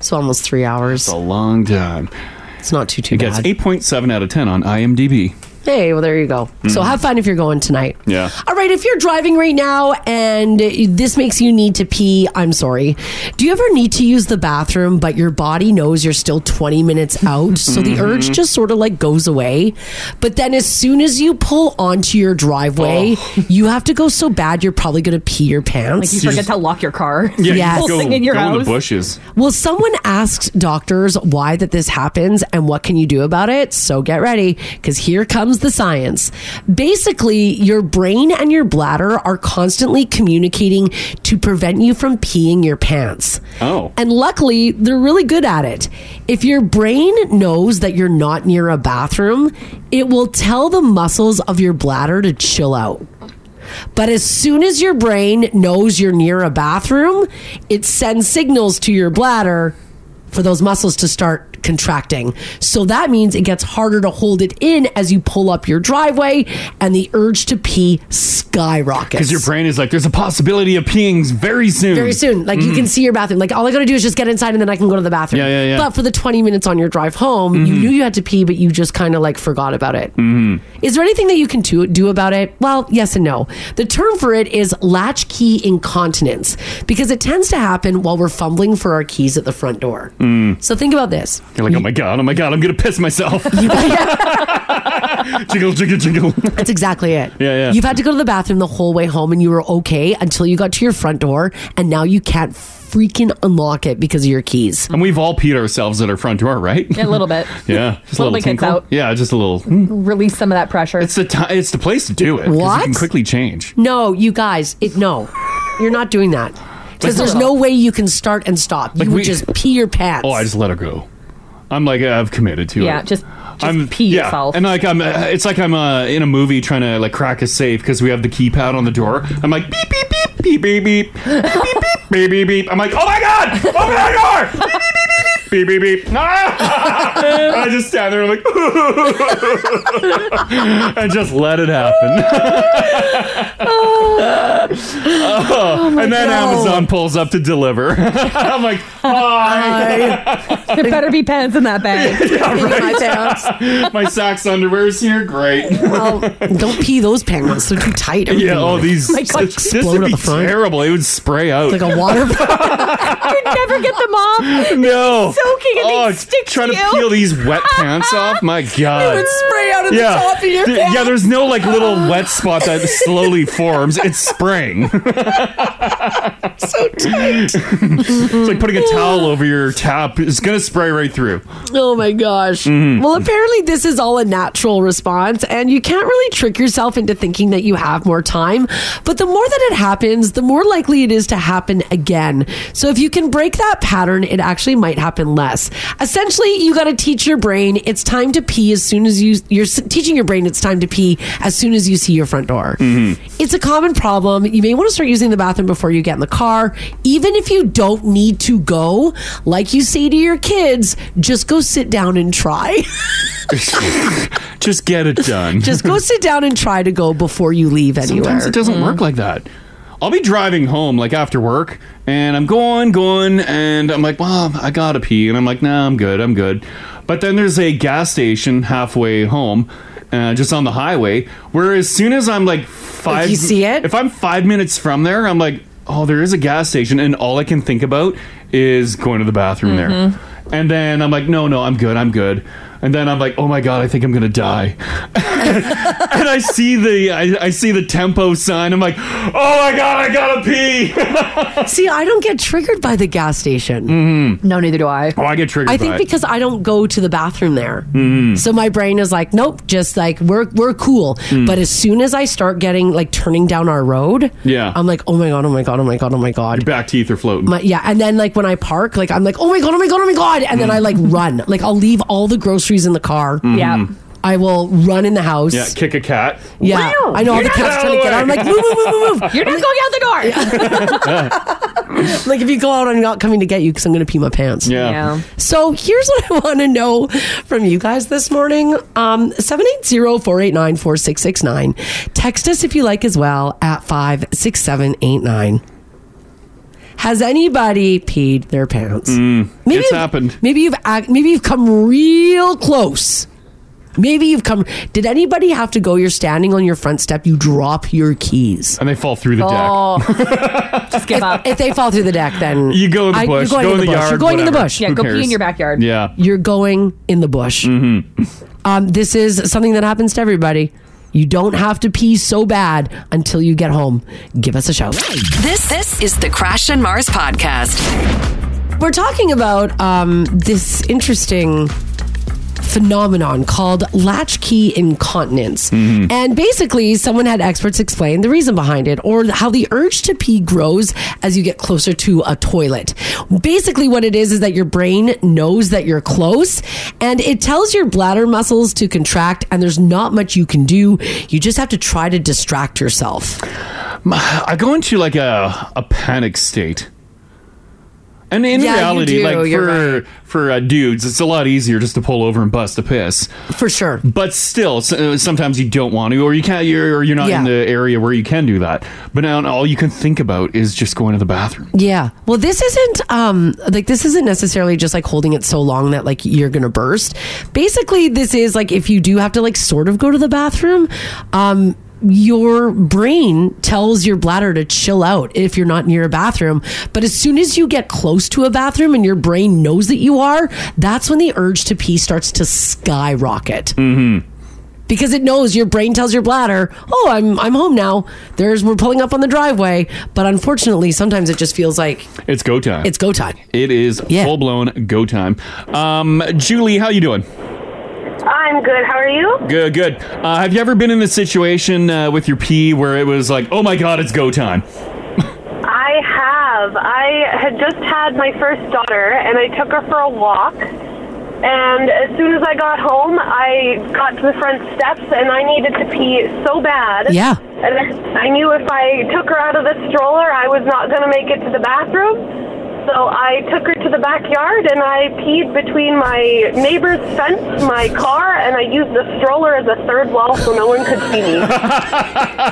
S4: So almost three hours.
S7: It's a long time.
S4: It's not too too
S7: it gets
S4: bad.
S7: eight point seven out of ten on IMDb.
S4: Hey, well, there you go. So
S7: Mhm.
S4: have fun if you're going tonight.
S7: Yeah.
S4: All right, if you're driving right now and this makes you need to pee, I'm sorry. Do you ever need to use the bathroom, but your body knows you're still 20 minutes out? So the
S6: Mm-hmm.
S23: Mhm.
S4: urge just sort of like goes away. But then as soon as you pull onto your driveway, you have to go so bad you're probably going to pee your
S6: Oh. Like
S4: pants.
S6: you forget to lock your car.
S4: Yeah,
S6: Yeah,
S4: you
S6: Whole
S4: go-
S6: thing in your
S4: go in the
S6: house.
S7: bushes.
S4: Well, someone asked doctors why that this happens and what can you do about it. So get ready because here comes the science. Basically, your brain and your bladder are constantly communicating to prevent you from peeing your pants.
S7: Oh.
S4: And luckily, they're really good at it. If your brain knows that you're not near a bathroom, it will tell the muscles of your bladder to chill out. But as soon as your brain knows you're near a bathroom, it sends signals to your bladder for those muscles to start contracting. So that means it gets harder to hold it in as you pull up your driveway and the urge to pee skyrockets.
S7: Because your brain is like, there's a possibility of peeing very soon.
S4: Very soon. Like you
S7: Mhm.
S4: can see your bathroom. Like all I gotta do is just get inside and then I can go to the bathroom.
S7: Yeah, yeah, Mm-hmm. yeah.
S4: But for the 20 minutes on your drive home, you knew you had to pee, but you just kind of like forgot about it.
S23: Mm-hmm.
S4: Is there anything that you can do, do about it? Well, yes and no. The term for it is latchkey incontinence because it tends to happen while we're fumbling for our keys at the front door.
S7: Mm.
S4: So think about this.
S7: You're like, oh my god, oh my god, I'm gonna piss myself. jingle, jingle, jingle.
S4: That's exactly it.
S7: Yeah, yeah.
S4: You've had to go to the bathroom the whole way home and you were okay until you got to your front door and now you can't freaking unlock it because of your keys.
S7: and we've all peed ourselves at our front door, right?
S6: Yeah, a little bit.
S7: Yeah, just a
S6: Little
S7: little
S6: bit gets
S7: tinkle.
S6: out.
S7: Yeah, just a little.
S6: Release some of that pressure.
S7: It's the time. It's the place to do it. 'cause
S4: What?
S7: You can quickly change.
S4: No, you guys, it no. You're not doing that. Because
S7: Like-
S4: there's no way you can start and stop.
S7: Like
S4: you would
S7: we-
S4: just pee your pants.
S7: Oh, I just let her go. I'm like, I've committed to it.
S4: Yeah, just
S7: I'm pee yeah. yourself. And like I'm, uh, it's like I'm uh, in a movie trying to like crack a safe because we have the keypad on the door. I'm like beep beep beep beep beep beep beep beep beep beep beep beep. I'm like, oh my god, open that door. Beep beep beep. beep. Ah! I just stand there and I'm like, and just let it happen.
S18: Oh my
S7: and then
S18: God.
S7: Amazon pulls up to deliver. I'm like,
S6: there better be pens in that bag.
S7: my socks, underwear's here. Great.
S4: Well, don't pee those penguins. They're too tight.
S7: Yeah, oh, these
S4: Like, like,
S7: this would be terrible. It would spray out
S4: It's like a water-
S6: I would never get them off.
S7: No,
S6: soaking and
S7: oh,
S6: they stick
S7: trying
S6: to
S7: to
S6: you.
S7: peel these wet pants off. My God,
S6: It would spray out of the top of your
S7: Th-
S6: pants.
S7: Yeah, there's no like little wet spot that slowly forms. It's spraying.
S4: so tight.
S7: it's like putting a towel over your tap. It's gonna spray right through.
S4: Oh my gosh.
S7: Mhm.
S4: Well, apparently, this is all a natural response, and you can't really trick yourself into thinking that you have more time. But the more that it happens, the more likely it is to happen again. So, if you can break that pattern, it actually might happen less. Essentially, you got to teach your brain it's time to pee as soon as you, you're s- teaching your brain it's time to pee as soon as you see your front door. It's a common problem. You may want to start using the bathroom before you get in the car. Even if you don't need to go, like you say to your kids, just go sit down and try.
S7: Just get it done.
S4: just go sit down and try to go before you leave anywhere.
S7: Sometimes it doesn't work like that. I'll be driving home like after work and I'm going, going, and I'm like, Mom, I gotta pee. And I'm like, nah, I'm good, I'm good. But then there's a gas station halfway home, uh, just on the highway, where as soon as I'm like five
S4: you see it?
S7: If I'm five minutes from there, I'm like, Oh, there is a gas station, and all I can think about is going to the bathroom
S18: Mhm.
S7: there.
S4: Mm-hmm.
S7: And then I'm like, no, no, I'm good, I'm good. And then I'm like, oh my god, I think I'm gonna die. and I see the I, I see the tempo sign. I'm like, oh my god, I gotta pee.
S4: Mm-hmm. See, I don't get triggered by the gas station.
S6: No, neither do I.
S7: Oh, I get triggered. Mm-hmm.
S4: I think because I don't go to the bathroom there. So my brain is like, nope, just like we're we're cool.
S7: Mm.
S4: But as soon as I start getting like turning down our road,
S7: Yeah.
S4: I'm like, oh my god, oh my god, oh my god, oh my god. Your
S7: back teeth are floating.
S4: My, yeah, and then like when I park, like I'm like, oh my god, oh my god, oh my god, and then I like run, like I'll leave all the groceries in the car.
S7: Mm. Yeah. Mhm.
S4: I will run in the house.
S7: yeah, kick a cat.
S4: Yeah, I know all the
S7: Get
S4: cats
S7: out
S4: trying
S7: of
S4: to get out. I'm
S7: the
S4: like,
S7: way.
S4: move, move, move, move.
S6: You're not going out the door.
S4: like if you go out, I'm not coming to get you because I'm going to pee my pants.
S6: Yeah. Yeah.
S4: So here's what I want to know from you guys this morning. Um, 780-489-4669. Text us if you like as well at 56789. Has anybody peed their pants? Maybe
S7: Mm. it's
S4: you've-
S7: happened.
S4: Maybe you've ac- maybe you've come real close. Maybe you've come. Did anybody have to go? You're standing on your front step. You drop your keys,
S7: and they fall through the deck.
S4: Oh.
S6: just give up.
S4: If they fall through the deck, then
S7: You go in the
S4: I-
S7: bush,
S4: You're going
S7: go
S4: in the,
S7: in the
S4: bush. you're
S7: yard,
S4: going in the
S7: whatever.
S4: bush.
S7: Yeah, Who go pee cares? in your
S6: backyard.
S7: Yeah. Mm-hmm.
S4: you're going in the bush. Um, this is something that happens to everybody. You don't have to pee so bad until you get home. Give us a shout.
S2: This this is the Crash and Mars podcast.
S4: We're talking about um, this interesting phenomenon called latchkey incontinence.
S7: Mm-hmm.
S4: And basically, someone had experts explain the reason behind it or how the urge to pee grows as you get closer to a toilet. Basically, what it is is that your brain knows that you're close and it tells your bladder muscles to contract, and there's not much you can do. You just have to try to distract yourself.
S7: I go into like a a panic state. And in
S4: Yeah, you
S7: reality,
S4: do,
S7: like
S4: you're
S7: for for uh, dudes, it's a lot easier just to pull over and bust a piss.
S4: For sure.
S7: But still, s- uh, sometimes you don't want to, or you can't, you're, or you're not
S4: Yeah.
S7: in the area where you can do that. But now all you can think about is just going to the bathroom.
S4: Yeah. Well, this isn't um like this isn't necessarily just like holding it so long that like you're going to burst. Basically, this is like if you do have to like sort of go to the bathroom, um your brain tells your bladder to chill out if you're not near a bathroom. But as soon as you get close to a bathroom and your brain knows that you are, that's when the urge to pee starts to skyrocket.
S18: Mm-hmm.
S4: because it knows your brain tells your bladder, "Oh, I'm I'm home now. There's we're pulling up on the driveway." But unfortunately, sometimes it just feels like
S7: It's go time.
S4: it's go time.
S7: It is full blown go time. Um, Julie, how you doing?
S23: I'm good. How are you?
S7: Good, good. Uh, have you ever been in a situation uh, with your pee where it was like, oh my god, it's go time?
S23: I have. I had just had my first daughter, and I took her for a walk. And as soon as I got home, I got to the front steps and I needed to pee so bad.
S4: Yeah.
S23: And I knew if I took her out of the stroller, I was not going to make it to the bathroom. So I took her to the backyard and I peed between my neighbor's fence, my car, and I used the stroller as a third wall so no one could see me.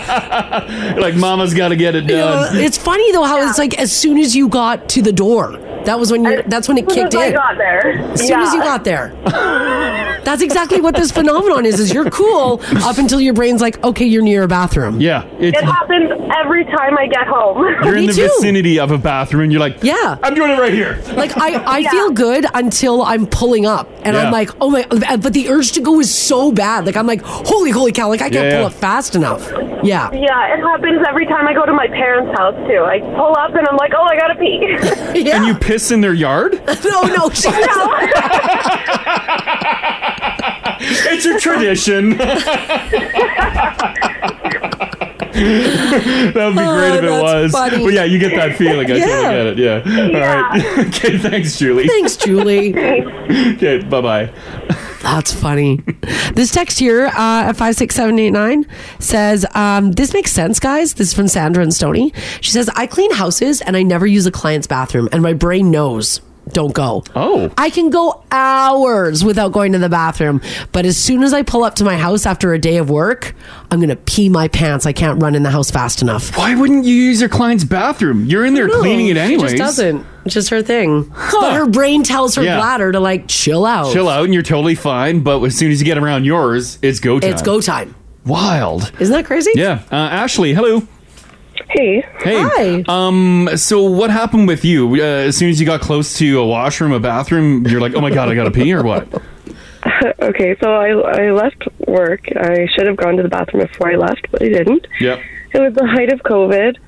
S7: Like Mama's got to get it
S4: Uh,
S7: done.
S4: it's funny though how it's like as soon as you got to the door, that was when you that's when it
S23: As soon
S4: kicked
S23: as I
S4: in.
S23: got there.
S4: As soon as you
S23: Yeah.
S4: got there. That's exactly what this phenomenon is is you're cool up until your brain's like, okay, you're near a bathroom.
S7: Yeah.
S23: It happens every time I get home.
S7: You're in the vicinity of a bathroom. You're like,
S4: Yeah.
S7: I'm doing it right here.
S4: Like I, I feel good until I'm pulling up and
S7: Yeah.
S4: I'm like, oh my but the urge to go is so bad. Like I'm like, holy holy cow, like I can't
S23: Yeah,
S4: pull
S23: yeah.
S4: up fast enough. Yeah.
S23: Yeah, it happens every time I go to my parents' house too. I pull up and I'm like, oh, I gotta pee.
S7: And you piss in their yard?
S4: no, no.
S7: it's a tradition. that would be great if it
S4: Oh, that's
S7: was.
S4: funny.
S7: But yeah, you get that feeling. I
S4: Yeah.
S7: totally get it. Yeah. All right. okay. Thanks, Julie.
S4: Thanks, Julie.
S7: okay. Bye bye.
S4: That's funny. this text here uh, at 56789 says, um, This makes sense, guys. This is from Sandra and Stony. She says, I clean houses and I never use a client's bathroom, and my brain knows. Don't go.
S7: Oh.
S4: I can go hours without going to the bathroom. But as soon as I pull up to my house after a day of work, I'm going to pee my pants. I can't run in the house fast enough.
S7: Why wouldn't you use your client's bathroom? You're in there cleaning it
S4: anyway.
S7: anyways.
S4: She just doesn't. It's just her thing. But her brain tells her
S7: Yeah.
S4: bladder to like chill out.
S7: Chill out and you're totally fine. But as soon as you get around yours, it's go time.
S4: It's go time.
S7: Wild.
S4: Isn't that crazy?
S7: Yeah. Uh, Ashley, hello.
S13: Hey.
S7: Hey. Hi. Um, so what happened with you? Uh, as soon as you got close to a washroom, a bathroom, you're like, oh my God, I got to pee or what?
S13: okay, so I, I left work. I should have gone to the bathroom before I left, but I didn't.
S7: Yep.
S13: It was the height of COVID.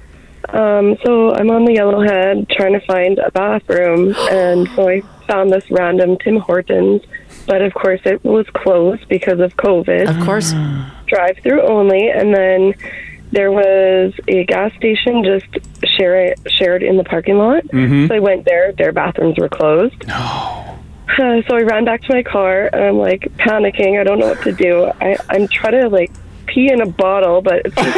S13: Um, so I'm on the Yellowhead trying to find a bathroom, and so I found this random Tim Hortons, but of course it was closed because of COVID. Of
S4: course.
S13: Drive through only, and then there was a gas station just share, shared in the parking lot.
S25: Mhm.
S13: So I went there, their bathrooms were closed. Uh, so I ran back to my car and I'm like panicking. I don't know what to do. I, I'm trying to like pee in a bottle, but it's I'm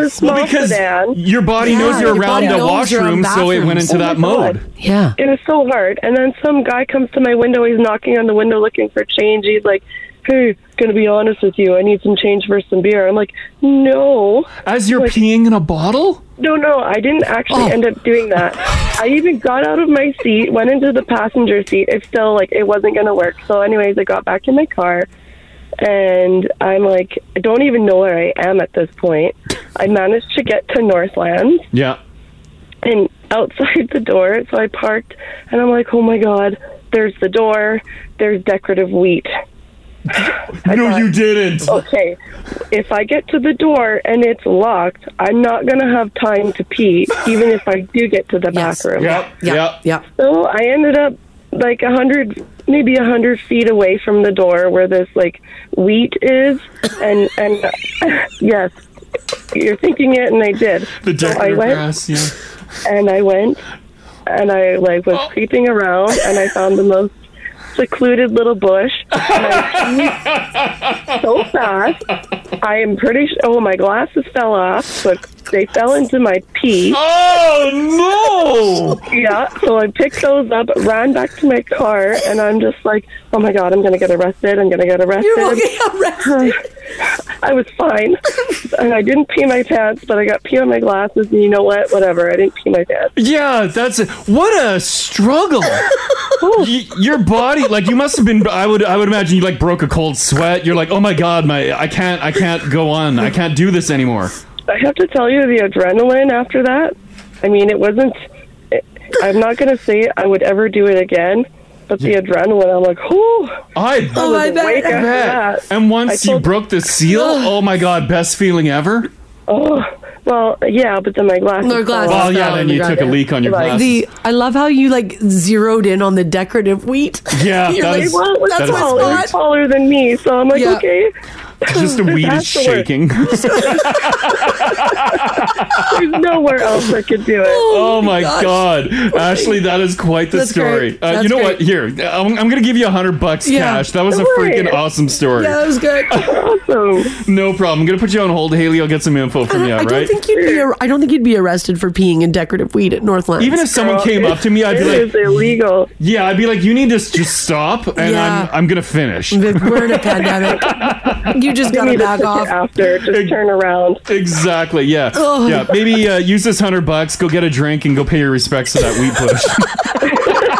S13: a small
S7: Well, because
S13: sedan.
S7: your body knows you're around the washroom, so it went into
S13: Oh
S7: that
S13: my God.
S7: mode.
S4: Yeah.
S13: It was so hard. And then some guy comes to my window. He's knocking on the window looking for change. He's like, hey, gonna be honest with you. I need some change for some beer. I'm like, no.
S7: As you're peeing in a bottle? Oh.
S13: No, no. I didn't actually end up doing that. I even got out of my seat, went into the passenger seat. It's still like, it wasn't gonna work. So, anyways, I got back in my car. And I'm like, I don't even know where I am at this point. I managed to get to Northlands
S7: Yeah.
S13: and outside the door. So I parked and I'm like, oh my God, there's the door, there's decorative wheat.
S7: no, you didn't.
S13: Okay, if I get to the door and it's locked, I'm not going to have time to pee, even if I do get to the bathroom.
S7: Yep.
S4: Yep.
S13: So I ended up like a hundred, maybe a hundred feet away from the door where this like wheat is, and and yes, you're thinking it, and I did.
S7: The
S13: So I
S7: decorative
S13: went,
S7: grass, yeah. Oh.
S13: and I went, and I like was creeping around, and I found the most secluded little bush, and I peed so fast. I am pretty sure. Oh, my glasses fell off, but they fell into my pee.
S7: Oh
S13: no! Yeah, so I picked those up, ran back to my car, and I'm just like, oh my god, I'm gonna get arrested. I'm gonna get arrested.
S4: You're arrested.
S13: I was fine, and I didn't pee my pants, but I got pee on my glasses. And you know what? Whatever. I didn't pee my pants.
S7: Yeah, that's a, what a struggle. Y- your body, like you must have been. I would, I would imagine you like broke a cold sweat. You're like, oh my god, my, I can't, I can't go on. I can't do this anymore.
S13: I have to tell you, the adrenaline after that. I mean, it wasn't. It, I'm not gonna say I would ever do it again, but the adrenaline. I'm like, whoo.
S7: I,
S13: Oh, I bet.
S7: I bet. And once you broke the seal, oh my god, best feeling ever.
S13: Oh, well, yeah, but then my glasses.
S4: Their glasses
S7: Well, yeah,
S4: fell
S7: then
S4: on the
S7: you
S4: ground.
S7: took a leak on your Like- glasses.
S4: The I love how you like zeroed in on the decorative wheat.
S7: Yeah,
S4: You're
S7: that
S4: like,
S7: is-
S4: "Well,
S7: that
S4: that's
S7: is
S4: my
S7: great.
S4: spot.
S13: taller than me, so I'm like,
S4: Yeah.
S13: okay.
S7: Just a
S13: It
S7: weed
S13: has
S7: is
S13: to work.
S7: shaking.
S13: There's nowhere else I could do it.
S7: Oh, my god, Ashley, that is quite the
S13: That's
S7: story.
S13: great.
S7: Uh, you
S13: That's
S7: know
S13: great.
S7: what? Here, I'm, I'm gonna give you a hundred bucks
S13: Yeah.
S7: cash. That was a
S13: No worries.
S7: freaking awesome story.
S4: Yeah, that was good.
S7: awesome. No problem. I'm gonna put you on hold, Haley. I'll get some info from you.
S4: I
S7: all
S4: don't
S7: right?
S4: think you'd be. ar- I don't think you'd be arrested for peeing in decorative weed at Northland.
S7: Even if someone came up to me, I'd be like, illegal." Yeah, I'd be like, "You need to s- just stop, and
S4: Yeah.
S7: I'm I'm gonna finish."
S4: We're in a pandemic. You just
S13: You
S4: gotta
S13: need to
S4: back
S13: take it
S4: off.
S13: after. Just turn around.
S7: Exactly. Yeah.
S4: Ugh.
S7: Yeah. Maybe uh, use this hundred bucks, go get a drink, and go pay your respects to that wheat push.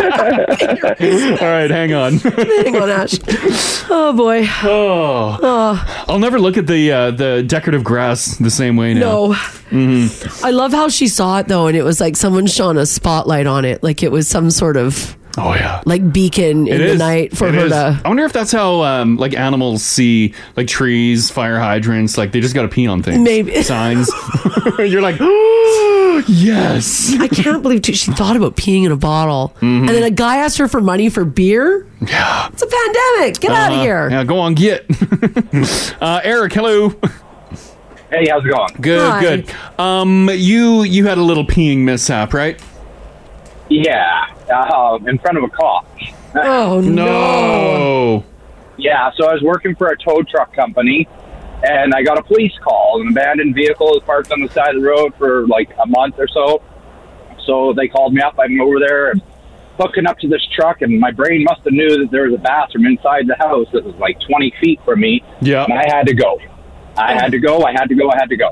S7: All right, hang on.
S4: Hang on, Ash. Oh boy.
S7: Oh.
S4: Oh.
S7: I'll never look at the uh, the decorative grass the same way now.
S4: No.
S7: Mhm.
S4: I love how she saw it though, and it was like someone shone a spotlight on it, like it was some sort of
S7: oh yeah,
S4: like beacon in
S7: It
S4: the
S7: is.
S4: night for
S7: It
S4: her
S7: is.
S4: to.
S7: I wonder if that's how um, like animals see like trees, fire hydrants. Like they just got to pee on things.
S4: Maybe.
S7: signs. You're like, "Oh, yes. Mm-hmm.
S4: I can't believe too, she thought about peeing in a bottle, and then a guy asked her for money for beer.
S7: Yeah,
S4: it's a pandemic. Get out of
S7: Uh,
S4: here.
S7: Yeah, go on, get. uh, Eric, hello.
S25: Hey, how's it going?
S7: Good,
S25: Hi.
S7: good. Um, you you had a little peeing mishap, right?
S25: Yeah, um, in front of a cop.
S4: Oh
S7: no.
S25: Yeah, so I was working for a tow truck company, and I got a police call. An abandoned vehicle was parked on the side of the road for like a month or so. So they called me up. I'm over there and hooking up to this truck, and my brain must have knew that there was a bathroom inside the house that was like 20 feet from me.
S7: Yeah.
S25: And I had to go. I had to go. I had to go. I had to go.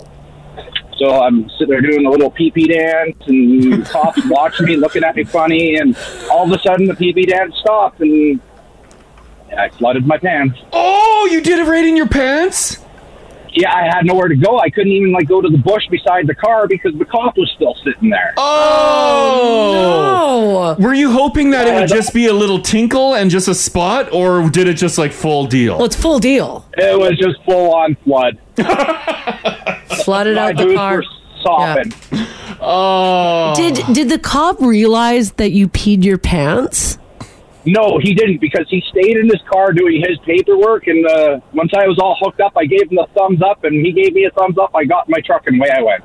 S25: So I'm sitting there doing a little pee pee dance, and cops watching me, looking at me funny, and all of a sudden the pee pee dance stopped, and I flooded my pants.
S7: Oh, you did it right in your pants?
S25: Yeah, I had nowhere to go. I couldn't even like go to the bush beside the car because the cop was still sitting there.
S7: Oh, Were you hoping that it would just be a little tinkle and just a spot, or did it just like full deal?
S4: Well, it's full deal.
S25: It was just full on flood.
S4: Flooded
S25: My
S4: out the
S25: boots
S4: car.
S25: were sopping.
S7: Oh.
S4: Did did the cop realize that you peed your pants?
S25: No, he didn't because he stayed in his car doing his paperwork. And uh, once I was all hooked up, I gave him the thumbs up, and he gave me a thumbs up. I got in my truck and away I went.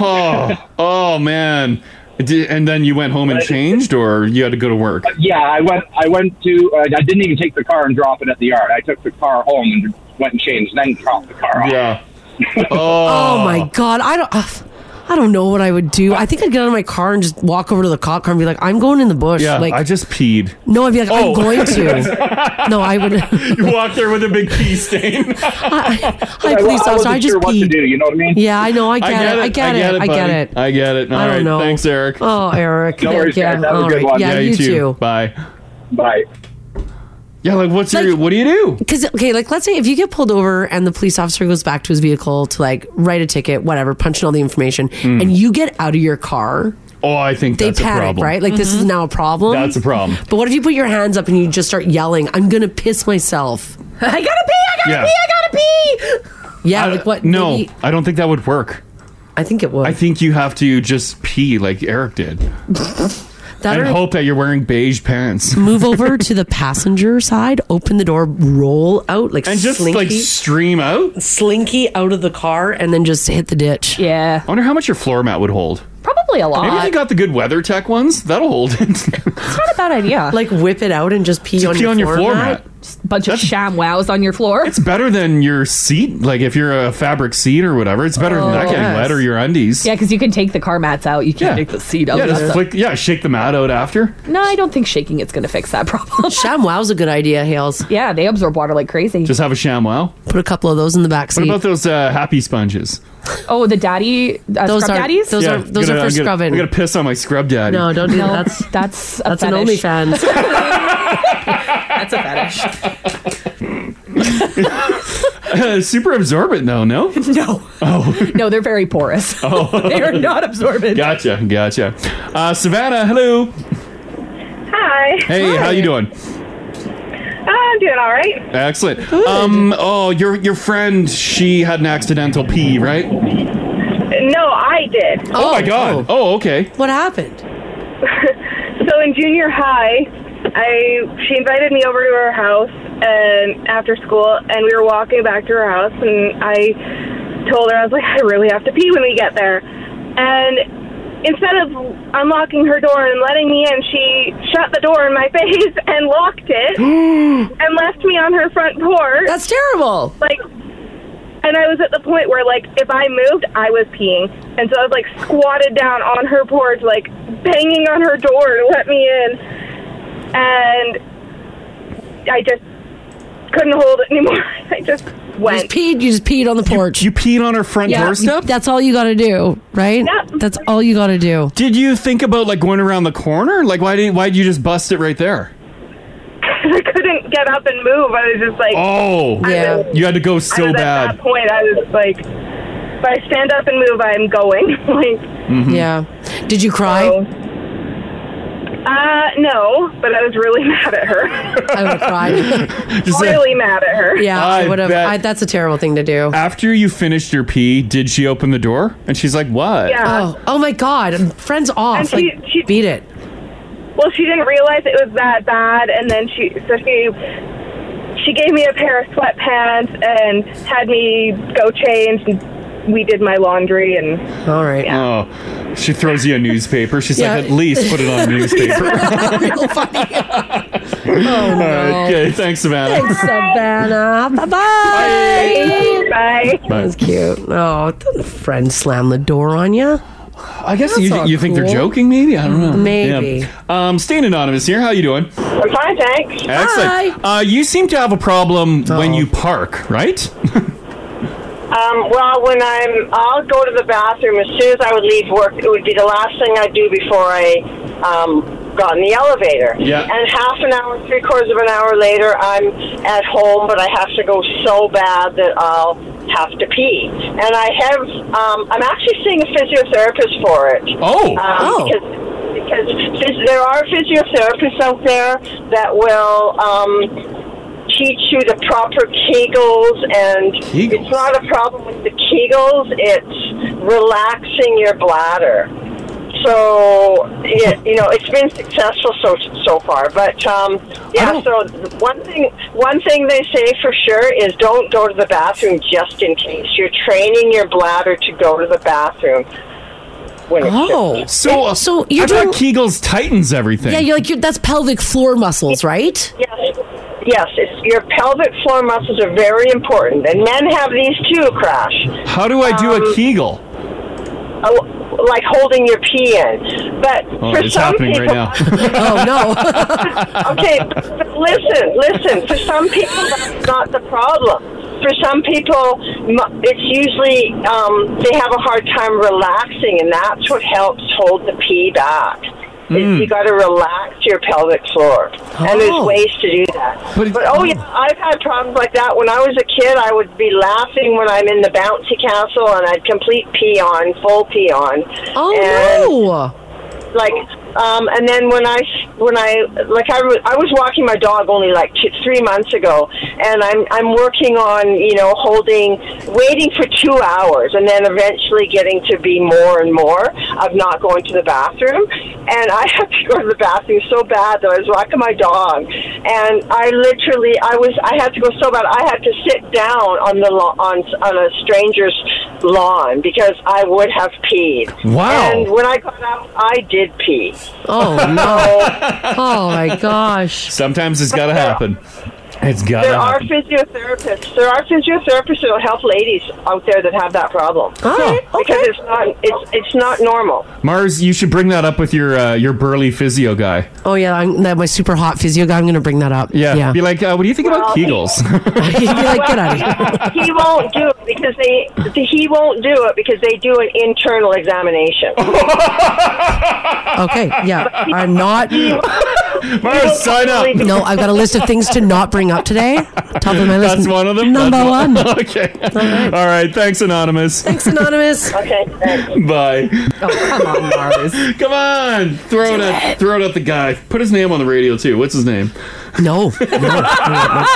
S7: Oh, oh man. Did, and then you went home and changed, or you had to go to work?
S25: Yeah, I went. I went to. Uh, I didn't even take the car and drop it at the yard. I took the car home and went and changed, then dropped the car off.
S7: Yeah.
S4: Oh, my god, I don't. ugh, I don't know what I would do. I think I'd get out of my car and just walk over to the cop car and be like, "I'm going in the bush."
S7: Yeah,
S4: like,
S7: I just peed.
S4: no, I'd be like,
S7: Oh.
S4: "I'm going to." no, I would.
S7: You walked there with a big pee stain.
S4: Hi, police officer. I just peed.
S25: you know what I mean?
S4: Yeah, I know. Oh, I get, it. I get, it. I get
S7: buddy.
S4: it.
S7: I get it. All
S4: I don't
S7: right,
S4: know.
S7: Thanks, Eric.
S4: Oh, Eric.
S7: No
S4: thank
S7: worries,
S4: you.
S7: guys. Have a
S4: All
S7: good
S4: right.
S7: one.
S4: Yeah,
S7: Yeah,
S4: you
S7: you too.
S4: too.
S7: Bye.
S25: Bye.
S7: Yeah, like what's your what do you do?
S4: Because okay, like let's say if you get pulled over and the police officer goes back to his vehicle to like write a ticket, whatever, punch in all the information,
S7: Mm.
S4: and you get out of your car,
S7: Oh, I think
S4: they
S7: that's a
S4: panic,
S7: problem.
S4: right? Like this is now a problem.
S7: That's a problem.
S4: But what if you put your hands up and you just start yelling, "I'm gonna piss myself." I gotta pee. I
S7: gotta Yeah. pee,
S4: I gotta pee. Yeah, like what?
S7: No,
S4: maybe-
S7: I don't think that would work.
S4: I think it would.
S7: I think you have to just pee like Eric did,
S4: that
S7: and
S4: or-
S7: hope that you're wearing beige pants.
S4: move over to the passenger side, open the door, roll out like
S7: And just,
S4: slinky,
S7: like, stream out,
S4: slinky out of the car, and then just hit the ditch.
S6: Yeah,
S7: I wonder how much your floor mat would hold.
S6: probably a lot.
S7: Maybe if you got the good weather tech ones, that'll hold.
S6: It's not a bad idea.
S4: Like whip it out and just pee
S7: Just on pee your on your floor floor mat. mat.
S6: Just a bunch of sham wows on your floor.
S7: it's better than your seat. Like if you're a fabric seat or whatever, it's better than that
S6: Oh,
S7: getting
S6: yes.
S7: wet or your undies.
S6: Yeah, because you can take the car mats out. You can't
S7: Yeah.
S6: take the seat out.
S7: Yeah,
S6: That's the-
S7: just flick, yeah, shake the mat out after.
S6: No, I don't think shaking it's going to fix that problem.
S4: ShamWow's a good idea, Hales.
S6: Yeah, they absorb water like crazy.
S7: Just have a ShamWow.
S4: Put a couple of those in the back
S7: What about those uh, happy sponges?
S6: oh, the daddy, uh,
S4: Those
S6: scrub
S4: are-
S6: daddies.
S4: those are- those are for
S7: gonna- I'm gonna-
S4: scrubbing.
S7: I'm gonna piss on my scrub daddy.
S4: No, don't do
S6: No,
S4: that. That's
S6: that's a
S4: that's an
S6: fetish.
S4: OnlyFans.
S6: That's a fetish.
S7: Uh, super absorbent though. No.
S6: No.
S7: Oh.
S6: No, they're very porous.
S7: Oh.
S6: they are not absorbent.
S7: Gotcha. Gotcha. Uh, Savannah, hello.
S23: Hi.
S7: Hey, how you doing?
S23: I'm doing all right.
S7: Excellent. Um. Oh, your your friend. She had an accidental pee, right? Oh,
S23: No, I did.
S7: my God. Oh, okay.
S4: What happened?
S23: so in junior high, I she invited me over to her house, and after school, and we were walking back to her house, and I told her I was like, I really have to pee when we get there, and instead of unlocking her door and letting me in, she shut the door in my face and locked it and left me on her front porch.
S4: That's terrible.
S23: Like. And I was at the point where, like, if I moved, I was peeing. And so I was, like, squatted down on her porch, like, banging on her door to let me in. And I just couldn't hold it anymore. I just went.
S4: Just peed. You just peed on the porch. You,
S7: peed on her front
S4: yeah,
S7: doorstep?
S4: That's all you got to do, right? That's all you got to do.
S7: Did you think about like going around the corner? Like why didn't why did you just bust it right there?
S23: I couldn't get up and move. I was just like,
S7: Oh.
S23: I was-
S7: You had to go
S23: I
S7: so
S23: was At
S7: bad.
S23: that point, I was like, if I stand up and move, I'm going. like,
S7: Mm-hmm.
S4: Yeah. Did you cry?
S23: uh, no, but I was really mad at her.
S4: I would
S23: cried.
S4: Just, uh,
S23: really mad at her.
S4: Yeah, I, would have.
S7: bet.
S4: I, that's a terrible thing to do.
S7: After you finished your pee, did she open the door? And she's like, "What?"
S4: Oh, oh my God. Friends off.
S23: And she-
S4: like, beat it.
S23: Well, she didn't realize it was that bad, and then she so she she gave me a pair of sweatpants and had me go change. And we did my laundry, and
S4: All right.
S7: Oh. She throws you a newspaper. She's
S23: Yeah.
S7: like, "At least put it on a newspaper." All right. Okay, thanks Savannah.
S4: Oh, Thanks, Savannah. Bye-bye. Bye.
S23: Bye.
S7: Bye.
S4: That was cute. Oh, don't a friend slam the door on you.
S7: I guess you, you think they're joking maybe? I don't know.
S4: Maybe.
S7: Yeah. Um staying anonymous here. How you doing?
S23: I'm fine, thanks.
S7: Excellent. Uh, you seem to have a problem when you park, right?
S3: Um, well, when I'm, I'll go to the bathroom as soon as I would leave work. It would be the last thing I'd do before I um, got in the elevator.
S26: Yeah.
S3: And half an hour, three quarters of an hour later, I'm at home, but I have to go so bad that I'll have to pee. And I have, um, I'm actually seeing a physiotherapist for it.
S7: Oh.
S3: Um, Because because phys- there are physiotherapists out there that will um, teach you the proper Kegels, and it's not a problem with the Kegels. It's relaxing your bladder. So it, you know it's been successful so so far. But um, yeah, so one thing one thing they say for sure is don't go to the bathroom just in case. You're training your bladder to go to the bathroom. When it's
S4: Oh.
S7: So,
S4: so you're
S7: I
S4: doing.
S7: thought Kegels tightens everything.
S4: Yeah, you're like, you're, that's pelvic floor muscles, right?
S3: Yes, yes. It's, your pelvic floor muscles are very important, and men have these too. Crash.
S7: How do I do a
S3: Um,
S7: Kegel?
S3: uh, like holding your pee in, but
S7: Oh,
S3: for
S7: it's
S3: some
S7: happening
S3: people,
S7: right now.
S4: oh no.
S3: okay, but listen, listen. For some people, that's not the problem. For some people, m- it's usually um, they have a hard time relaxing, and that's what helps hold the pee back. is
S7: Hmm.
S12: Mm.
S3: You got to relax your pelvic floor, and there's
S12: Oh.
S3: ways to do that. But, oh yeah, I've had problems like that. When I was a kid, I would be laughing when I'm in the bouncy castle, and I'd complete pee on, full pee on.
S4: Oh
S3: and
S4: no.
S3: like um and then when i when i like i, wa- I was walking my dog only like two, three months ago and i'm i'm working on you know holding waiting for two hours and then eventually getting to be more and more of not going to the bathroom and i had to go to the bathroom so bad that i was walking my dog and i literally i was i had to go so bad i had to sit down on the lawn on, on a stranger's lawn because i would have peed
S4: Wow.
S3: and when I got out, I did pee.
S4: Oh no. oh my gosh.
S7: Sometimes it's got to happen. It's got to
S3: There are
S7: happen.
S3: physiotherapists. There are physiotherapists that will help ladies out there that have that problem.
S7: Oh,
S3: Because it's not it's it's not normal.
S7: Mars, you should bring that up with your uh, your burly physio guy.
S4: Oh yeah, I'm, that my super hot physio guy. I'm gonna bring that up.
S7: Yeah. Be like, uh, what do you think
S3: Well,
S7: about Kegels?
S4: He'd be like, get out of here.
S3: he won't do it because they he won't do it because they do an internal examination.
S4: Okay, yeah, I'm not.
S7: Mars, sign up.
S4: No, I've got a list of things to not bring up today. Top of my list.
S7: That's one of them.
S4: Number
S7: That's
S4: one.
S7: okay. All right. Thanks, anonymous.
S4: Thanks, anonymous.
S3: Okay.
S7: Bye.
S4: Oh, come on, Mars.
S7: come on. Throw it, at, throw it at the guy. Put his name on the radio too. What's his name?
S4: No,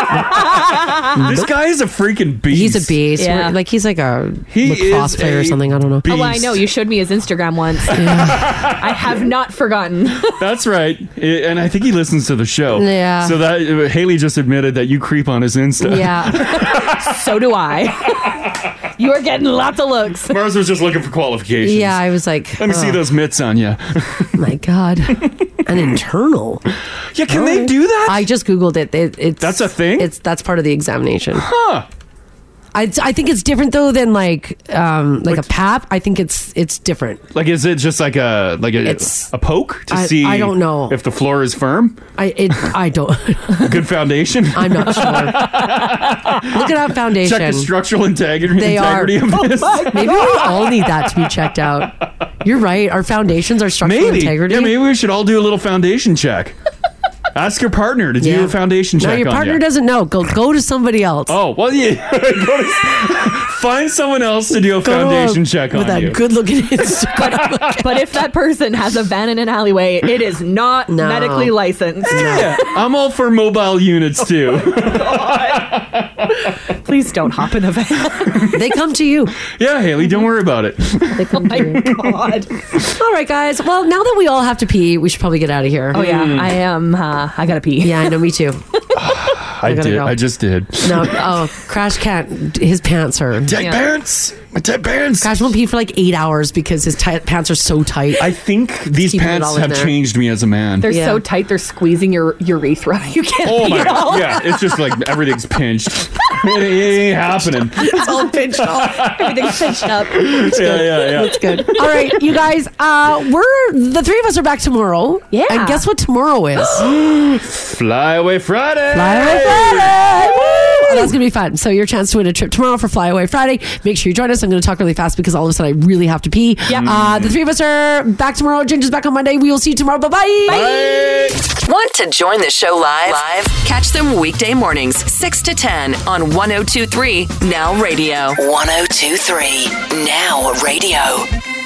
S7: this guy is a freaking beast.
S4: He's a beast.
S6: Yeah.
S4: We're- Like he's like a
S7: He
S4: lacrosse
S7: is
S4: player or
S7: a
S4: something. I don't know.
S6: Oh, I know. You showed me his Instagram once. I have not forgotten.
S7: That's right. I- and I think he listens to the show.
S6: Yeah.
S7: So that uh, Haley just admitted that you creep on his Insta.
S6: Yeah. so do I. you are getting lots of looks.
S7: Mars was just looking for qualifications.
S4: Yeah, I was like,
S7: Let me see
S4: oh.
S7: those mitts on you.
S4: My God, an internal.
S7: Yeah, can they do that?
S4: I just googled it. It- it's that's a
S7: thing.
S4: It's that's part of the examination.
S7: Huh.
S4: I, I think it's different though than like um like a pap. I think it's it's different.
S7: Like, is it just like a like a
S4: It's-
S7: a poke to
S4: I-
S7: see?
S4: I don't know.
S7: if the floor is firm.
S4: I it I don't.
S7: Good foundation.
S4: I'm not sure. Look at our foundation.
S7: Check the structural integrity.
S4: They are. Oh
S7: integrity of this.
S4: Maybe we all need that to be checked out. You're right. Our foundations are structural
S7: Maybe.
S4: integrity.
S7: Yeah, maybe we should all do a little foundation check. Ask your partner to do a foundation
S4: No,
S7: check.
S4: your
S7: on
S4: partner
S7: ya.
S4: doesn't know. Go go to somebody else.
S7: Oh well, yeah. Go to- find someone else to do a
S4: Go to a-
S7: foundation check
S4: with
S7: on
S4: that
S7: you.
S4: good-looking
S6: But, but if that person has a van in an alleyway, it is not
S7: No.
S6: medically licensed.
S7: Yeah, I'm all for mobile
S4: Oh
S7: units too.
S6: Please don't hop in a van.
S4: they come to you.
S7: Yeah, Haley, don't worry about it.
S6: oh my god.
S4: all right, guys. Well, now that we all have to pee, we should probably get out of here.
S6: Oh yeah,
S7: Hmm.
S6: I am. Uh, I gotta pee.
S4: Yeah, I know. Me too.
S7: I,
S4: gotta
S7: did.
S4: go.
S7: I just did.
S4: No. Oh, Crash can't. His pants are
S7: Tight Yeah. pants. My tight pants.
S4: Crash won't pee for like eight hours because his tight pants are so tight.
S7: I think These pants have changed me as a man.
S6: They're so tight. They're squeezing your urethra. You can't
S7: Oh
S6: pee
S7: my
S6: at all.
S7: god! Yeah, it's just like everything's pinched. it ain't happening.
S4: It's all pinched off.
S6: Everything's pinched up.
S7: yeah, yeah, yeah. That's
S4: good. All right, you guys. Uh, we're the three of us are back tomorrow. Yeah. And guess what tomorrow is? Oh,
S7: Fly away Friday.
S4: Fly Away Friday. Woo! That's gonna be fun. So your chance to win a trip tomorrow for Fly Away Friday. Make sure you join us. I'm gonna talk really fast because all of a sudden I really have to pee.
S2: Yep.
S4: Uh, the three of us are back tomorrow. Ginger's back on Monday. We will see you tomorrow. Bye-bye.
S2: Want to join the show live? Live? Catch them weekday mornings, 6 to 10 on 1023 Now Radio. 1023 Now Radio.